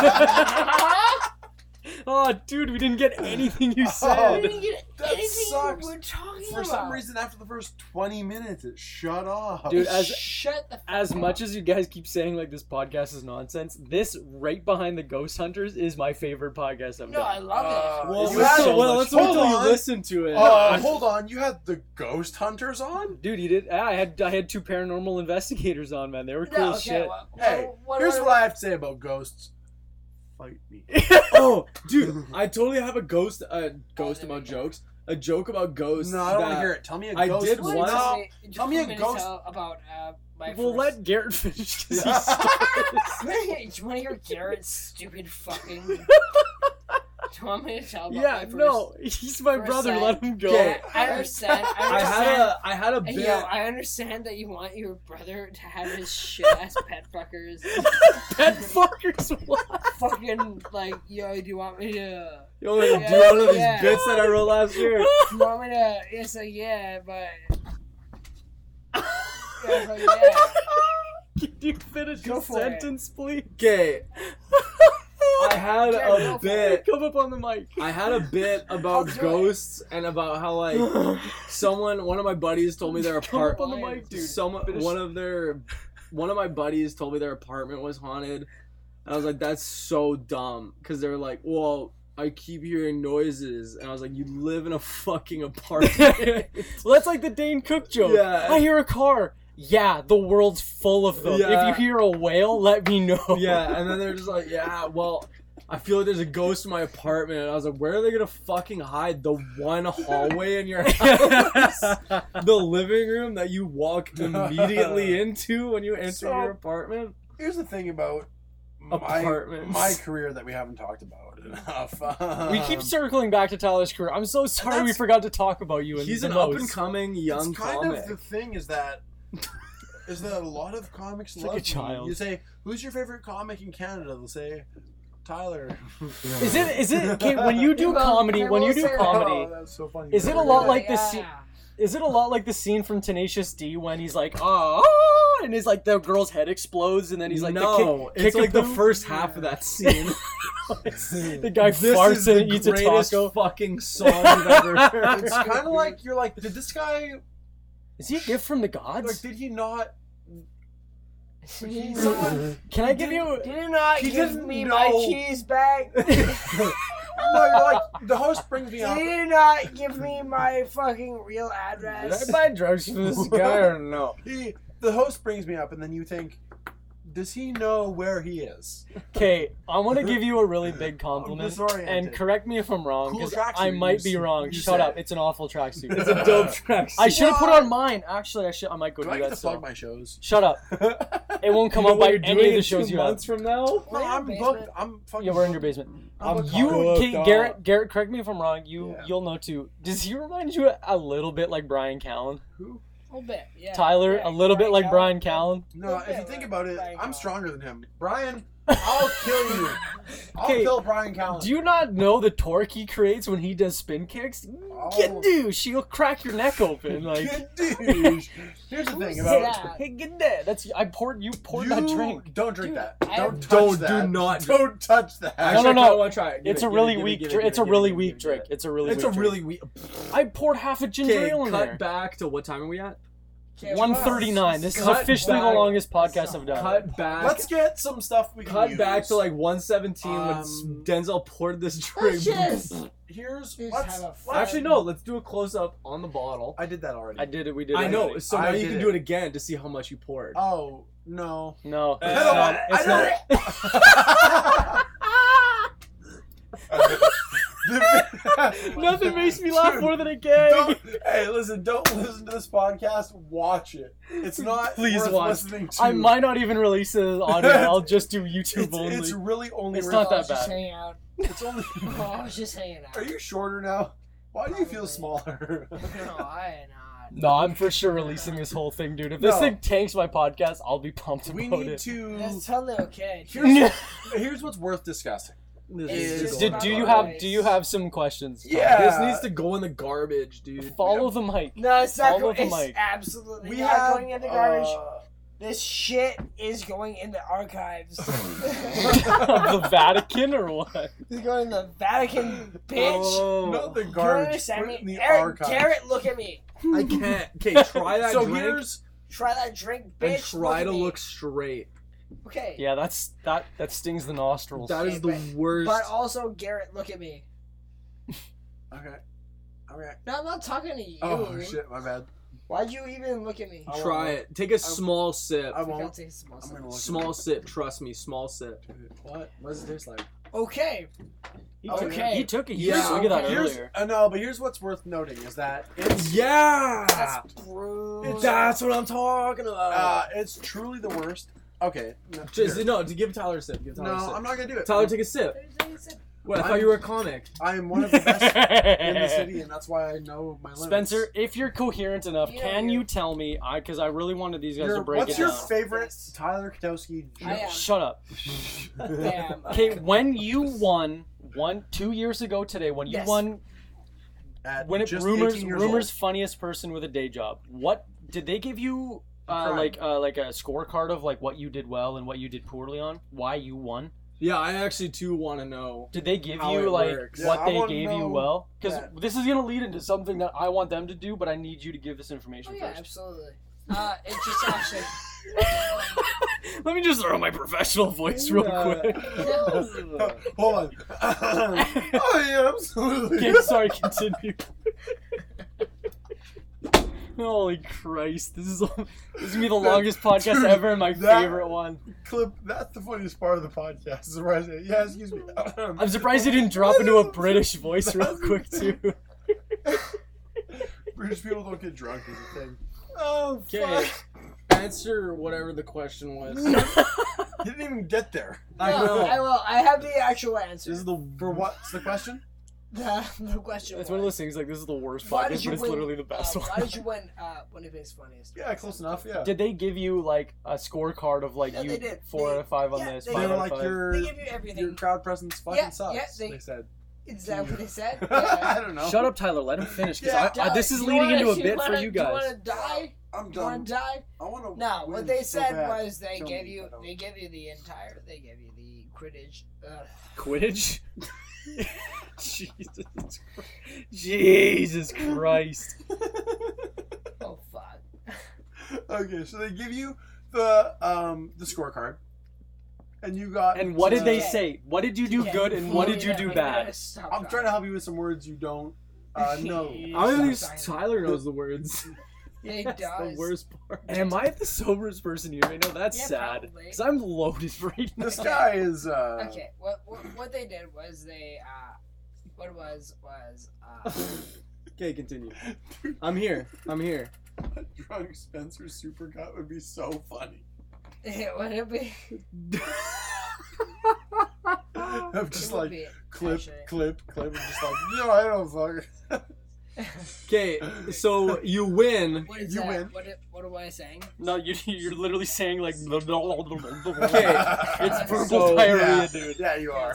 S8: (laughs) oh, dude, we didn't get anything you
S10: I
S8: said.
S10: didn't get
S9: That
S10: anything
S9: sucks.
S10: we're talking
S9: for
S10: about.
S9: some reason, after the first twenty minutes, it shut off. (laughs)
S8: Dude, as
S10: Shut the fuck
S8: as
S10: up.
S8: much as you guys keep saying like this podcast is nonsense, this right behind the Ghost Hunters is my favorite podcast I've
S10: No, I
S8: done.
S10: love
S9: Uh,
S10: it.
S13: Well,
S9: You
S13: let's,
S9: had
S13: so
S9: so
S13: well,
S9: much-
S13: let's wait
S9: Hold
S13: till you
S9: on.
S13: listen to it.
S9: Uh, hold on, you had the ghost hunters on.
S8: Dude, you did. I had I had two paranormal investigators on, man. They were cool
S10: No,
S8: as
S10: okay,
S8: shit.
S10: well,
S9: Hey,
S10: well, what,
S9: Here's
S10: what-
S9: what I have to say about ghosts. Fight me.
S13: oh,
S8: (laughs)
S13: dude, I totally have a ghost, a ghost
S10: there we
S13: about
S10: go.
S13: jokes, a joke about ghosts.
S9: No, I don't want
S13: that-
S9: to hear it. Tell me a
S13: I
S9: ghost.
S13: did
S9: story.
S13: once-
S9: No.
S10: Wait, just
S9: tell me
S10: a
S9: a
S10: minute
S9: ghost-
S10: tell about uh, my
S8: We'll
S10: (laughs) first...
S8: let Garrett
S13: (laughs)
S8: finish because
S9: Yeah.
S8: he's started.
S10: Do you want to hear Garrett's stupid
S8: (laughs)
S10: fucking? Do you want me to tell about my
S8: yeah,
S10: first...
S8: no, he's my
S10: first
S8: brother.
S10: set.
S8: Let him go.
S13: Okay.
S10: I understand. I
S13: I
S10: understand.
S13: had a, I had a
S10: And,
S13: bit.
S10: Yo,
S8: (laughs)
S10: I understand that you want your brother to have his shit ass pet fuckers.
S8: (laughs) That fucker's what?
S10: fucking like, yo, do you want me to?
S13: Yo, do you
S10: Yeah,
S13: want one of these
S10: yeah.
S13: bits that I wrote
S8: (laughs)
S13: last year?
S10: Do you want me to? It's like, yeah, but. Yeah, it's like, yeah.
S8: Can you finish
S10: Go
S8: your
S10: for it.
S8: sentence, please?
S13: Okay, I had
S10: Yeah,
S13: a
S10: go for
S13: bit.
S8: Come up on the mic.
S13: I had
S8: (laughs)
S13: a bit about
S10: do it.
S13: ghosts and about how like someone, one of my buddies told me their
S8: Come
S13: apart.
S8: up on the mic, dude.
S13: Someone,
S8: Finish.
S13: one of their, one of my buddies told me their apartment was haunted. And I was like, that's so dumb, because they were like, well, I keep hearing noises, and I was like, you live in
S8: (laughs)
S13: a fucking apartment.
S8: Well, that's like the Dane Cook joke.
S13: Yeah.
S8: I hear a car. Yeah, the world's full of them.
S13: Yeah.
S8: If you hear a whale, let me know.
S13: yeah, and then they're just like, yeah, well. I feel like there's a ghost in my apartment, and I was like, "Where are they gonna fucking hide the one hallway in
S8: (laughs)
S13: your house?" the living room that you walk immediately into when you enter
S9: So-
S13: your apartment.
S9: Here's the thing about my,
S13: Apartments.
S9: my career that we haven't talked about enough. Um,
S8: we keep circling back to Tyler's career. I'm so sorry we
S9: that's-
S8: forgot to talk about you. And
S13: He's
S8: the
S13: an up
S8: notes.
S13: and coming young
S9: It's kind
S13: comic.
S9: of the thing is that is that a lot of comics
S8: like
S9: love
S8: a
S9: you.
S8: child.
S9: You. say, "Who's your favorite comic in Canada?" They'll say, "Tyler."
S8: Is it? Is it? Okay, when you do
S10: Well,
S8: comedy,
S10: I
S8: when you
S10: will
S8: do
S10: say-
S9: (laughs) Oh,
S8: comedy,
S9: that's so funny.
S8: Is it a lot like- the
S10: yeah.
S8: se- is it a lot like the scene from Tenacious D when he's like, oh, and it's like the girl's head explodes, and then he's like, the
S13: no,
S8: kick,
S13: it's like the
S8: kickapoo?
S13: first half of
S8: (laughs)
S13: that scene.
S8: The
S9: (laughs)
S8: guy
S13: this
S8: farts
S13: is the
S8: and eats a
S13: greatest
S8: taco. (laughs)
S13: fucking song
S9: (laughs)
S13: I've ever heard.
S9: It's kind of like you're like, did this guy
S8: Is he a gift from the gods?
S9: like? Did he not?
S10: Jeez.
S8: (laughs) Can I give you?
S10: Did you not
S9: He
S10: give
S9: didn't
S10: me
S9: know.
S10: my cheese bag? Did
S9: (laughs) No, you're like the host brings me (laughs) up.
S8: (laughs)
S10: you not give me my fucking real address?
S8: buy drugs from this guy or no?
S9: He, the host brings me up, and then you think, does he know where he is?
S8: Okay, I want to give you a really
S13: (laughs)
S8: big
S9: I'm
S8: compliment,
S9: disoriented.
S8: Oh, and correct me if I'm wrong,
S9: Cool
S8: because
S9: tracksuit
S8: I might
S9: you
S8: be
S9: s-
S8: wrong.
S9: you
S8: Shut
S9: said.
S8: up! It's an awful tracksuit.
S9: (laughs)
S13: it's a dope track.
S8: (laughs) I should have put
S9: What?
S8: on mine. Actually, I should. I might go
S9: Do
S8: do,
S9: I get to
S8: that.
S9: plug
S8: So.
S9: my shows?
S8: (laughs) Shut up! It won't come up by any of the shows you have.
S13: months from now.
S9: No,
S10: We're in your
S9: I'm
S10: basement.
S9: booked. I'm fucking.
S8: Yeah, we're in your
S9: booked.
S8: basement.
S9: I'm booked.
S8: You,
S13: Cooked
S8: okay,
S13: up.
S8: Garrett, Garrett, correct me if I'm wrong. You,
S9: Yeah.
S8: you'll know too. Does he remind you a, a little bit like Brian Callen?
S10: A little bit, yeah.
S8: Tyler,
S10: Yeah,
S8: a little bit
S10: Brian
S8: like
S10: Callen.
S8: Brian Callen.
S9: No,
S10: Okay,
S9: if you think
S10: we're-
S9: about it,
S10: Brian
S9: I'm
S10: Callen.
S9: stronger than him. Brian, I'll kill you. I'll
S8: Okay,
S9: kill Brian Callen.
S8: Do you not know the torque he creates when he does spin kicks?
S9: Oh.
S8: Get dude, she'll crack your neck open.
S13: (laughs)
S8: Like,
S9: Good douche. Here's the thing
S10: Who's
S9: about
S10: that?
S8: hey, get that. That's I poured you poured that drink.
S9: Don't drink
S10: Dude,
S9: that.
S10: I-
S9: Don't touch
S13: Don't- do
S9: that. (laughs)
S13: not-
S9: Don't touch that.
S8: No, no,
S13: Actually, I
S8: no.
S13: kinda wanna try it. Give
S8: It's
S13: it,
S8: a
S13: give it,
S8: really
S13: give it,
S8: weak.
S13: give it,
S8: drink.
S13: give
S8: It's
S13: it,
S8: a
S13: give it,
S8: really
S13: give it,
S8: weak
S13: give it.
S8: drink. It's a really.
S13: It's a
S8: weak
S13: really weak.
S8: Drink. I poured half a ginger
S13: Okay,
S8: ale in
S13: cut
S8: there.
S13: back to what time are we at?
S10: Okay,
S8: One thirty nine. This is
S13: Cut
S8: officially
S13: back.
S8: the longest podcast I've done.
S13: Cut back.
S9: Let's get some stuff we can
S13: cut back
S9: use.
S13: to like 117 when S-
S9: Um,
S13: Denzel poured this drink.
S10: Bitches!
S9: Here's
S10: Just
S9: let's,
S10: have a
S9: let's-
S13: (laughs) Actually, no. Let's do a close up on the bottle.
S9: I did that already.
S8: I did it. We did. it.
S13: I know. So now
S9: I
S13: you
S9: did
S13: can
S9: it.
S13: do it again to see how much you (laughs) poured.
S9: Oh no.
S8: No.
S13: Uh,
S8: it's
S9: Hello,
S8: not-
S9: Mom. I
S8: it's not-
S9: did it. The (laughs) vi-
S8: Nothing makes me laugh
S9: Dude,
S8: more than a gag.
S9: Don't, hey, listen! Don't listen to this podcast. Watch it.
S8: (laughs)
S9: It's not
S8: Please
S9: worth
S8: watch.
S9: listening to.
S8: I might not even release it as
S9: (laughs)
S8: audio. I'll just do YouTube
S9: It's,
S8: only.
S9: it's really only.
S8: It's
S9: worth-
S8: not
S10: I
S8: that
S10: was just
S8: bad.
S10: hanging out.
S9: It's only.
S10: (laughs) Oh, I was just hanging out.
S9: Are you shorter now? Why do you feel
S8: (laughs)
S10: Probably.
S9: smaller?
S10: (laughs) No, I am not. God.
S8: No, I'm for sure releasing this whole thing, dude. If this
S9: No.
S8: thing tanks my podcast, I'll be pumped
S9: We
S8: about
S9: need
S8: it.
S9: to.
S10: That's totally okay.
S9: Here's, here's what's worth discussing.
S13: This
S10: It's
S13: needs to
S10: just
S13: go
S8: Did,
S13: in the
S8: do
S10: about
S8: you
S13: garbage.
S8: have
S10: voice.
S8: do you have some questions? Tom?
S9: Yeah.
S13: This needs to go in the garbage, dude.
S8: Follow the mic.
S10: No, it's not.
S8: Follow
S10: Go-
S8: the
S10: it's
S8: mic.
S10: absolutely
S9: We
S10: not
S9: have
S10: going in the garbage.
S9: uh,
S10: this shit is going in the
S8: (laughs)
S10: archives.
S8: the Vatican or what?
S10: it's going in the Vatican, bitch.
S13: Oh.
S9: not the
S10: You don't
S9: garbage.
S10: understand
S9: put it in
S10: me?
S9: the
S10: Eric
S9: archive.
S10: Garrett, look at me.
S9: (laughs)
S13: I can't. Okay, try that
S9: so
S13: drink
S9: here's
S10: Try that drink, bitch.
S13: and try
S10: at
S13: to
S10: me.
S13: look straight.
S10: Okay.
S8: Yeah, that's that that stings the nostrils.
S13: That is the worst.
S10: But also, Garrett, look at me.
S9: okay. Okay.
S10: No, I'm not talking to you.
S9: Oh shit, my bad.
S10: Why'd you even look at me?
S9: I
S13: Try
S9: won't.
S13: it. Take a small sip.
S9: I
S10: Okay, I'll
S9: won't.
S10: take some
S9: I'm
S10: awesome.
S9: gonna look.
S13: Small sip. Trust me. Small sip.
S9: What? What does it taste like?
S10: Okay.
S9: Oh,
S8: He
S10: Okay.
S8: took a huge
S13: Yeah.
S8: swig of that
S9: Here's-
S8: earlier.
S9: uh, no, but here's what's worth noting is that
S13: (laughs)
S9: it's
S13: Yeah.
S10: That's brutal.
S13: That's what I'm talking about.
S9: uh, it's truly the worst. Okay. No,
S13: Just
S9: here.
S13: no. To give Tyler a sip. Give Tyler
S9: no
S13: a sip.
S9: I'm not gonna do it.
S13: Tyler, take a sip. What? I thought
S9: I'm-
S13: you were a comic.
S9: I am one of the
S8: (laughs)
S9: best in the city, and that's why I know my limits.
S8: Spencer, if you're coherent enough,
S10: Yeah,
S8: can
S10: yeah.
S8: you tell me? I because I really wanted these guys
S9: Your-
S8: to break
S9: what's
S8: it
S9: your
S8: down.
S9: favorite Tyler Kotowski
S10: I
S9: joke?
S10: am.
S8: Shut up.
S9: (laughs)
S10: Damn. Oh,
S8: Okay, when you won one two years ago today, when you
S10: Yes.
S8: won
S9: At
S8: when it
S9: just
S8: rumors
S9: 18 years
S8: rumors
S9: old?
S8: funniest person with a day job. What did they give you? Uh,
S9: Crime.
S8: like uh, like a scorecard of like what you did well and what you did poorly on, why you won.
S13: Yeah, I actually too want to know.
S8: Did they give
S13: How
S8: you
S13: it
S8: like
S13: works.
S9: Yeah,
S8: what
S9: I
S8: they
S9: wanna
S8: gave you
S9: know
S8: well? Because
S9: that.
S8: this is gonna lead into something that I want them to do, but I need you to give this
S10: Oh,
S8: information
S10: yeah,
S8: first.
S10: absolutely. Uh, it just actually.
S8: Let me just throw my professional voice real
S13: Yeah.
S10: (laughs)
S8: quick.
S9: (laughs) Hold
S8: (laughs)
S9: on. (laughs) oh yeah, absolutely.
S8: okay, sorry, continue. Holy Christ, this is this is
S9: (laughs)
S8: gonna be the longest podcast
S9: dude,
S8: ever and my
S9: that-
S8: favorite one.
S9: Clip. That's the funniest part of the podcast. (laughs) Is where I say, yeah, excuse me.
S8: (laughs) I'm surprised you didn't drop into a
S9: (laughs)
S8: British voice real quick too.
S9: British people don't get drunk is a thing.
S10: Oh,
S13: Okay. Answer whatever the question was.
S9: You didn't even get there.
S13: I
S10: No,
S13: know.
S10: I will. I have the actual answer. (laughs)
S13: This is the
S9: For what's the question?
S10: the, the question.
S8: It's one of
S10: was,
S8: those things like this is the worst
S10: Why
S8: podcast,
S10: did you
S8: but it's
S10: win,
S8: literally the best
S10: uh,
S8: one.
S10: Why did you win uh, Winnipeg's funniest?
S9: Yeah, close enough. Yeah.
S8: Did they give you like a scorecard of like
S10: Yeah,
S8: you
S10: they did.
S8: four
S10: They-
S8: out of five on
S10: yeah,
S8: this?
S10: they
S8: five
S9: They were
S8: out of
S9: like
S8: five?
S9: your
S10: They give you
S9: your
S10: everything.
S9: (laughs) crowd presence fucking
S10: Yeah,
S9: sucks.
S10: yeah,
S9: they,
S10: they-
S9: said.
S10: Is that what they said?
S8: (laughs)
S9: I
S10: Yeah.
S9: don't know.
S8: Shut up, Tyler. Let him finish. Cause
S9: Yeah,
S8: I, I, Uh, this is leading into a bit for you
S10: Do you
S8: guys.
S10: want to die?
S9: I'm
S10: Do you
S9: done.
S10: want to die?
S9: I want to.
S10: No, what they said
S9: so bad.
S10: was they
S9: Kill
S10: gave
S9: me
S10: you
S9: if I don't.
S10: they give you the entire they give you the Quidditch. Uh,
S8: Quidditch? (laughs) Jesus,
S9: (laughs)
S8: Christ. Jesus Christ!
S10: oh fuck!
S9: (laughs) Okay, so they give you the um the scorecard, and you got.
S8: And what did they
S10: TK.
S8: say? What did you do
S10: Yeah,
S8: good and what did you
S10: yeah,
S8: do
S10: I
S8: bad?
S10: gotta stop
S9: I'm
S10: that.
S9: trying to help you with some words you don't
S8: (laughs)
S9: uh, know.
S13: I don't think
S10: Stop dying.
S13: Tyler knows the words.
S8: (laughs)
S10: Yeah, he
S13: (laughs) That's the
S10: does.
S13: worst part.
S8: Am I the soberest person here right now? That's
S10: Yeah,
S8: sad.
S10: probably.
S8: Cause I'm loaded (laughs) right now.
S9: This guy is. Uh, (laughs)
S10: Okay, what, what what they did was they uh, what it was was uh, (laughs)
S8: (laughs)
S13: Okay, continue. I'm here. I'm here.
S9: Drunk Spencer Supercut would be so funny.
S10: what it be?
S9: I'm just
S10: Ah, it would
S9: like
S10: be
S9: clip,
S10: actually.
S9: clip, clip. and just like (laughs) yo, I don't fuck.
S13: Okay, so you
S10: (laughs)
S13: win.
S10: What is
S9: You
S10: that?
S9: win.
S10: What, it- what am I saying?
S8: No, you, you're literally saying
S10: (laughs)
S8: like. (laughs)
S13: Okay,
S9: (laughs)
S8: It's verbal
S13: So,
S8: diarrhea,
S9: yeah.
S8: dude.
S9: Yeah, you are.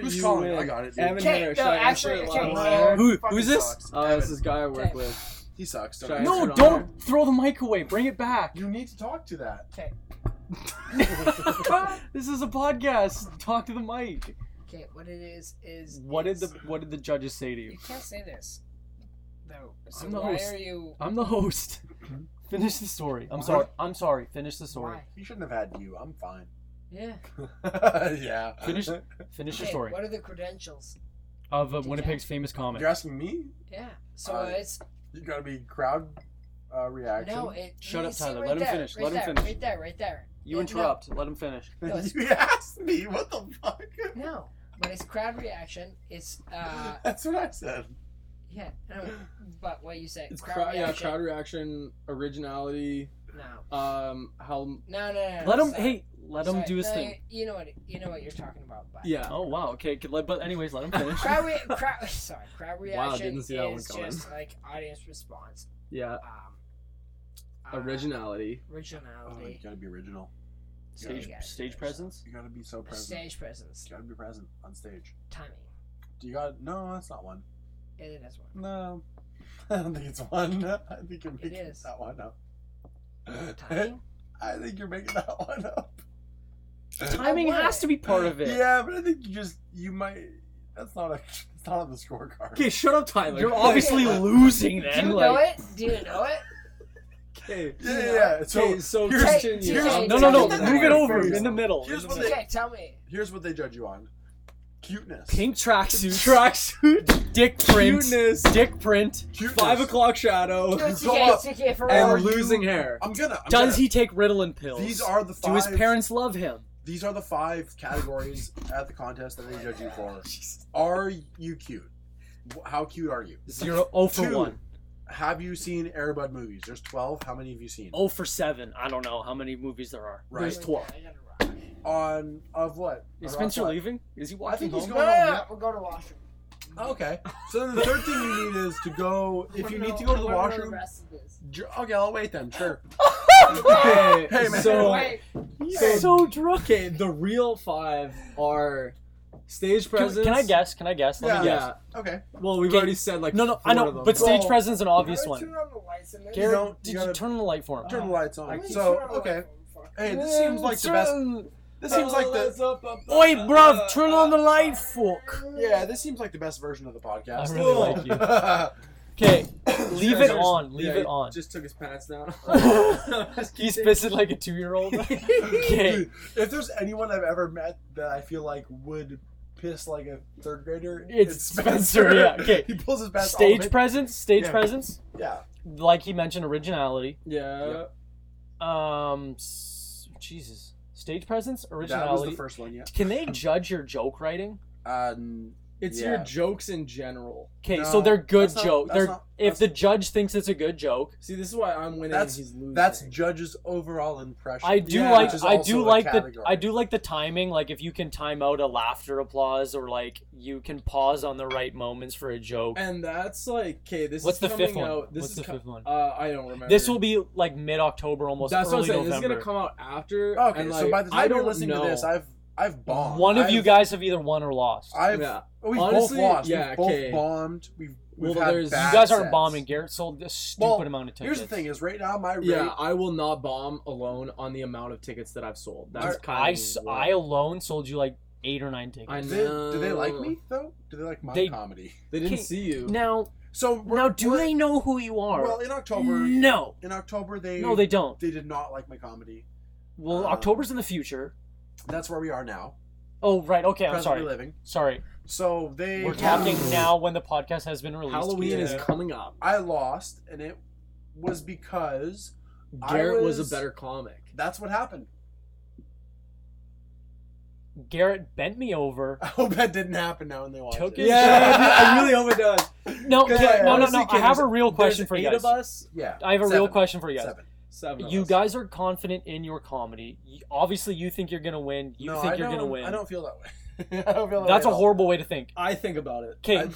S9: (laughs) Who's
S13: you
S9: calling?
S13: win.
S9: I got it, dude.
S13: Evan
S10: Okay,
S13: Harris,
S10: no,
S13: should I answer
S10: actually,
S13: it
S10: okay.
S13: live?
S9: No,
S8: Who-
S9: he fucking
S8: who's this?
S9: sucks.
S13: Uh, this is the guy I work
S10: Okay.
S13: with.
S9: He sucks.
S13: Should I
S9: Don't
S13: answer
S8: No,
S13: it on air?
S8: don't throw the mic away. Bring it
S10: (laughs)
S8: back.
S9: You need to talk to that.
S8: this is a podcast. Talk to the mic.
S10: Okay, what it is is
S8: What did
S10: is-
S8: the What did the judges say to you?
S10: you can't say this though. So
S8: I'm the
S10: why
S8: host.
S10: are you?
S8: I'm the host. Finish the story. I'm sorry. I'm sorry. Finish the story.
S10: Why?
S9: He shouldn't have had you. I'm fine. (laughs)
S10: Yeah.
S9: yeah.
S8: Finish. Finish your
S10: Okay,
S8: story
S10: What are the credentials?
S8: of uh,
S10: Did
S8: Winnipeg's famous comic.
S9: You're asking me?
S10: Yeah. So
S9: Uh,
S10: it's
S9: You gotta be crowd uh, reaction.
S10: no. It.
S8: Shut
S10: you
S8: up,
S10: see
S8: Tyler.
S10: Right
S8: Let him
S10: there,
S8: finish.
S10: Right
S8: Let him finish.
S10: there, Right there. Right there.
S8: You
S10: It- no,
S8: interrupt. Let him finish.
S10: No,
S9: (laughs)
S10: it's-
S9: you asked me. What the fuck? (laughs)
S10: No, but it's crowd reaction. It's uh
S9: That's what I said.
S10: yeah. No, but what you say?
S13: It's crowd, yeah, crowd reaction, originality,
S10: No.
S13: Um, how?
S10: No, no, no.
S8: Let
S10: no,
S8: him.
S10: sorry.
S8: Hey, let him
S10: Sorry.
S8: do his
S10: No,
S8: thing.
S10: You, you know what? You know what you're talking about. But
S13: Yeah.
S8: Oh wow. Okay. good- let- But anyways, let him finish.
S10: Crowd,
S13: (laughs)
S10: re- crowd, (laughs) sorry, crowd reaction
S13: didn't see that one
S10: is
S13: coming.
S10: just like audience response.
S13: Yeah.
S10: Um, uh,
S13: Originality.
S9: Oh, you
S10: Originality.
S9: gotta be original.
S8: Stage
S10: Yeah.
S8: Oh, stage presence.
S9: You gotta be so present.
S10: Stage presence.
S9: You gotta be present on stage.
S10: Timing.
S9: Do you got? No, that's not one.
S10: It is one.
S9: No, (laughs) I don't think it's one. (laughs) I think you're making
S10: is.
S9: that one up.
S10: Timing.
S9: (laughs) I think you're making that one up.
S8: Timing
S10: I
S8: has to be part of it.
S9: Yeah, but I think you just you might. That's not a. It's not on the scorecard.
S13: Okay, shut up, Tyler.
S9: (laughs)
S8: You're obviously losing
S10: Do
S8: then.
S10: you
S8: like,
S10: know it? Do you know it?
S13: okay.
S9: Yeah, yeah. yeah. So
S13: Okay, so
S9: here's-
S13: continue.
S10: here's-
S13: Um,
S8: No, no, no.
S10: Tell me
S8: Move it
S9: that
S8: over
S9: first.
S8: in the middle.
S9: Here's
S8: in the
S9: what
S8: middle.
S10: Okay, tell me.
S9: here's what they judge you on: cuteness.
S8: Pink tracksuit.
S13: Tracksuit.
S8: dick print.
S13: Cuteness.
S8: Dick print.
S9: Cuteness.
S13: Five o'clock shadow.
S10: Do it,
S9: Go
S10: TK,
S9: up.
S10: TK, for
S9: Are
S13: And
S9: you-
S13: (laughs) losing hair.
S9: I'm gonna. I'm
S8: Does
S9: gonna-
S8: he take Ritalin pills?
S9: These are the
S8: Do
S9: five.
S8: his parents love him?
S9: These are the five categories at the contest that they judge you for. Are you cute? Wh- How cute are you?
S8: Zero. Oh for
S9: Two.
S8: one.
S9: Have you seen Airbud movies? There's 12. How many have you seen?
S8: Oh for seven. I don't know how many movies there are.
S9: right.
S13: twelve.
S9: On of what?
S8: Is
S9: Or
S8: Spencer
S9: off what?
S8: leaving? Is he
S9: I
S8: walking
S9: think
S8: home?
S9: he's
S10: No,
S9: going
S10: no,
S9: on.
S10: no, we'll go to the washroom.
S9: Oh, okay. So then the third thing you need is to go. If you need to
S10: (laughs)
S9: go to the
S10: Remember
S9: washroom,
S10: rest of this.
S9: j- okay, I'll wait then. Sure.
S13: Okay,
S9: Hey, man.
S13: so
S10: Wait,
S8: He's so drunk.
S13: okay, the real five are stage
S8: Can,
S13: presence.
S8: can I guess? Can I guess? Let me
S13: Yeah.
S9: Yeah.
S8: guess.
S9: Okay.
S13: Well, we've
S8: Okay.
S13: already said like
S8: No, no,
S13: four
S8: I
S13: of
S8: know,
S13: them.
S8: but stage
S9: Well,
S8: presence is an obvious
S17: Why don't
S8: one.
S17: you turn on the lights in there?
S9: You
S8: Gary,
S9: don't- you
S8: did you
S9: gotta-
S8: turn the light for him?
S9: Turn the lights
S17: Why
S9: on.
S17: don't you
S9: So
S17: turn on the
S9: okay.
S17: lights in there? Fuck.
S9: Hey, this seems like the best. This seems like the.
S8: Oi, bruv, turn on the light, fuck.
S9: Yeah, this seems like the best version of the podcast.
S8: I really like you.
S9: (laughs)
S8: Okay, leave
S13: Spencer's-
S8: it on. Leave
S13: yeah,
S8: it
S13: he
S8: on.
S13: Just took his
S8: (laughs)
S13: pants down.
S8: He's pissing like a
S9: (laughs)
S8: two-year-old. Okay.
S9: Dude, if there's anyone I've ever met that I feel like would piss like a third grader,
S8: It's Spencer, yeah, okay.
S9: (laughs) he pulls his best. all of
S8: Stage
S9: it.
S8: presence. Stage
S9: Yeah.
S8: presence.
S9: Yeah.
S8: Like he mentioned, originality.
S13: yeah.
S8: Um, s- Jesus. Stage presence,
S9: That was the
S8: originality.
S9: first one. Yeah.
S8: Can they judge your joke writing?
S9: Um,
S13: It's
S9: Yeah.
S13: your jokes in general.
S8: Okay,
S9: No,
S8: so they're good
S9: that's not-
S8: joke.
S9: that's
S8: They're
S9: not-
S8: if
S9: that's-
S8: the judge thinks it's a good joke.
S13: See, this is why I'm winning.
S9: That's-
S13: and he's losing.
S9: that's judge's overall impression.
S8: I do
S13: Yeah,
S8: like
S9: which is
S8: I
S9: also
S8: do
S9: a
S8: like the
S9: category.
S8: I do like the timing. Like if you can time out a laughter applause or like you can pause on the right moments for a joke.
S13: and that's like okay. This
S8: What's
S13: is
S8: the
S13: coming
S8: fifth one?
S13: out. This
S8: What's
S13: is
S8: the
S13: co-
S8: fifth one?
S13: Uh, I don't remember.
S8: This will be like mid October, almost
S13: That's what I'm
S8: early
S13: saying. This is
S8: November.
S13: gonna come out after.
S9: Okay,
S13: and,
S9: so
S13: like,
S9: by the
S13: I
S9: time
S13: don't
S9: you're listening
S13: know.
S9: to this, I've I've bombed.
S8: One of
S9: I've-
S8: you guys have either won or lost.
S9: I've
S13: Yeah.
S9: we've
S13: Honestly,
S9: both lost.
S13: yeah,
S9: we've both
S13: okay.
S9: bombed. We've we've
S13: Well,
S9: had
S13: there's- you
S8: you
S9: bad
S8: guys aren't
S9: sets.
S8: bombing. Garrett sold a stupid
S9: Well,
S8: amount of tickets.
S9: Here's the thing: is right now my rate.
S13: Yeah, I will not bomb alone on the amount of tickets that I've sold. That's
S9: Dude,
S13: kind
S8: I,
S13: of
S8: s-
S13: what-
S8: I alone sold you like eight or nine tickets.
S13: I
S9: Do
S13: know.
S9: they, do they like me though? Do they like my
S8: They-
S9: comedy?
S13: They didn't
S8: Okay,
S13: see you.
S8: Now,
S9: So we're-
S8: now, do
S9: we're-
S8: they know who you are?
S9: Well, in October,
S8: no,
S9: in October they
S8: no, they don't.
S9: they did not like my comedy.
S8: Well,
S9: Uh,
S8: October's in the future.
S9: That's where we are now.
S8: Oh, right. Okay, I'm
S9: presently
S8: sorry.
S9: living.
S8: Sorry,
S9: So they
S8: we're
S9: yeah,
S8: talking now when the podcast has been released.
S13: Halloween
S8: because-
S13: is coming up.
S9: I lost, and it was because I
S13: Garrett was,
S9: was-
S13: a
S9: (laughs)
S13: better comic.
S9: that's what happened.
S8: Garrett bent me over.
S9: I hope that didn't happen now when they watch
S8: Took
S9: it. (laughs)
S8: his- Yeah,
S13: I really hope it does.
S8: No,
S13: Because,
S8: Garrett- no,
S13: like,
S8: no,
S13: honestly,
S8: no. I
S13: kids,
S8: have a real question
S13: There's
S8: for you
S13: eight
S8: guys.
S13: of us.
S9: Yeah.
S8: I have a real
S9: Seven.
S8: question for you guys.
S9: Seven.
S13: Seven. of
S8: You
S13: us.
S8: guys are confident in your comedy. You- obviously, you think you're gonna win. You
S9: no,
S8: think
S9: I
S8: you're gonna
S9: don't-
S8: win.
S9: I don't feel that way. (laughs) I don't feel that
S8: That's
S9: way
S8: a
S9: at all.
S8: horrible way to think.
S13: I think about it.
S8: Okay,
S9: I-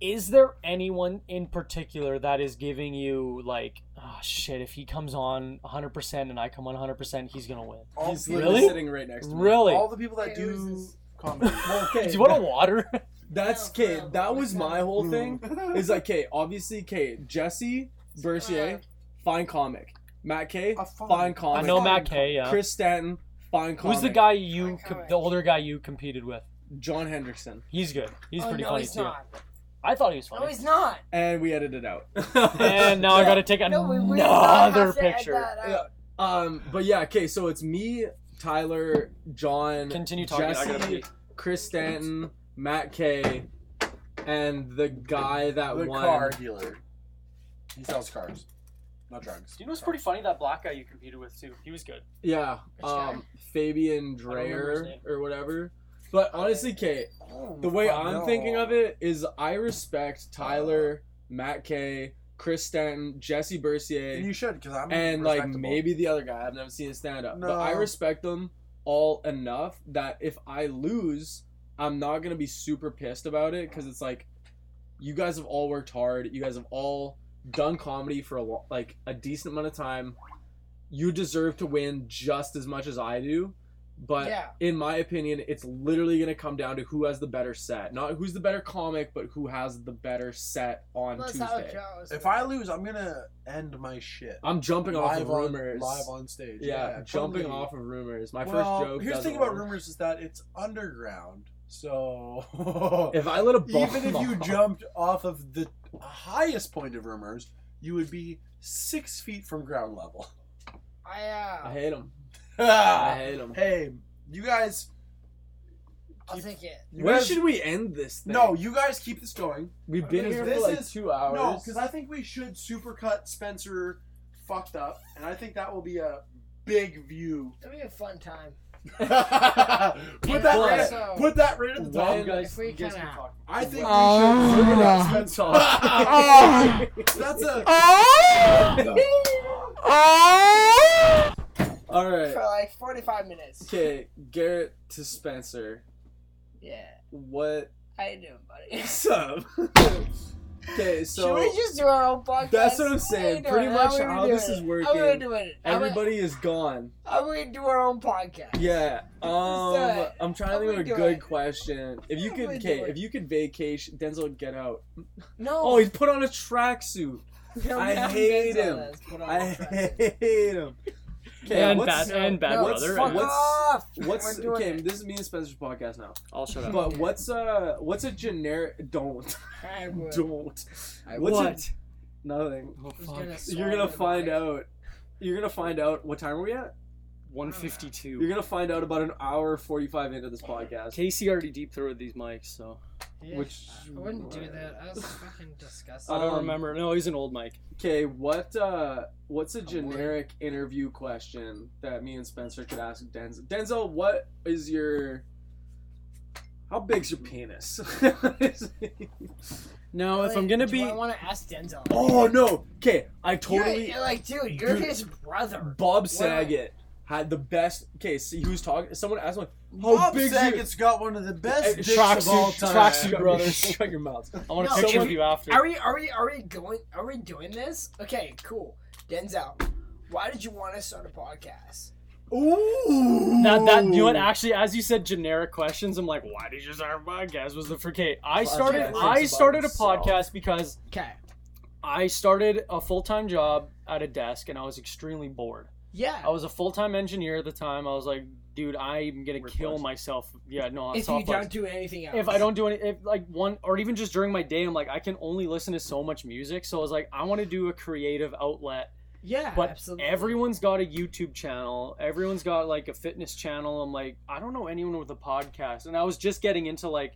S8: is there anyone in particular that is giving you like, oh shit, if he comes on 100% and I come on 100%, he's gonna win.
S9: All,
S13: He's
S9: people-
S13: literally
S8: Really?
S13: sitting right next to me.
S8: Really?
S9: all the people that
S17: Hey, who's
S9: do
S17: this?
S9: comedy. Well,
S13: Okay.
S8: Do you want a (laughs) water?
S13: That's
S17: Yeah,
S13: okay.
S17: yeah,
S13: That
S17: we
S13: was
S17: can.
S13: my
S9: Mm.
S13: whole thing. Is like okay, obviously okay. Jesse Bercier, fine comic. Matt K,
S9: A Oh, fine-
S13: fine
S8: I
S13: comic.
S8: know Matt K. Yeah.
S13: Chris Stanton, fine comic.
S8: Who's the guy you,
S17: Fine
S8: com-
S17: comic.
S8: the older guy you competed with?
S13: John Hendrickson.
S8: He's good. He's
S10: oh,
S8: pretty
S10: no,
S8: funny
S10: he's
S8: too.
S10: not.
S8: I thought he was
S10: No,
S8: funny.
S10: he's not.
S13: And we edited out.
S8: (laughs) and now I gotta take
S10: (laughs) No, we, we
S8: another
S10: have to add
S8: picture.
S10: that out.
S13: (laughs) Um, but yeah, okay, so it's me, Tyler, John,
S10: uh,
S8: Continue talking. I gotta
S13: Jesse,
S8: pee.
S13: Chris Stanton, Matt K, and the guy that
S9: the
S13: won.
S9: car dealer. He sells cars, not drugs.
S8: You know what's pretty funny? That black guy you competed with too. He was good.
S13: Yeah,
S10: Which guy?
S13: um, Fabian
S8: remember his
S13: Dreyer
S8: name.
S13: or whatever. But honestly, Kate, the way I'm thinking of it is I respect Tyler, Matt K, Chris Stanton, Jesse Bercier,
S9: And you should, because I'm
S13: and like
S9: respectable.
S13: maybe the other guy. I've never seen his stand up, but I
S9: No.
S13: respect them all enough that if I lose, I'm not gonna be super pissed about it because it's like, you guys have all worked hard. You guys have all done comedy for a lo- like a decent amount of time. You deserve to win just as much as I do. But
S10: Yeah.
S13: in my opinion, it's literally gonna come down to who has the better set, not who's the better comic, but who has the better set on
S10: Well, that's how it
S13: Tuesday.
S10: goes.
S9: If I lose, I'm gonna end my shit.
S13: I'm jumping off of
S9: live on,
S13: rumors.
S9: live on stage.
S13: Yeah, jumping
S9: totally.
S13: off of rumors. My
S9: Well,
S13: first joke.
S9: Here's the
S13: doesn't
S9: thing about
S13: work.
S9: rumors is that it's underground,
S13: (laughs)
S9: so
S13: If I let a bomb
S9: even if you
S13: (laughs) off-
S9: jumped off of the highest point of rumors, you would be six feet from ground
S8: (laughs)
S9: level. (laughs)
S10: I, uh,
S13: I hate him. I
S9: hey,
S13: hate him.
S9: you guys.
S10: I'll take it.
S9: You
S13: Where
S9: guys-
S13: should we end this? Thing?
S9: No, you guys keep this going.
S13: we've been here for
S9: this
S13: like
S9: is-
S13: two hours.
S9: No, because I think we should supercut Spencer fucked up, and I think that will be a big view. (laughs)
S10: It'll be a fun time.
S9: put that right. at-
S10: also-
S9: Put that right at the top.
S13: When-
S10: If we can, uh,
S9: I think
S13: (laughs) We're
S9: we should.
S13: gonna keep
S9: (laughs) Oh. That's
S13: (laughs)
S9: a. Oh!
S13: talking. (laughs) All
S10: for
S13: right.
S10: like 45 minutes.
S13: Okay, Garrett to Spencer.
S10: Yeah.
S13: What?
S10: How you doing, buddy? (laughs)
S13: Sup? (laughs) okay, so
S10: Should we just do our own podcast?
S13: that's what I'm
S10: How
S13: saying.
S10: you doing?
S13: Pretty much
S10: are we
S13: how this
S10: doing
S13: is
S10: it? How are we
S13: working.
S10: doing it? How we-
S13: everybody is gone.
S10: How we do our own podcast?
S13: Yeah. Um,
S10: that?
S13: I'm
S10: How
S13: trying to
S10: we
S13: think of a
S10: doing?
S13: good question. If you
S10: How
S13: could,
S10: we
S13: okay,
S10: doing?
S13: if you could vacation, Denzel, get out. Oh,
S10: No.
S13: he's put on a tracksuit. (laughs) I hate him.
S10: Oh,
S13: I hate him. Okay,
S8: and
S13: what's,
S8: bad and bad
S10: No,
S13: what's-
S8: brother.
S13: fuck
S8: and-
S13: what's-
S10: off.
S13: what's
S10: We're doing
S13: okay?
S10: it.
S13: This is me and Spencer's podcast now.
S8: I'll shut up.
S13: But what's uh, what's a generic? Don't, (laughs)
S10: I would.
S13: don't.
S10: I
S13: What's
S8: what?
S13: A, nothing.
S10: He's gonna swallow
S13: You're gonna
S10: the
S13: find
S10: mic.
S13: out. You're gonna find out. What time are we at?
S8: 152.
S13: You're gonna find out about an hour forty-five into this podcast.
S8: Casey already deep throated these mics, so
S10: Yeah.
S13: Which
S10: I wouldn't do that. I was fucking disgusting.
S8: I don't
S13: Um,
S8: remember. No, he's an old mic.
S13: Okay, what uh what's a generic interview question that me and Spencer could ask Denzel? Denzel, what is your how big's your penis? (laughs)
S8: No, if
S10: Like,
S8: I'm gonna
S10: do
S8: be,
S10: I want to ask Denzel.
S13: oh no. Okay, I
S10: Totally.
S13: totally
S10: You're, like, dude, you're
S13: Dude.
S10: his brother.
S13: Bob Saget had the best Okay, see he was talking someone asked him how
S9: Bob
S13: big's your
S9: Saget's got one of the best dicks of all
S13: tracksuit
S9: time. (laughs)
S13: tracksuit brothers shut your mouth.
S8: I want
S10: No,
S8: to picture
S10: if
S8: of you after.
S10: Are we? Are we? Are we going? Are we doing this? Okay, cool. Denzel, why did you want to start a podcast?
S9: Ooh.
S8: That, that you know what? Actually, as you said, generic questions. I'm like, why did you start a podcast? Was the for okay? I started.
S10: thinks
S8: I
S13: about
S8: started a
S13: himself.
S8: podcast because
S10: Okay.
S8: I started a full time job at a desk, and I was extremely bored.
S10: Yeah.
S8: I was a full time engineer at the time. I was like, dude, I'm gonna kill myself. Yeah, no, I'm
S10: if you
S8: soft
S10: don't do anything else.
S8: if I don't do any, if like one, or even just during my day, I'm like, I can only listen to so much music. So I was like, I want to do a creative outlet.
S10: Yeah.
S8: But
S10: absolutely.
S8: everyone's got a YouTube channel. Everyone's got like a fitness channel. I'm like, I don't know anyone with a podcast. And I was just getting into like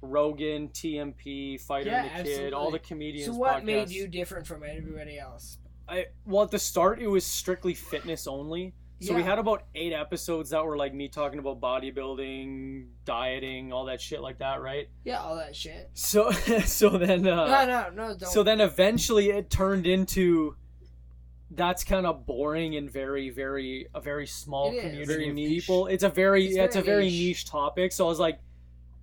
S8: Rogan, TMP, Fighter
S10: Yeah,
S8: and the Kid, all
S10: absolutely.
S8: the comedians.
S10: So what made
S8: podcasts.
S10: you different from everybody else?
S8: I, well, at the start, it was strictly fitness only. So we
S10: Yeah.
S8: had about eight episodes that were like me talking about bodybuilding, dieting, all that shit like that, right?
S10: Yeah, all that shit.
S8: So, (laughs) so then, uh,
S10: no, no, no. Don't.
S8: so then eventually it turned into that's kind of boring and very very a very small
S10: It is.
S8: community
S13: Very
S8: of
S13: niche.
S8: people it's a very
S10: It's
S8: yeah, it's
S10: very
S8: a very
S10: niche.
S8: niche topic so i was like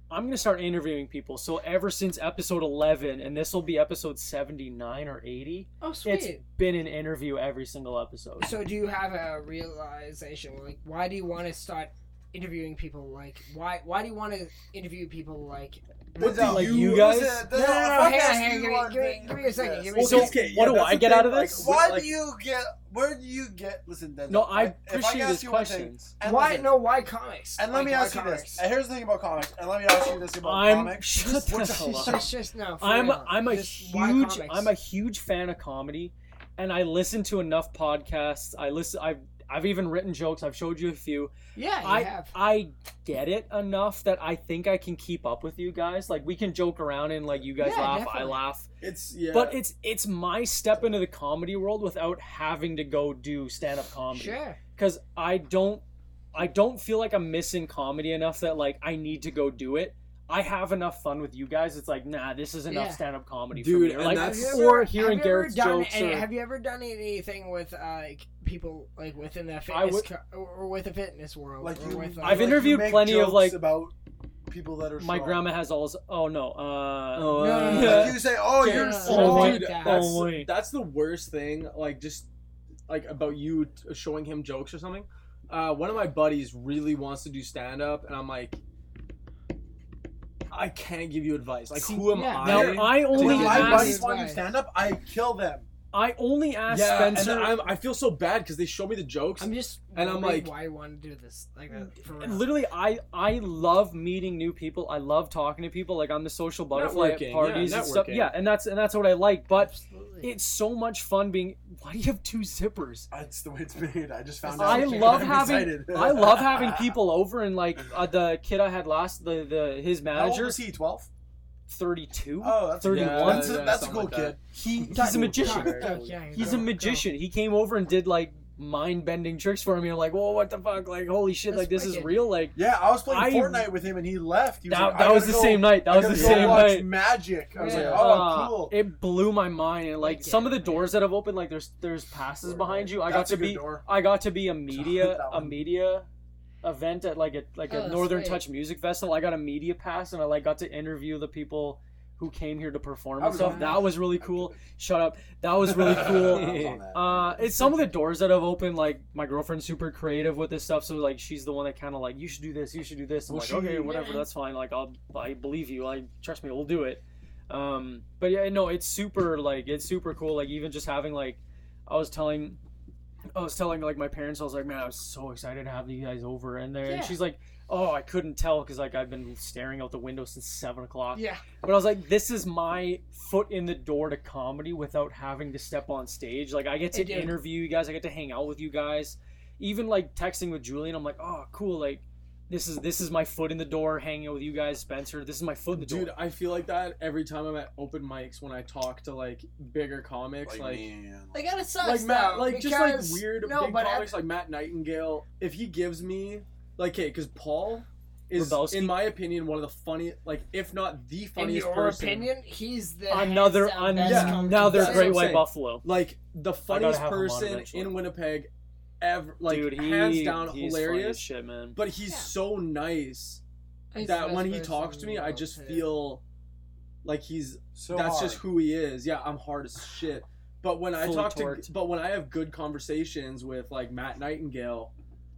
S8: i'm gonna start interviewing people so ever since episode 11 and this will be episode 79 or 80
S10: oh sweet.
S8: it's been an interview every single episode
S10: So do you have a realization like why do you want to start interviewing people like why why do you want to interview people like
S9: What do
S8: Like
S9: you,
S8: you
S9: what is
S8: guys?
S9: it?
S10: no, no,
S9: That's a
S10: no, hang on,
S9: podcast
S10: hang on,
S9: you
S10: give me-
S9: are
S10: give me-
S9: doing
S10: give me a second,
S9: this.
S10: give me a
S8: so
S10: okay,
S8: what do
S13: that's
S8: i
S13: the
S8: get
S13: thing,
S8: out of
S13: like,
S8: this
S9: Why
S13: like-
S9: do you get? Where do you get? Listen, Denzel.
S8: no i
S9: if
S8: appreciate
S9: ask
S8: his
S9: you one thing,
S8: questions
S9: and
S10: why
S9: listen,
S10: no why comics
S9: And let
S10: Like,
S9: me
S10: why
S9: ask you
S10: comics?
S9: this. And here's the thing about comics. And let me ask you this about
S8: i'm
S9: comics.
S8: shut the
S9: What's-
S8: hell up.
S10: just, just no for
S8: I'm
S10: real.
S8: I'm a
S10: Just why
S8: huge
S10: comics?
S8: I'm a huge fan of comedy, and I listen to enough podcasts. I listen. I've I've even written jokes. I've showed you a few.
S10: yeah you
S8: I
S10: have
S8: I get it enough that I think I can keep up with you guys. Like we can joke around and like you guys
S10: Yeah,
S8: laugh, I
S10: definitely.
S8: laugh.
S13: It's yeah.
S8: But it's it's my step into the comedy world without having to go do stand up comedy
S10: sure
S8: because I don't I don't feel like I'm missing comedy enough that like I need to go do it. I have enough fun with you guys. It's like, nah, this is enough
S10: Yeah.
S8: stand-up comedy
S13: Dude,
S8: for me.
S13: and
S8: Like,
S13: that's- Have
S8: or
S10: Have
S8: hearing
S10: you ever
S8: Garrett's
S10: done
S8: jokes.
S10: any-
S8: or-
S10: Have you ever done anything with uh, like people like within the
S8: I
S10: fitness
S8: would-
S10: co- or- or with the fitness world?
S9: Like
S10: or
S9: you-
S10: with,
S8: I've
S9: Like, you
S8: interviewed
S9: make
S8: plenty of,
S9: jokes
S8: like-
S9: about people that are.
S8: my
S9: strong.
S8: grandma has all. Oh no. Uh,
S13: Oh,
S10: No,
S13: uh,
S10: no,
S9: Like you say, oh,
S10: Yeah.
S9: you're
S10: Yeah.
S9: so.
S10: Yeah.
S13: dude,
S10: like that.
S13: that's,
S8: Oh, wait.
S13: that's the worst thing. Like just like about you t- showing him jokes or something. Uh, one of my buddies really wants to do stand up, and I'm like, I can't give you advice. Like, who am
S10: yeah.
S13: I?
S8: Now I
S9: When
S8: only
S10: Dude,
S9: my
S10: ask-
S9: buddies
S8: asked,
S9: want to
S10: Right.
S9: stand up, I kill them.
S8: I only asked
S13: yeah,
S8: Spencer.
S13: and then I'm, I feel so bad because they show me the jokes.
S10: I'm just
S13: And I'm
S10: wondering
S13: like-
S10: why you want to do this like that for real.
S8: And literally i i love meeting new people i love talking to people like i'm the social butterfly
S13: Networking,
S8: at parties
S13: yeah,
S8: and stuff
S13: networking.
S8: yeah and that's and that's what i like but
S10: Absolutely.
S8: it's so much fun being why do you have two zippers
S9: That's the way it's made. I just found out.
S8: i love
S9: I'm
S8: having
S9: excited.
S8: (laughs) i
S9: (laughs)
S8: love having people over and like uh, the kid i had last the the his
S9: How old
S8: manager
S9: was he? Twelve.
S8: 32
S9: Oh, that's
S8: 31
S13: Yeah,
S9: That's,
S13: yeah,
S9: a, that's a
S13: something
S9: cool
S13: like
S9: kid.
S13: that.
S8: he (laughs) he's a magician
S10: Go, yeah,
S8: he's
S10: go,
S8: a
S10: go.
S8: magician he came over and did like mind-bending tricks for me i'm like whoa what the fuck like holy shit
S10: That's
S8: like this is
S10: wicked.
S8: real like
S9: Yeah, I was playing
S8: I-
S9: Fortnite with him, and he left. He was like,
S8: that,
S9: "I
S8: that was
S9: gotta
S8: the
S9: go-
S8: same night that
S9: I
S8: was
S9: gotta
S8: the
S9: go
S8: same
S9: watch
S8: night
S9: Magic. I was
S10: Yeah.
S9: like, oh,
S8: Uh,
S9: cool.
S8: It blew my mind, and like
S10: Like,
S8: some of the
S10: yeah,
S8: doors that have opened, like there's there's passes behind you. I got
S9: That's
S8: to
S9: a good
S8: be
S9: door.
S8: I got to be a media
S9: (laughs) That
S8: a
S9: one.
S8: media event at like a like
S10: Oh,
S8: a
S10: that's
S8: Northern
S10: great.
S8: Touch Music Festival. I got a media pass, and I like got to interview the people who came here to perform
S9: I
S8: and
S9: was
S8: stuff.
S9: on that.
S8: That was really cool. Shut up. That
S9: (laughs)
S8: was really
S9: I was
S8: cool.
S9: on that.
S8: Uh, it's some of the doors that have opened. Like my girlfriend's super creative with this stuff, so like she's the one that kind of like you should do this, you should do this. I'm
S9: Well,
S8: like
S9: she-
S8: okay, whatever, that's fine. Like I'll I believe you. I trust me, we'll do it. Um, but yeah, no, it's super like it's super cool. Like even just having like I was telling. I was telling like my parents, I was like, man, I was so excited to have you guys over in there.
S10: Yeah.
S8: And she's like, oh, I couldn't tell because like I've been staring out the window since seven o'clock.
S10: Yeah.
S8: But I was like, this is my foot in the door to comedy without having to step on stage. Like I get to
S10: I do.
S8: interview you guys, I get to hang out with you guys. Even like texting with Julian, I'm like, oh cool, like this is this is my foot in the door hanging out with you guys, Spencer. This is my foot in the door.
S13: Dude, I feel like that every time I'm at open mics when I talk to like bigger comics, like
S9: man.
S10: Like that sucks
S13: like Matt,
S10: though,
S13: like just
S10: because-
S13: like weird
S10: no,
S13: big
S10: but
S13: comics like Matt Nightingale. If he gives me like, okay, because Paul is,
S8: Rebelski?
S13: in my opinion, one of the funniest, like if not the
S10: in
S13: funniest
S10: your
S13: person.
S10: opinion, he's the
S8: another
S10: hands down
S8: an-
S10: best
S13: Yeah.
S10: comedian.
S8: another
S13: That's what
S8: great
S13: I'm
S8: white
S13: saying.
S8: buffalo.
S13: Like the funniest
S8: have him on
S13: person
S8: eventually.
S13: in Winnipeg, ever. Like
S8: Dude, he,
S13: hands down,
S8: he's Funny as
S13: hilarious.
S8: shit, man.
S13: But he's
S10: Yeah.
S13: so nice
S10: He's the
S13: that
S10: best
S13: when he
S10: person
S13: talks
S10: in
S13: to
S10: the
S13: me, I
S10: world,
S13: just
S10: too.
S13: feel like he's
S9: So
S13: that's
S9: hard.
S13: just who he is. Yeah, I'm hard as shit. But when I
S8: Fully
S13: talk
S8: torqued.
S13: to, but when I have good conversations with like Matt Nightingale,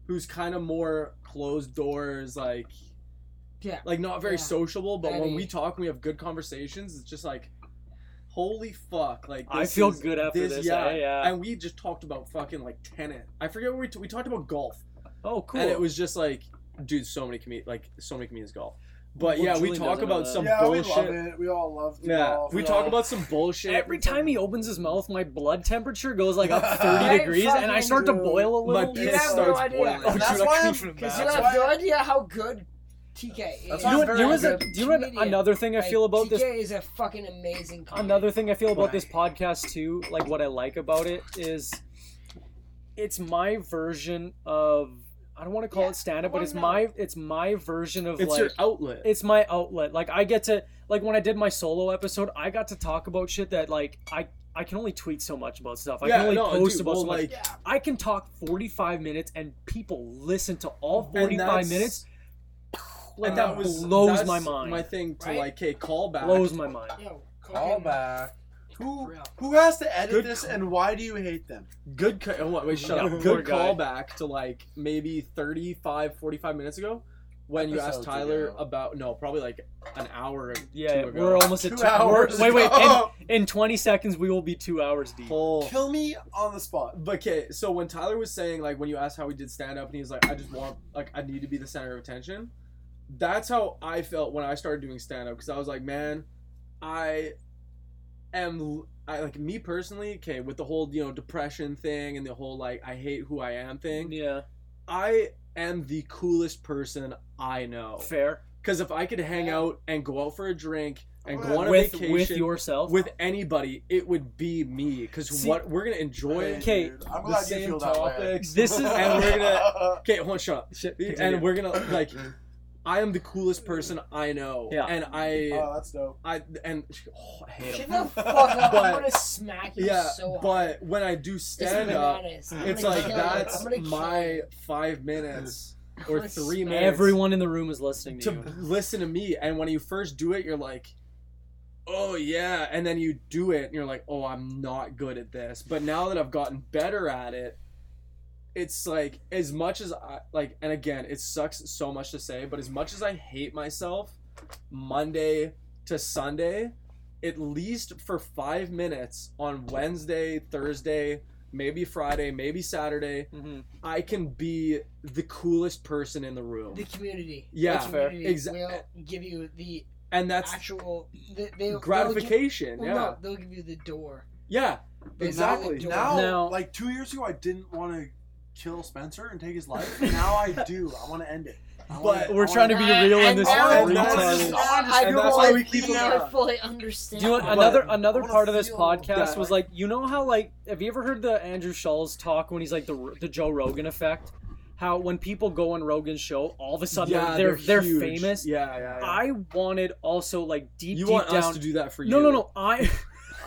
S13: who's kind of more closed doors, like
S10: Yeah.
S13: like not very
S10: Yeah.
S13: sociable. But when
S10: Eddie.
S13: we talk, and we have good conversations. It's just like, holy fuck! Like
S8: I
S13: this
S8: feel
S13: is-
S8: good after this. Yeah, yeah.
S13: And we just talked about fucking like tenant. I forget what we t- we talked about golf,
S8: oh, cool.
S13: and it was just like, dude, so many comed like so many comedians golf.
S8: Well,
S13: But yeah, we
S8: Julian
S13: talk
S8: doesn't know
S13: about
S8: that.
S13: some
S9: yeah, we
S13: bullshit.
S9: love it. We all love. the
S13: Yeah,
S9: golf.
S13: we
S9: all-
S13: talk about some bullshit.
S8: Every time he opens his mouth, my blood temperature goes like up
S13: (laughs)
S8: 30
S10: I
S8: degrees, and I
S10: fucking
S8: start to
S10: do.
S8: boil a
S13: my
S8: little.
S13: piss
S10: have no
S13: starts
S10: idea.
S13: boiling.
S8: Oh, dude,
S9: That's
S8: I
S9: why
S8: came
S9: I'm-
S8: from
S10: Because
S8: that.
S10: you
S9: That's
S10: have
S9: why
S10: no
S9: I-
S10: idea how good TK
S9: That's
S8: You
S10: is.
S8: know,
S9: why
S8: what-
S9: I'm
S8: you know
S9: very
S8: what's a-
S9: good
S8: do you know what
S10: comedian.
S8: another thing I
S10: Like,
S8: feel about
S10: TK
S8: this?
S10: is a fucking amazing comic.
S8: Another thing I feel about this podcast too, like what I like about it is, it's my version of I don't want to call
S10: Yeah,
S8: it stand up, but
S10: I wanna
S8: it's
S10: know.
S8: my it's my version of
S13: it's
S8: like
S13: your outlet.
S8: it's my outlet. Like I get to like when I did my solo episode, I got to talk about shit that like I I can only tweet so much about stuff. I
S13: Yeah,
S8: can only
S13: no,
S8: post
S13: dude,
S8: about
S13: well,
S8: so much.
S13: like-
S10: Yeah.
S8: I can talk 45 minutes and people listen to all
S13: And
S8: 45
S13: that's-
S8: minutes. Like
S13: and
S8: that,
S13: that was
S8: blows
S13: that's
S8: my mind.
S13: My thing to
S10: Right?
S13: like, hey, call back.
S8: blows my mind.
S10: Yo,
S9: Call
S10: fucking-
S9: back. Who
S10: Real.
S9: who has to edit
S13: Good
S9: this,
S13: call.
S9: and why do you hate them?
S13: Good, co- oh, what, wait, shut
S8: Yeah, (laughs)
S13: up.
S8: poor
S13: Good
S8: guy.
S13: callback to like maybe 35, 45 minutes ago when you asked
S9: Episodes
S13: Tyler
S9: ago.
S13: about no, probably like an hour. or
S8: Yeah,
S13: two ago.
S8: we're almost at
S9: Two
S8: two
S9: hours
S8: hours. Wait, wait. In,
S9: ago.
S8: in 20 seconds, we will be two hours deep.
S9: (laughs)
S13: Whole-
S9: Kill me on the spot.
S13: But okay, so when Tyler was saying like when you asked how he did stand up and he was like, I just want like I need to be the center of attention. That's how I felt when I started doing stand up because I was like, man, I am I like me personally. Okay, with the whole you know depression thing and the whole like I hate who I am thing.
S8: Yeah,
S13: I am the coolest person I know
S8: fair.
S13: because if I could hang out and go out for a drink and go on a
S8: Oh, With
S13: vacation
S8: with yourself.
S13: with anybody, it would be me because
S8: See-
S13: what we're gonna enjoy.
S8: Okay,
S9: Dude, I'm
S13: the
S9: glad you
S13: same
S9: feel that way.
S13: topics.
S8: This is-
S13: and we're gonna okay. Hold on, shut up.
S8: Shit,
S13: And we're gonna like, I am the coolest person I know.
S8: Yeah.
S13: And I,
S9: (laughs) Oh, that's dope.
S13: I and oh, I hate
S10: Shut
S13: him. (laughs)
S10: the fuck up.
S13: But-
S10: I'm gonna smack you
S13: Yeah,
S10: so hard.
S13: but when I do
S10: Just
S13: stand
S10: being
S13: up,
S10: honest. I'm
S13: it's
S10: gonna
S13: like
S10: kill you.
S13: that's
S10: I'm gonna kill
S13: my
S10: you.
S13: five minutes or
S10: gonna
S13: three
S10: smack
S13: minutes.
S8: Everyone in the room is listening to,
S13: to
S8: you.
S13: listen to me. And when you first do it, you're like, oh yeah. And then you do it and you're like, oh, I'm not good at this. But now that I've gotten better at it, it's like, as much as I like, and again, it sucks so much to say, but as much as I hate myself, Monday to Sunday, at least for five minutes on Wednesday, Thursday, maybe Friday, maybe Saturday,
S8: Mhm.
S13: I can be the coolest person in the room.
S10: The community.
S13: Yeah,
S10: the
S13: That's
S8: fair.
S10: community
S13: Exa-
S10: will give you the
S13: and that's
S10: actual they, they, They'll
S13: gratification.
S10: give,
S13: yeah.
S10: well, no, they'll give you the door.
S13: Yeah.
S10: They'll
S9: Exactly.
S10: give you the
S9: Now,
S10: door.
S8: Now-
S9: like two years ago, I didn't want to kill Spencer and take his life. now I do. I want to end it. I wanna-
S13: But
S8: We're
S9: I
S8: trying to be
S9: wanna-
S10: And-
S8: real in
S10: and
S8: this
S10: now-
S9: and that's
S8: retarded-
S9: just-
S10: I,
S13: And that's why we keep
S10: fully-
S13: them
S10: I
S13: out.
S10: fully understand.
S8: Do you know
S13: But-
S8: what, another another
S9: I wanna
S8: part of this
S9: feel
S8: podcast
S13: that.
S8: was like you know how like have you ever heard the Andrew Schulz talk when he's like the the Joe Rogan effect? How when people go on Rogan's show, all of a sudden
S13: yeah,
S8: they're they're,
S13: huge.
S8: famous.
S13: Yeah, yeah. yeah.
S8: I wanted also like deep
S13: you
S8: deep
S13: want
S8: down.
S13: us to do that for you?
S8: no, no, no. I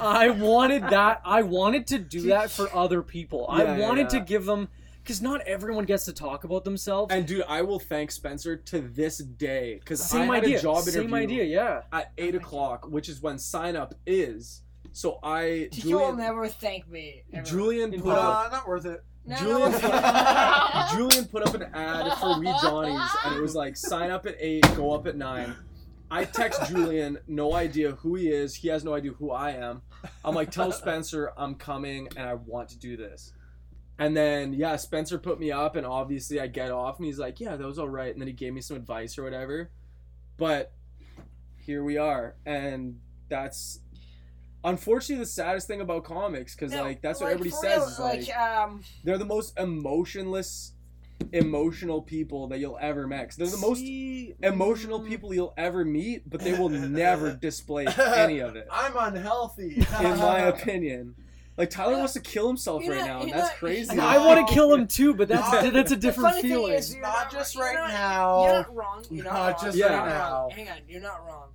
S8: I wanted that. I wanted to do that
S13: (laughs)
S8: for other people.
S13: Yeah,
S8: I
S13: yeah,
S8: wanted
S13: yeah.
S8: to give them because not everyone gets to talk about themselves.
S13: And dude, I will thank Spencer to this day because I
S8: same
S13: had
S8: idea.
S13: a job interview
S8: same idea. Yeah.
S13: at eight o'clock, which is when sign up is. So I
S10: You will
S13: Julian,
S10: never thank me. ever.
S13: Julian
S8: In
S13: put up
S9: Uh, not worth it.
S10: No,
S13: Julian,
S10: no,
S13: put, Julian put up an ad for We Johnnies, and it was like sign up at eight, go up at nine. I text Julian, no idea who he is. He has no idea who I am. I'm like, tell Spencer I'm coming and I want to do this. And then yeah, Spencer put me up, and obviously I get off, and he's like, yeah, that was all right. And then he gave me some advice or whatever. But here we are, and that's unfortunately the saddest thing about comics because
S10: No,
S13: like that's what everybody
S10: for
S13: says
S10: real,
S13: is
S10: like, um,
S13: they're the most emotionless, emotional people that you'll ever meet. 'Cause They're the most
S8: See, mm.
S13: emotional people you'll ever meet, but
S8: (laughs)
S13: they will never display any of it,
S9: I'm unhealthy.
S13: in
S9: (laughs)
S8: (laughs)
S13: my opinion. Like Tyler wants to kill himself
S10: You know-
S13: right now, and
S10: you
S13: that's
S10: know- (laughs)
S13: crazy.
S8: I want to kill him too, but that's
S9: No.
S8: that's a
S10: the
S8: different
S10: funny
S8: feeling.
S10: thing is, you're
S9: Not just
S10: you're
S9: right
S10: not-
S9: now.
S10: You're not wrong. You're not,
S9: Not
S10: wrong.
S9: just
S10: you're
S13: right
S10: not
S9: now.
S10: wrong. Hang on, you're not wrong.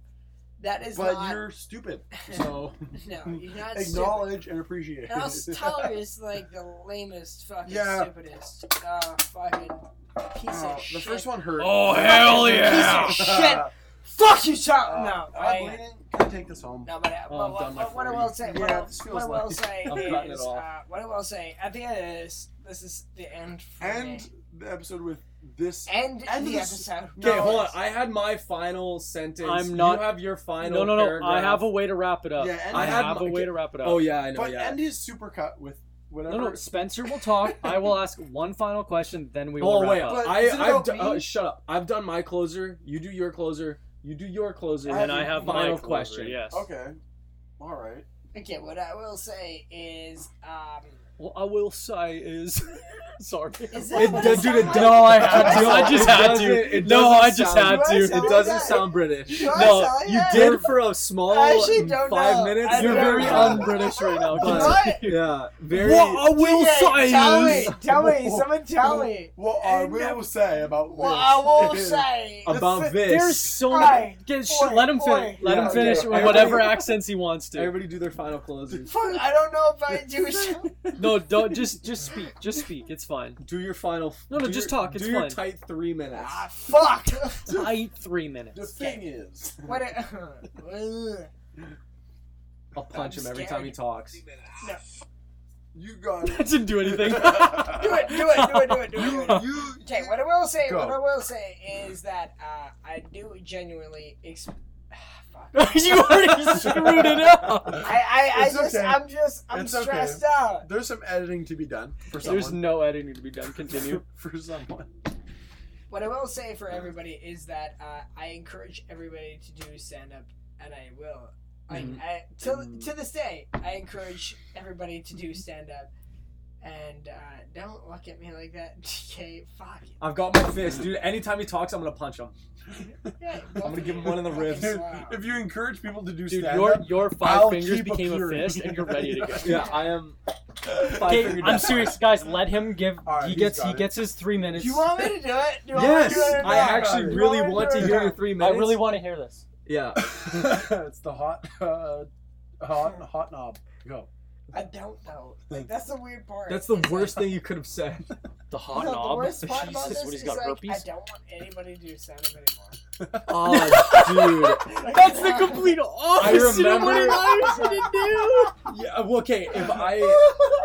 S10: That is
S9: but
S10: not.
S9: you're stupid.
S13: So
S10: no, you're not. stupid.
S9: Acknowledge and appreciate. (laughs)
S10: And also, Tyler is like the lamest, fucking
S9: Yeah.
S10: stupidest, uh, fucking piece
S9: Oh,
S10: of shit.
S9: the first one hurt.
S8: Oh hell yeah!
S10: Piece of shit.
S9: (laughs)
S10: Fuck you, Tyler.
S9: Uh,
S10: no,
S9: I'm
S10: I,
S9: bleeding. Can I take this home?
S10: No, but, uh,
S13: Oh,
S10: but
S13: I'm
S10: what,
S13: done my
S10: what, what I
S13: 40.
S10: will say, what,
S9: Yeah,
S10: I-
S9: this feels
S10: what I
S9: like-
S10: will say
S13: I'm cutting it
S10: is,
S13: off.
S10: uh, what I will say, at the end of this, this is the end for me.
S9: End the episode with this.
S10: End,
S9: end
S10: the
S9: this-
S10: episode.
S13: okay,
S9: No,
S13: hold on.
S9: it's-
S13: I had my final sentence.
S8: I'm not-
S13: You have your
S8: No,
S13: final.
S8: no, no. I
S13: paragraph.
S8: have a way to wrap it up.
S9: Yeah, and
S8: I
S13: I had
S8: have
S13: my-
S8: a way to wrap it up.
S13: Oh yeah, I know.
S9: But
S13: yeah.
S9: end his supercut with whatever.
S8: No, no. Spencer will talk. I will ask one final question, then we will
S13: Oh
S8: wrap
S13: wait,
S8: up.
S9: But
S13: I,
S9: is it
S13: I've
S9: about
S13: done,
S9: me?
S13: uh, shut up. I've done my closer. You do your closer. You do your closer.
S8: and then I have my
S13: final
S8: closer,
S13: question.
S8: Yes.
S9: Okay. All right.
S10: Okay, what I will say is, um,
S8: What I will say is, (laughs) sorry.
S10: is that
S13: It
S10: what
S13: does,
S10: it sounds
S13: dude, it
S10: like?
S13: does.
S8: No, I had to.
S13: No,
S8: I just
S13: it
S8: had
S13: doesn't-
S8: to.
S13: it
S8: No,
S13: doesn't
S8: I just
S13: sound-
S8: had to.
S13: It doesn't sound British.
S10: Sure,
S8: No,
S10: sound
S13: You
S10: like-
S13: did for a small
S10: I actually don't
S13: five
S10: know.
S13: minutes.
S10: I
S8: You're
S10: don't
S8: very
S10: know.
S8: un-British right now.
S13: But- (laughs)
S8: Continue.
S13: yeah, very.
S8: What I will
S10: Yeah, tell
S8: say
S10: me,
S8: is,
S10: tell me, someone tell me.
S9: What I
S10: And,
S9: will say about
S10: What
S9: this
S10: I will
S9: is-
S10: say.
S13: about this.
S8: there's so
S10: Right,
S8: many. Get, sh-
S10: boy,
S8: let him
S10: boy.
S8: finish. Let
S13: Yeah,
S8: him
S13: okay.
S8: finish with
S13: Everybody- (laughs)
S8: whatever accents he wants to.
S13: Everybody do their final closers.
S10: Fuck, I don't know if I
S8: (laughs)
S10: do. so.
S8: No, don't. Just, just speak. Just speak. It's fine.
S13: Do your final.
S8: No, no,
S13: do
S8: just
S13: your-
S8: talk, it's
S13: do your
S8: fine.
S13: tight three minutes.
S10: ah, fuck.
S8: I eat three minutes.
S18: (laughs)
S9: The thing is,
S10: what? (laughs) A,
S13: I'll punch him
S10: I'm
S13: every
S10: scared.
S13: time he talks.
S9: you got
S13: (laughs)
S8: That didn't do
S18: (laughs)
S8: anything.
S10: do it, do it, do it, do it, do it. Do
S9: (laughs)
S10: it.
S9: you.
S10: Okay, what I will say,
S9: Go.
S10: what I will say is that uh, I do genuinely. Exp- (sighs) fuck.
S9: (laughs)
S8: you already screwed it up.
S10: I, I, I
S9: It's
S10: just,
S9: okay.
S10: I'm just, I'm
S9: It's okay.
S10: stressed out.
S9: There's some editing to be done for
S8: There's
S9: someone.
S8: no editing to be done. Continue.
S9: for someone.
S10: What I will say for everybody is that uh, I encourage everybody to do stand up, and I will. I, I, to, to this day, I encourage everybody to do stand up. And uh, don't look at me like that, (laughs) DK. Fuck.
S13: I've got my fist, dude. Anytime he talks, I'm gonna punch him.
S10: Yeah,
S13: (laughs) I'm gonna give him one in the ribs.
S9: Dude,
S13: (laughs)
S9: if you encourage people to do
S8: Dude,
S9: stand
S8: your
S9: up, (laughs)
S8: your 5
S9: I'll
S8: fingers
S9: keep
S8: became a
S9: appearing.
S8: fist, and you're ready to go.
S13: Yeah, I am.
S18: (laughs) Okay,
S13: Five-fingered
S18: I'm
S13: death.
S18: serious, guys. Let him give.
S9: All right,
S18: he
S9: he's
S18: gets. He
S9: got it.
S18: gets his three minutes.
S10: Do you want me to do it? Do you want me to
S13: Yes,
S10: do it or
S13: I
S10: not?
S13: actually
S10: Do you
S13: really
S10: me
S13: want to
S10: do it or
S13: hear
S10: not?
S13: your three
S18: I
S13: minutes.
S18: really want to hear this.
S13: Yeah.
S9: it's the hot, uh, hot, hot knob. Go.
S10: I don't know. Like that's the weird part.
S13: That's the worst thing you could
S10: (laughs)
S13: have said. (laughs)
S18: The
S10: You
S18: hot
S10: know,
S18: knob.
S10: The worst part
S18: (laughs)
S10: about
S18: Jesus,
S10: this
S18: what he's
S10: is
S18: got
S10: like, I
S18: herpes.
S10: don't want anybody to do stand up
S13: (laughs)
S10: anymore.
S13: Oh, dude.
S10: (laughs)
S8: That's the complete opposite of what
S13: remember-
S8: I was gonna do.
S13: Yeah. well, Okay.
S10: (laughs)
S13: If I,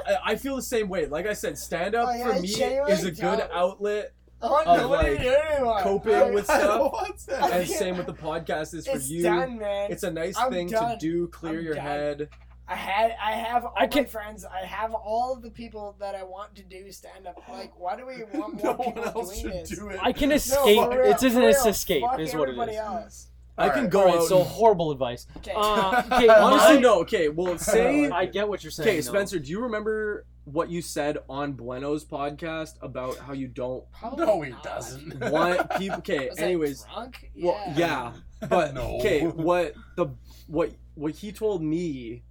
S13: I- I feel the same way. Like I said, stand up
S10: Oh, yeah,
S13: for me
S10: genuinely
S13: is a good
S10: don't.
S13: outlet
S10: I want
S13: Of,
S10: nobody
S13: like,
S10: to do it anymore. I-
S13: coping
S10: (laughs)
S13: with stuff,
S9: What's that?
S10: I
S13: and
S10: can't-
S13: same with the podcast is for
S10: It's
S13: you.
S10: done, man.
S13: It's a nice
S10: I'm
S13: thing
S10: done.
S13: to do. Clear
S10: I'm
S13: your
S10: done.
S13: head.
S10: I had, I have all
S18: I can-
S10: my friends. I have all the people that I want to do stand up. Like, why do we want more
S9: No
S10: people
S9: one else
S10: doing
S9: should
S10: this?
S9: do it. (laughs)
S18: I can
S10: No,
S18: escape.
S10: for real,
S18: it's
S10: for
S18: an
S10: real.
S18: escape.
S10: Fuck
S18: Is what it
S10: everybody
S18: is.
S10: Else.
S13: I can
S9: Alright.
S13: go
S18: All right.
S13: out.
S18: So
S13: and-
S18: horrible advice.
S10: Okay.
S18: Uh, okay.
S13: honestly,
S18: honestly,
S13: no. Okay. (laughs) Well, say.
S18: I get what you're saying.
S13: Okay,
S18: though.
S13: Spencer. Do you remember what you said on Bueno's podcast about how you don't
S10: Probably
S9: No, he
S10: not.
S13: (laughs)
S9: doesn't.
S13: want people? Okay.
S10: Was I
S13: Anyways.
S10: drunk?
S13: Well, yeah. But
S9: No.
S13: okay, what the what what he told me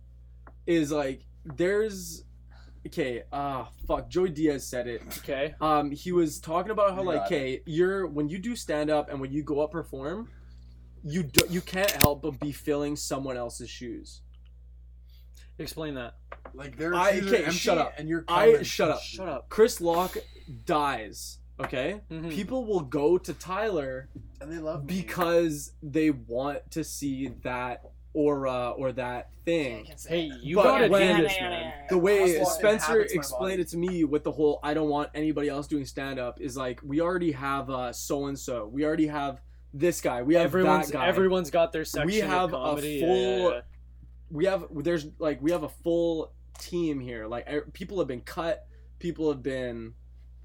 S13: is like there's okay, ah fuck, Joey Diaz said it.
S8: Okay.
S13: Um he was talking about how
S9: You
S13: like
S9: got
S13: okay, you're when you do stand up and when you go up perform, you do, you can't help but be filling someone else's shoes.
S8: Explain that.
S9: Like they're
S13: I-
S9: they're
S13: okay,
S9: empty
S13: shut up.
S9: And you're
S13: I-
S9: covered.
S13: shut up.
S8: Shut up.
S13: Chris Locke dies, okay?
S18: Mm-hmm.
S8: Mhm.
S13: People will go to Tyler
S9: And they love me.
S13: because they want to see that aura or that thing.
S8: Hey, you
S13: But
S8: gotta do
S13: when-
S8: this, man.
S13: the way
S9: Hustle
S13: Spencer
S9: inhabits my
S13: explained
S9: body.
S13: it to me with the whole I don't want anybody else doing stand up is like we already have uh so and so. We already have this guy. We have
S8: Everyone's
S13: that guy.
S8: everyone's got their section. of
S13: have a
S8: comedy.
S13: full-
S8: yeah, yeah,
S13: we have there's like we have a full team here. Like e- people have been cut, people have been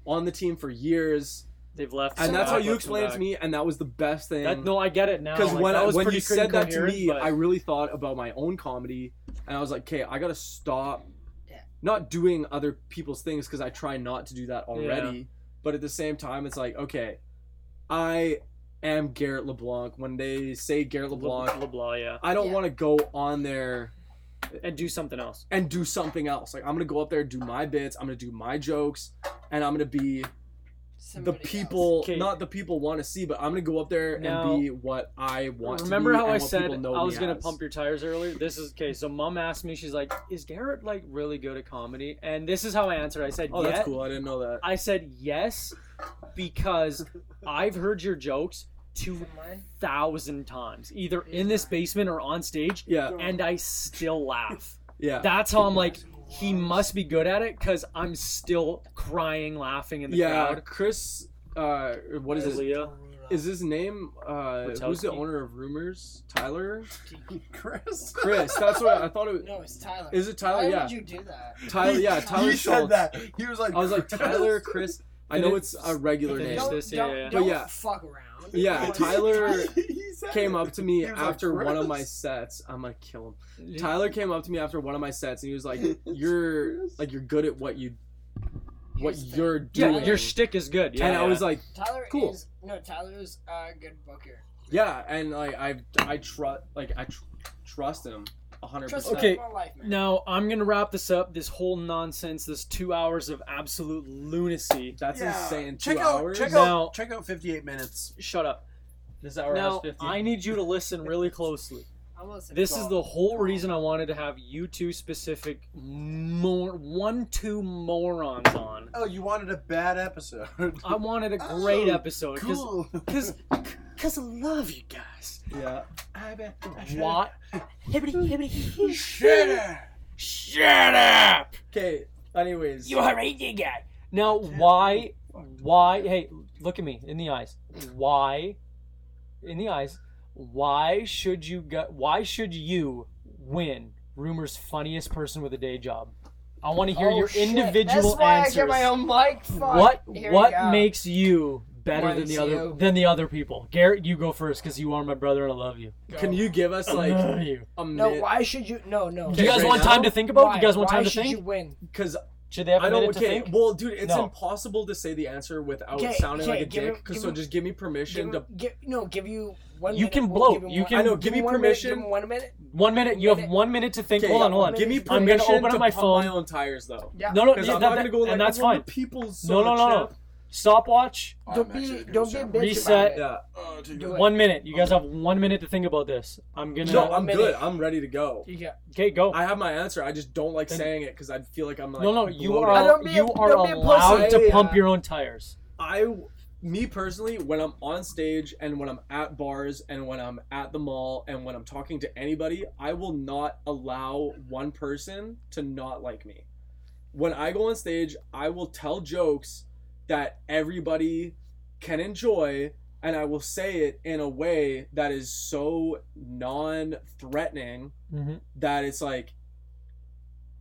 S13: on the team for years.
S8: They've left.
S13: And
S8: some
S13: that's
S8: back,
S13: how you
S8: left some
S13: explained it
S8: back.
S13: to me and that was the best thing.
S8: That, no, I get it now.
S13: because
S8: like,
S13: when
S8: that
S13: I,
S8: was
S13: when
S8: pretty
S13: you said that to
S8: incoherent,
S13: me,
S8: but-
S13: I really thought about my own comedy, and I was like, okay, I gotta stop,
S10: Yeah.
S13: not doing other people's things because I try not to do that already. But at the same time, it's like, okay, I am Garrett LeBlanc. When they say Garrett LeBlanc,
S8: blah blah yeah,
S13: I don't
S10: Yeah.
S13: want to go on there
S8: and do something else.
S13: and do something else. Like I'm gonna go up there, do my bits, I'm gonna do my jokes, and I'm gonna be the people,
S8: Okay.
S13: not the people want to see, but I'm gonna go up there
S8: Now-
S13: and be what I want.
S8: Remember
S13: to be
S8: how
S13: and
S8: I
S13: what
S8: said
S13: people know
S8: I
S13: me
S8: was gonna
S13: as.
S8: pump your tires earlier? This is okay. So mom asked me, she's like, "Is Garrett like really good at comedy?" And this is how I answered. I said,
S13: Oh,
S8: "Yeah."
S13: that's cool. I didn't know that.
S8: I said yes because I've heard your jokes two thousand times, either in this basement or on stage,
S13: Yeah,
S8: and I still laugh.
S13: (laughs) yeah,
S8: That's how I'm like, he must be good at it because I'm still crying, laughing in the
S13: yeah.
S8: crowd.
S13: Chris, uh, what is it?
S8: Leah.
S13: Is his name? Uh, who's the
S8: Witowski?
S13: owner of Rumors? Tyler.
S9: (laughs) Chris.
S13: Chris. That's what I thought it. Was.
S10: (laughs) No, it's Tyler.
S13: Is it Tyler?
S10: Why
S13: yeah,
S10: would you do that?
S13: Tyler. Yeah, Tyler
S9: He
S13: Schultz.
S9: said that. He was like.
S13: I was
S9: (laughs)
S13: like Tyler, Chris. I know it's a regular
S8: Finish
S13: name.
S10: Don't,
S8: this, yeah,
S10: don't,
S8: yeah.
S13: But
S10: don't
S13: yeah.
S10: fuck around.
S13: Yeah, Tyler
S9: He said
S13: came
S9: it.
S13: up to
S9: He
S13: me
S9: was like,
S13: after one of my
S9: "Chris."
S13: sets. I'm gonna kill him. Tyler came up to me after one of my sets and he was like, "You're
S9: Chris.
S13: like you're good at what you what
S10: Here's the thing.
S13: you're
S8: Yeah,
S13: doing."
S8: your shtick is good. Yeah,
S13: and I
S8: yeah.
S13: was like,
S10: Tyler
S13: Cool.
S10: is no Tyler's a good booker.
S13: Yeah, and like I I trust like I tr- trust him a hundred
S10: Trust
S13: percent.
S10: me,
S8: Okay.
S10: my life, man.
S8: Now I'm gonna wrap this up. This whole nonsense, this two hours of absolute lunacy.
S13: That's
S9: Yeah.
S13: insane. Two
S9: Check out.
S13: hours.
S9: Check
S8: Now-
S9: out. Check out. Fifty-eight minutes.
S8: Shut up.
S13: This hour
S8: now
S13: has fifty.
S8: I need you to listen really closely.
S10: I'm listening.
S8: This is the whole reason I wanted to have you two specific more one two morons on.
S9: Oh, you wanted a bad episode. (laughs)
S8: I wanted a great
S9: Oh,
S8: episode because (laughs)
S9: cool.
S13: (laughs)
S8: because because I love you guys.
S13: yeah.
S9: I bet.
S8: What? Hibbity, hibbity,
S9: Shut up.
S8: Shut up!
S13: Okay. Anyways.
S8: are a guy. Now, why, why? Hey, look at me in the eyes. Why, in the eyes? Why should you go? Why should you win? Rumors funniest person with a day job. I want to hear
S10: Oh,
S8: your
S10: shit.
S8: individual
S10: That's why
S8: answers.
S10: I get my own mic. Fuck.
S8: what
S10: Here we
S8: what
S10: go.
S8: makes you better
S10: What
S8: than the
S10: is
S8: other
S10: you?
S8: than the other people? Garrett, you go first because you are my brother and I love you.
S13: Can you give us like
S8: I love you.
S13: a
S10: No,
S13: minute?
S10: why should you? No, no.
S8: Do you guys
S13: right
S8: want
S13: now?
S8: time to think about? it? Do
S10: Why?
S8: you guys want
S10: Why
S8: time to
S10: should
S8: think?
S10: you win?
S13: Because
S8: Should they have a
S13: I don't.
S8: minute to
S13: Okay,
S8: think?
S13: well, dude, it's
S8: No.
S13: impossible to say the answer without
S10: Okay,
S13: sounding
S10: okay,
S13: like a
S10: give him-
S13: dick. 'cause
S10: give
S13: so
S10: him-
S13: just give me permission
S10: Give,
S13: to.
S10: him- give, no, give you one.
S8: You
S10: minute.
S8: can
S10: We'll
S8: bloat.
S10: give him
S8: You
S10: one-
S8: can-
S13: I know, give me
S10: him one
S13: permission.
S10: Minute, give him one minute.
S8: One minute. You have
S10: Minute.
S8: one minute to think.
S13: Okay,
S8: Hold
S13: yeah,
S8: on, hold on.
S10: minute.
S13: Give me
S8: I'm gonna
S13: permission
S8: open
S13: to
S8: up my
S13: pump
S8: phone.
S13: my own tires though.
S10: Yeah.
S8: No, no,
S13: Because
S8: yeah,
S13: I'm
S8: that-
S13: not gonna go
S8: and
S13: like
S8: that's
S13: "I want
S8: fine.
S13: the people's
S8: No, no, no, no.
S13: ownership."
S8: Stopwatch.
S9: I'm
S10: Don't
S9: actually
S10: be.
S9: gonna
S10: Don't be
S9: say
S10: a
S9: I'm
S10: bitch
S8: Reset.
S10: About it.
S13: Yeah.
S9: Uh, take
S10: Do
S9: it.
S10: it.
S8: One minute. You guys have one minute to think about this. I'm gonna.
S13: No, I'm
S10: minute.
S13: good. I'm ready to go.
S10: You get-
S8: okay, go.
S13: I have my answer. I just don't like
S8: Then-
S13: saying it because I feel like I'm like.
S8: no, no. You
S13: bloated.
S8: are.
S10: don't be a-
S8: you are
S10: don't be a pussy.
S8: allowed to
S13: Yeah.
S8: pump your own tires.
S13: I, me personally, when I'm on stage and when I'm at bars and when I'm at the mall and when I'm talking to anybody, I will not allow one person to not like me. When I go on stage, I will tell jokes that everybody can enjoy and I will say it in a way that is so non threatening
S8: Mhm.
S13: that it's like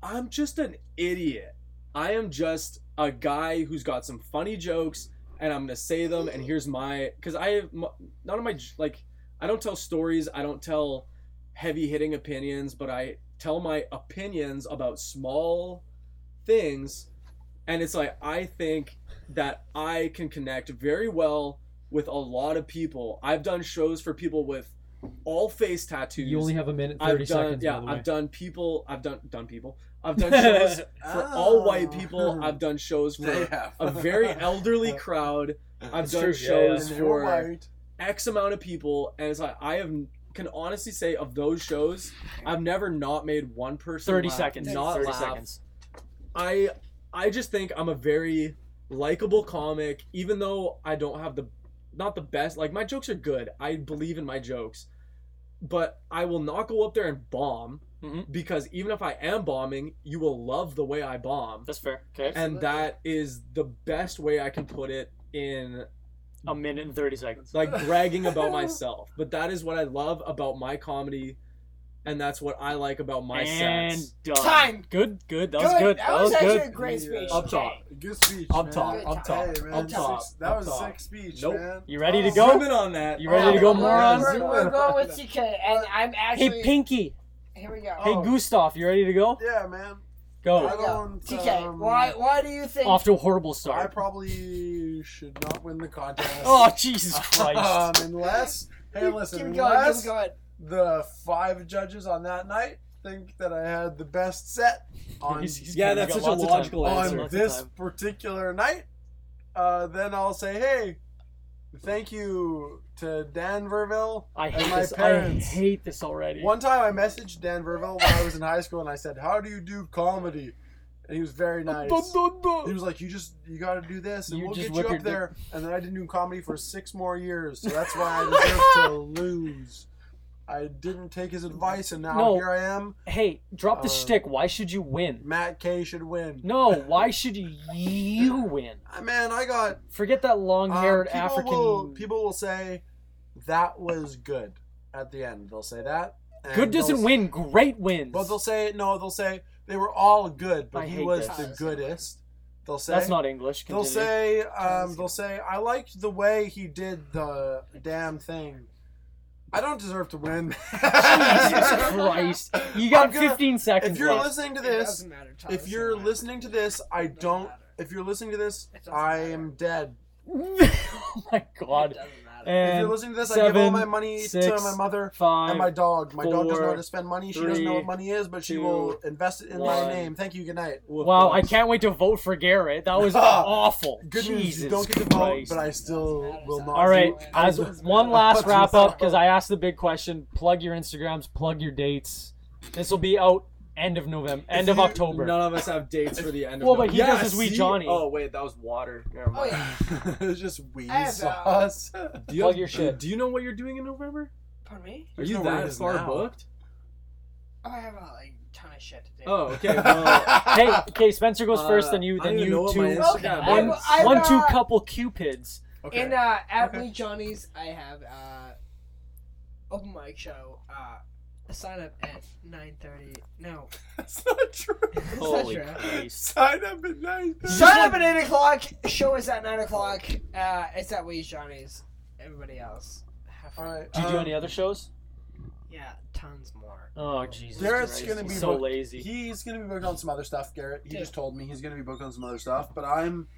S13: I'm just an idiot. I am just a guy who's got some funny jokes and I'm going to say them and here's my cuz I have m- none of my j- like I don't tell stories, I don't tell heavy hitting opinions, but I tell my opinions about small things and it's like I think that I can connect very well with a lot of people. I've done shows for people with all face tattoos.
S8: You only have a minute
S13: I've
S8: 30
S13: done,
S8: seconds.
S13: yeah,
S8: by the way.
S13: I've done people. I've done done people.
S8: (laughs)
S13: I've done shows for
S8: Ah.
S13: all white people. I've done shows
S9: They
S13: for
S9: have.
S13: a very
S8: (laughs)
S13: elderly crowd. I've
S8: It's
S13: done
S8: true, yeah, yeah. Oh
S13: shows
S9: And they were
S13: for
S9: white.
S13: X amount of people, and it's like I have can honestly say of those shows, I've never not made one person
S8: 30
S13: laugh,
S8: seconds.
S13: not
S8: 30
S13: laugh.
S8: seconds.
S13: I I just think I'm a very likable comic, even though I don't have the not the best like my jokes are good. I believe in my jokes. But I will not go up there and bomb
S8: Mhm.
S13: because even if I am bombing, you will love the way I bomb.
S8: That's fair. Okay.
S13: And that is the best way I can put it in
S8: a minute and 30 seconds.
S13: like
S8: (laughs)
S13: bragging about myself. But that is what I love about my comedy and that's what I like about my
S8: and
S13: sets.
S8: done.
S10: Time.
S8: Good, good. That
S10: Good.
S8: was good.
S10: That was
S8: good.
S10: actually a great
S9: Yeah.
S10: speech.
S13: Up top.
S9: Good speech.
S13: Up
S9: man.
S13: top,
S10: Good
S13: up
S10: time.
S13: top,
S9: Hey, man,
S13: up
S9: that
S13: top.
S9: was- That
S13: up
S9: was
S13: top.
S9: sick speech,
S13: Nope.
S9: man.
S8: You ready to
S9: Oh,
S8: go?
S13: Zoom in on that.
S8: You ready to go,
S10: We're-
S8: morons?
S10: We're, we're going with CK, and I'm actually.
S8: Hey, Pinky.
S10: Here we go.
S8: Hey,
S9: Oh.
S8: Gustav. You ready to go?
S9: Yeah, man.
S8: Go.
S9: I don't,
S10: TK,
S9: um,
S10: why why do you think
S8: Off to a horrible
S9: I
S8: start.
S9: probably should not win the contest.
S8: Oh, Jesus Christ.
S9: um, unless, hey, listen,
S10: keep going,
S9: unless
S10: keep going.
S9: the five judges on that night think that I had the best set on,
S8: He's- he's
S13: Yeah,
S8: good. We
S13: that's
S8: got
S13: such a
S8: lots of time.
S13: logical
S8: Lots
S13: answer.
S8: of
S9: on this
S8: time.
S9: particular night, uh, then I'll say, hey, thank you to Dan Verville
S8: I
S9: and
S8: hate
S9: my
S8: this.
S9: parents.
S8: I hate this already.
S9: One time I messaged Dan Verville when I was in high school and I said, How do you do comedy? And he was very nice. He was like, You just, you gotta do this and
S8: You
S9: we'll
S8: just
S9: get
S8: whip
S9: you
S8: your
S9: up
S8: dick.
S9: there. And then I didn't do comedy for six more years. So that's
S8: (laughs)
S9: why I deserve to lose. I didn't take his advice and now
S8: No.
S9: here I am.
S8: Hey, drop the
S9: Uh,
S8: shtick. Why should you win?
S9: Matt K should win.
S8: No, why should you win?
S9: Uh, Man, I got.
S8: Forget that
S9: um,
S8: long-haired
S9: people,
S8: African.
S9: will, people will say, That was good at the end. They'll say that. and
S8: Good doesn't
S9: they'll-
S8: win. Great wins.
S9: But they'll say no. They'll say they were all good, but
S8: I
S9: he
S8: hate
S9: was
S8: this.
S9: the goodest. They'll say
S8: That's not English.
S9: They'll
S8: Continue.
S9: say um, they'll say I liked the way he did the damn thing. I don't deserve to win. (laughs)
S8: Jesus Christ. You got
S9: I'm gonna-
S8: 15 seconds
S9: if you're
S8: left.
S9: listening to
S10: It
S9: this,
S10: doesn't matter, Tyler,
S9: if you're
S10: doesn't matter.
S9: listening to this, I
S10: Doesn't
S9: don't.
S10: matter.
S9: If you're listening to this,
S10: It doesn't
S9: I
S10: matter.
S9: am dead.
S8: (laughs) oh my
S10: It
S8: god.
S10: doesn't matter.
S9: If
S8: And
S9: you're listening to this, I give all
S8: seven,
S9: my money to
S8: six,
S9: my mother
S8: five.
S9: and my dog. My dog doesn't know how
S8: four,
S9: to spend money. She doesn't know
S8: three,
S9: what money is, but she
S8: two,
S9: will invest it in
S8: one.
S9: my name. Thank you. Good night.
S8: wow, I can't wait to vote for Garrett. That
S9: (laughs)
S8: was awful.
S9: Ah, Good news,
S8: Jesus
S9: you don't get to vote,
S8: Christ.
S9: but I still will not.
S8: All right,
S9: vote.
S8: as
S9: I'll-
S8: one last
S9: I'll-
S8: wrap up, because I asked the big question: plug your Instagrams, plug your dates. This will be out end of November, end of
S13: you-
S8: October.
S13: None of us have dates for the end of
S8: Well, but he
S13: November.
S8: does his Wee
S13: see?
S8: Johnny.
S13: Oh, wait, that was water. Never
S10: Oh
S13: mind.
S10: yeah.
S9: (laughs) it's just weed
S10: I have, uh,
S9: sauce.
S13: Do you
S8: Plug
S13: have-
S8: your shit.
S13: Do you know what you're doing in November?
S10: Pardon me?
S13: Are
S9: There's
S13: you
S9: no way it
S13: that
S9: is
S13: far
S9: now.
S13: booked?
S10: Oh, I have a like, ton of shit to do.
S13: Oh, okay.
S8: (laughs)
S13: Well,
S9: (laughs)
S8: hey, okay, Spencer goes
S13: Uh,
S8: first, then you,
S13: I
S8: then
S13: don't even know
S8: you
S13: what
S8: two,
S13: my
S8: one,
S13: Instagram
S10: Okay,
S13: is.
S10: I'm- I'm,
S8: one, two
S10: uh,
S9: (laughs)
S8: couple cupids.
S13: okay.
S10: And uh, at
S13: Okay.
S10: Wee Johnny's, I have uh, open mic show. Uh, sign up at nine thirty. No,
S9: That's not true.
S10: it's not
S8: Holy
S10: true.
S8: Christ!
S9: Sign up at nine thirty.
S10: Sign up at eight o'clock. Show is at nine o'clock. Uh, it's at Wee Johnny's. Everybody else. Have
S9: All
S10: fun.
S9: right.
S8: Do you do
S9: um,
S8: any other shows?
S10: Yeah, tons more.
S13: Um,
S8: Oh Jesus!
S9: Garrett's
S8: Christ,
S9: gonna be
S8: he's so
S9: booked-
S8: lazy.
S9: He's gonna be booked on some other stuff, Garrett. He
S10: Yeah.
S9: just told me he's gonna be booked on some other stuff. But I'm,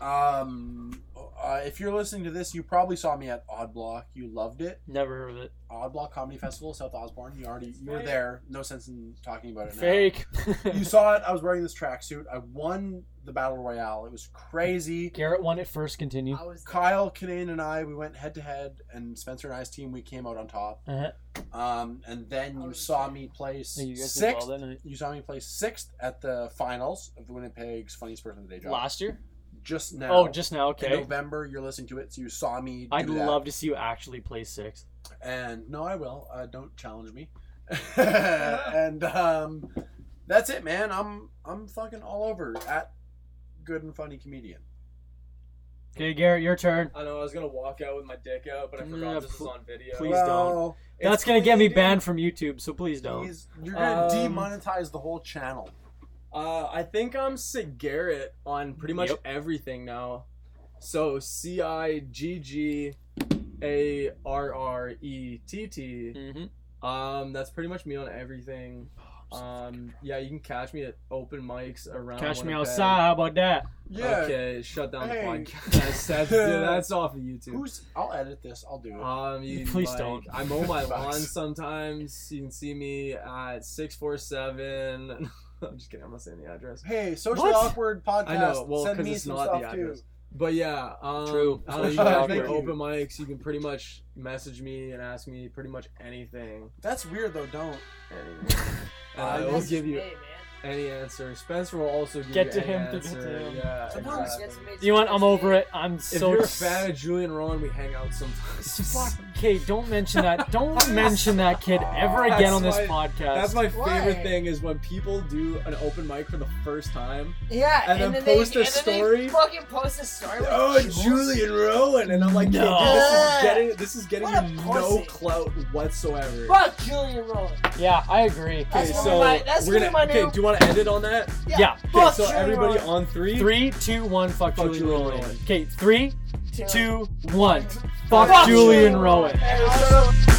S9: um, uh, if you're listening to this, you probably saw me at Odd Block. You loved it.
S8: Never heard of it.
S9: Odd Block Comedy Festival, South Osborne. You already you were
S10: Fake.
S9: there. No sense in talking about it now.
S8: Fake.
S9: You saw it. I was wearing this tracksuit. I won the battle royale. It was crazy.
S8: (laughs) Garrett won it first. Continue.
S10: I was
S9: Kyle, Kinane, and I we went head to head, and Spencer and I's team we came out on top.
S8: Uh-huh.
S9: Um, and then
S10: Oh,
S9: you
S10: yeah.
S9: saw me place
S8: You guys did
S9: sixth.
S8: well that night.
S9: You saw me place sixth at the finals of the Winnipeg's Funniest Person of the Day Job.
S8: Last year?
S9: just now.
S8: Oh, just now.
S9: in
S8: Okay.
S9: November. You're listening to it, so you saw me. Do
S8: I'd
S9: that.
S8: love to see you actually play sixth.
S9: And no, I will. Uh, don't challenge
S13: (laughs)
S9: me. (laughs) and um, that's it, man. I'm I'm fucking all over at good and funny comedian.
S8: Okay, Garrett, your turn.
S13: I know I was gonna walk out with my dick out, but I forgot
S8: Nah,
S13: this
S8: pl-
S13: is on video.
S8: Mm, please don't. That's gonna get me banned from YouTube, so please don't.
S9: He's, you're gonna
S13: Um,
S9: demonetize the whole channel.
S13: Uh, I think I'm Sig Garrett on pretty much
S8: Yep.
S13: everything now. So C I G G A R R E T T.
S8: Mm-hmm.
S13: Um, that's pretty much me on everything.
S8: Oh,
S13: Um, yeah, you can catch me at open mics around.
S8: Catch me
S13: Winnipeg.
S8: outside. How about that?
S9: Yeah.
S13: Okay, shut down
S9: Hey.
S13: the podcast. (laughs) That's, that's off of YouTube.
S9: Who's? I'll edit this. I'll do it.
S13: Um, you
S8: (laughs) Please
S13: like,
S8: don't.
S13: I mow my
S9: (laughs)
S13: lawn
S9: Facts.
S13: sometimes. You can see me at six four seven. (laughs) I'm just kidding. I'm not saying the address.
S9: hey, socially
S8: what?
S9: awkward podcast.
S13: I know. Well,
S9: Send
S13: because
S9: me
S13: it's
S9: some
S13: not
S9: stuff
S13: the
S9: too.
S13: address. But yeah, um,
S8: True.
S13: I don't
S9: (laughs)
S13: know, you
S9: Social
S13: guys
S9: awkward.
S13: do open mics. You can pretty much message me and ask me pretty much
S9: (laughs)
S13: anything.
S9: That's weird though. Don't.
S13: anything. And I
S9: Uh,
S13: will
S9: that's-
S13: give you
S10: Hey man.
S13: any answer. Spencer will also give
S8: Get
S13: you
S8: to
S13: any
S8: him to get to
S13: answer.
S8: him.
S13: Yeah.
S9: Sometimes-
S13: exactly.
S8: You want? I'm over it. I'm
S13: If
S8: so.
S13: you're a
S8: s-
S13: fan of Julian Rowan, we hang out
S10: (laughs)
S13: sometimes.
S8: Fuck. Okay, don't mention that. Don't mention that kid ever again
S13: That's
S8: on this
S13: my-
S8: podcast.
S13: That's my favorite
S10: Why?
S13: thing is when people do an open mic for the first time
S10: Yeah,
S13: and, then, post a story. Oh,
S10: fucking post a story. With Jules.
S13: Rowan, and I'm like, "Hey, dude,
S8: No.
S13: this is getting
S10: What a
S13: this is getting you no
S10: pussy.
S13: clout whatsoever.
S10: Fuck Julian Rowan.
S8: yeah, I agree.
S10: That's
S13: Okay,
S10: one of
S13: so
S10: my- that's
S13: we're
S10: one of
S13: gonna.
S10: my
S13: Okay,
S10: new-
S13: do you want to end it on that? Okay,
S8: Yeah.
S10: Fuck
S13: so
S10: Julian
S13: everybody
S10: Rowan.
S13: on three.
S8: Three, two, one. Fuck,
S13: Fuck
S8: Julian
S13: Julian
S8: Rowan.
S13: Rowan.
S8: Okay, three, two, one. Fuck,
S10: Fuck
S8: Julian
S10: Julian
S8: Rowan.
S10: And also-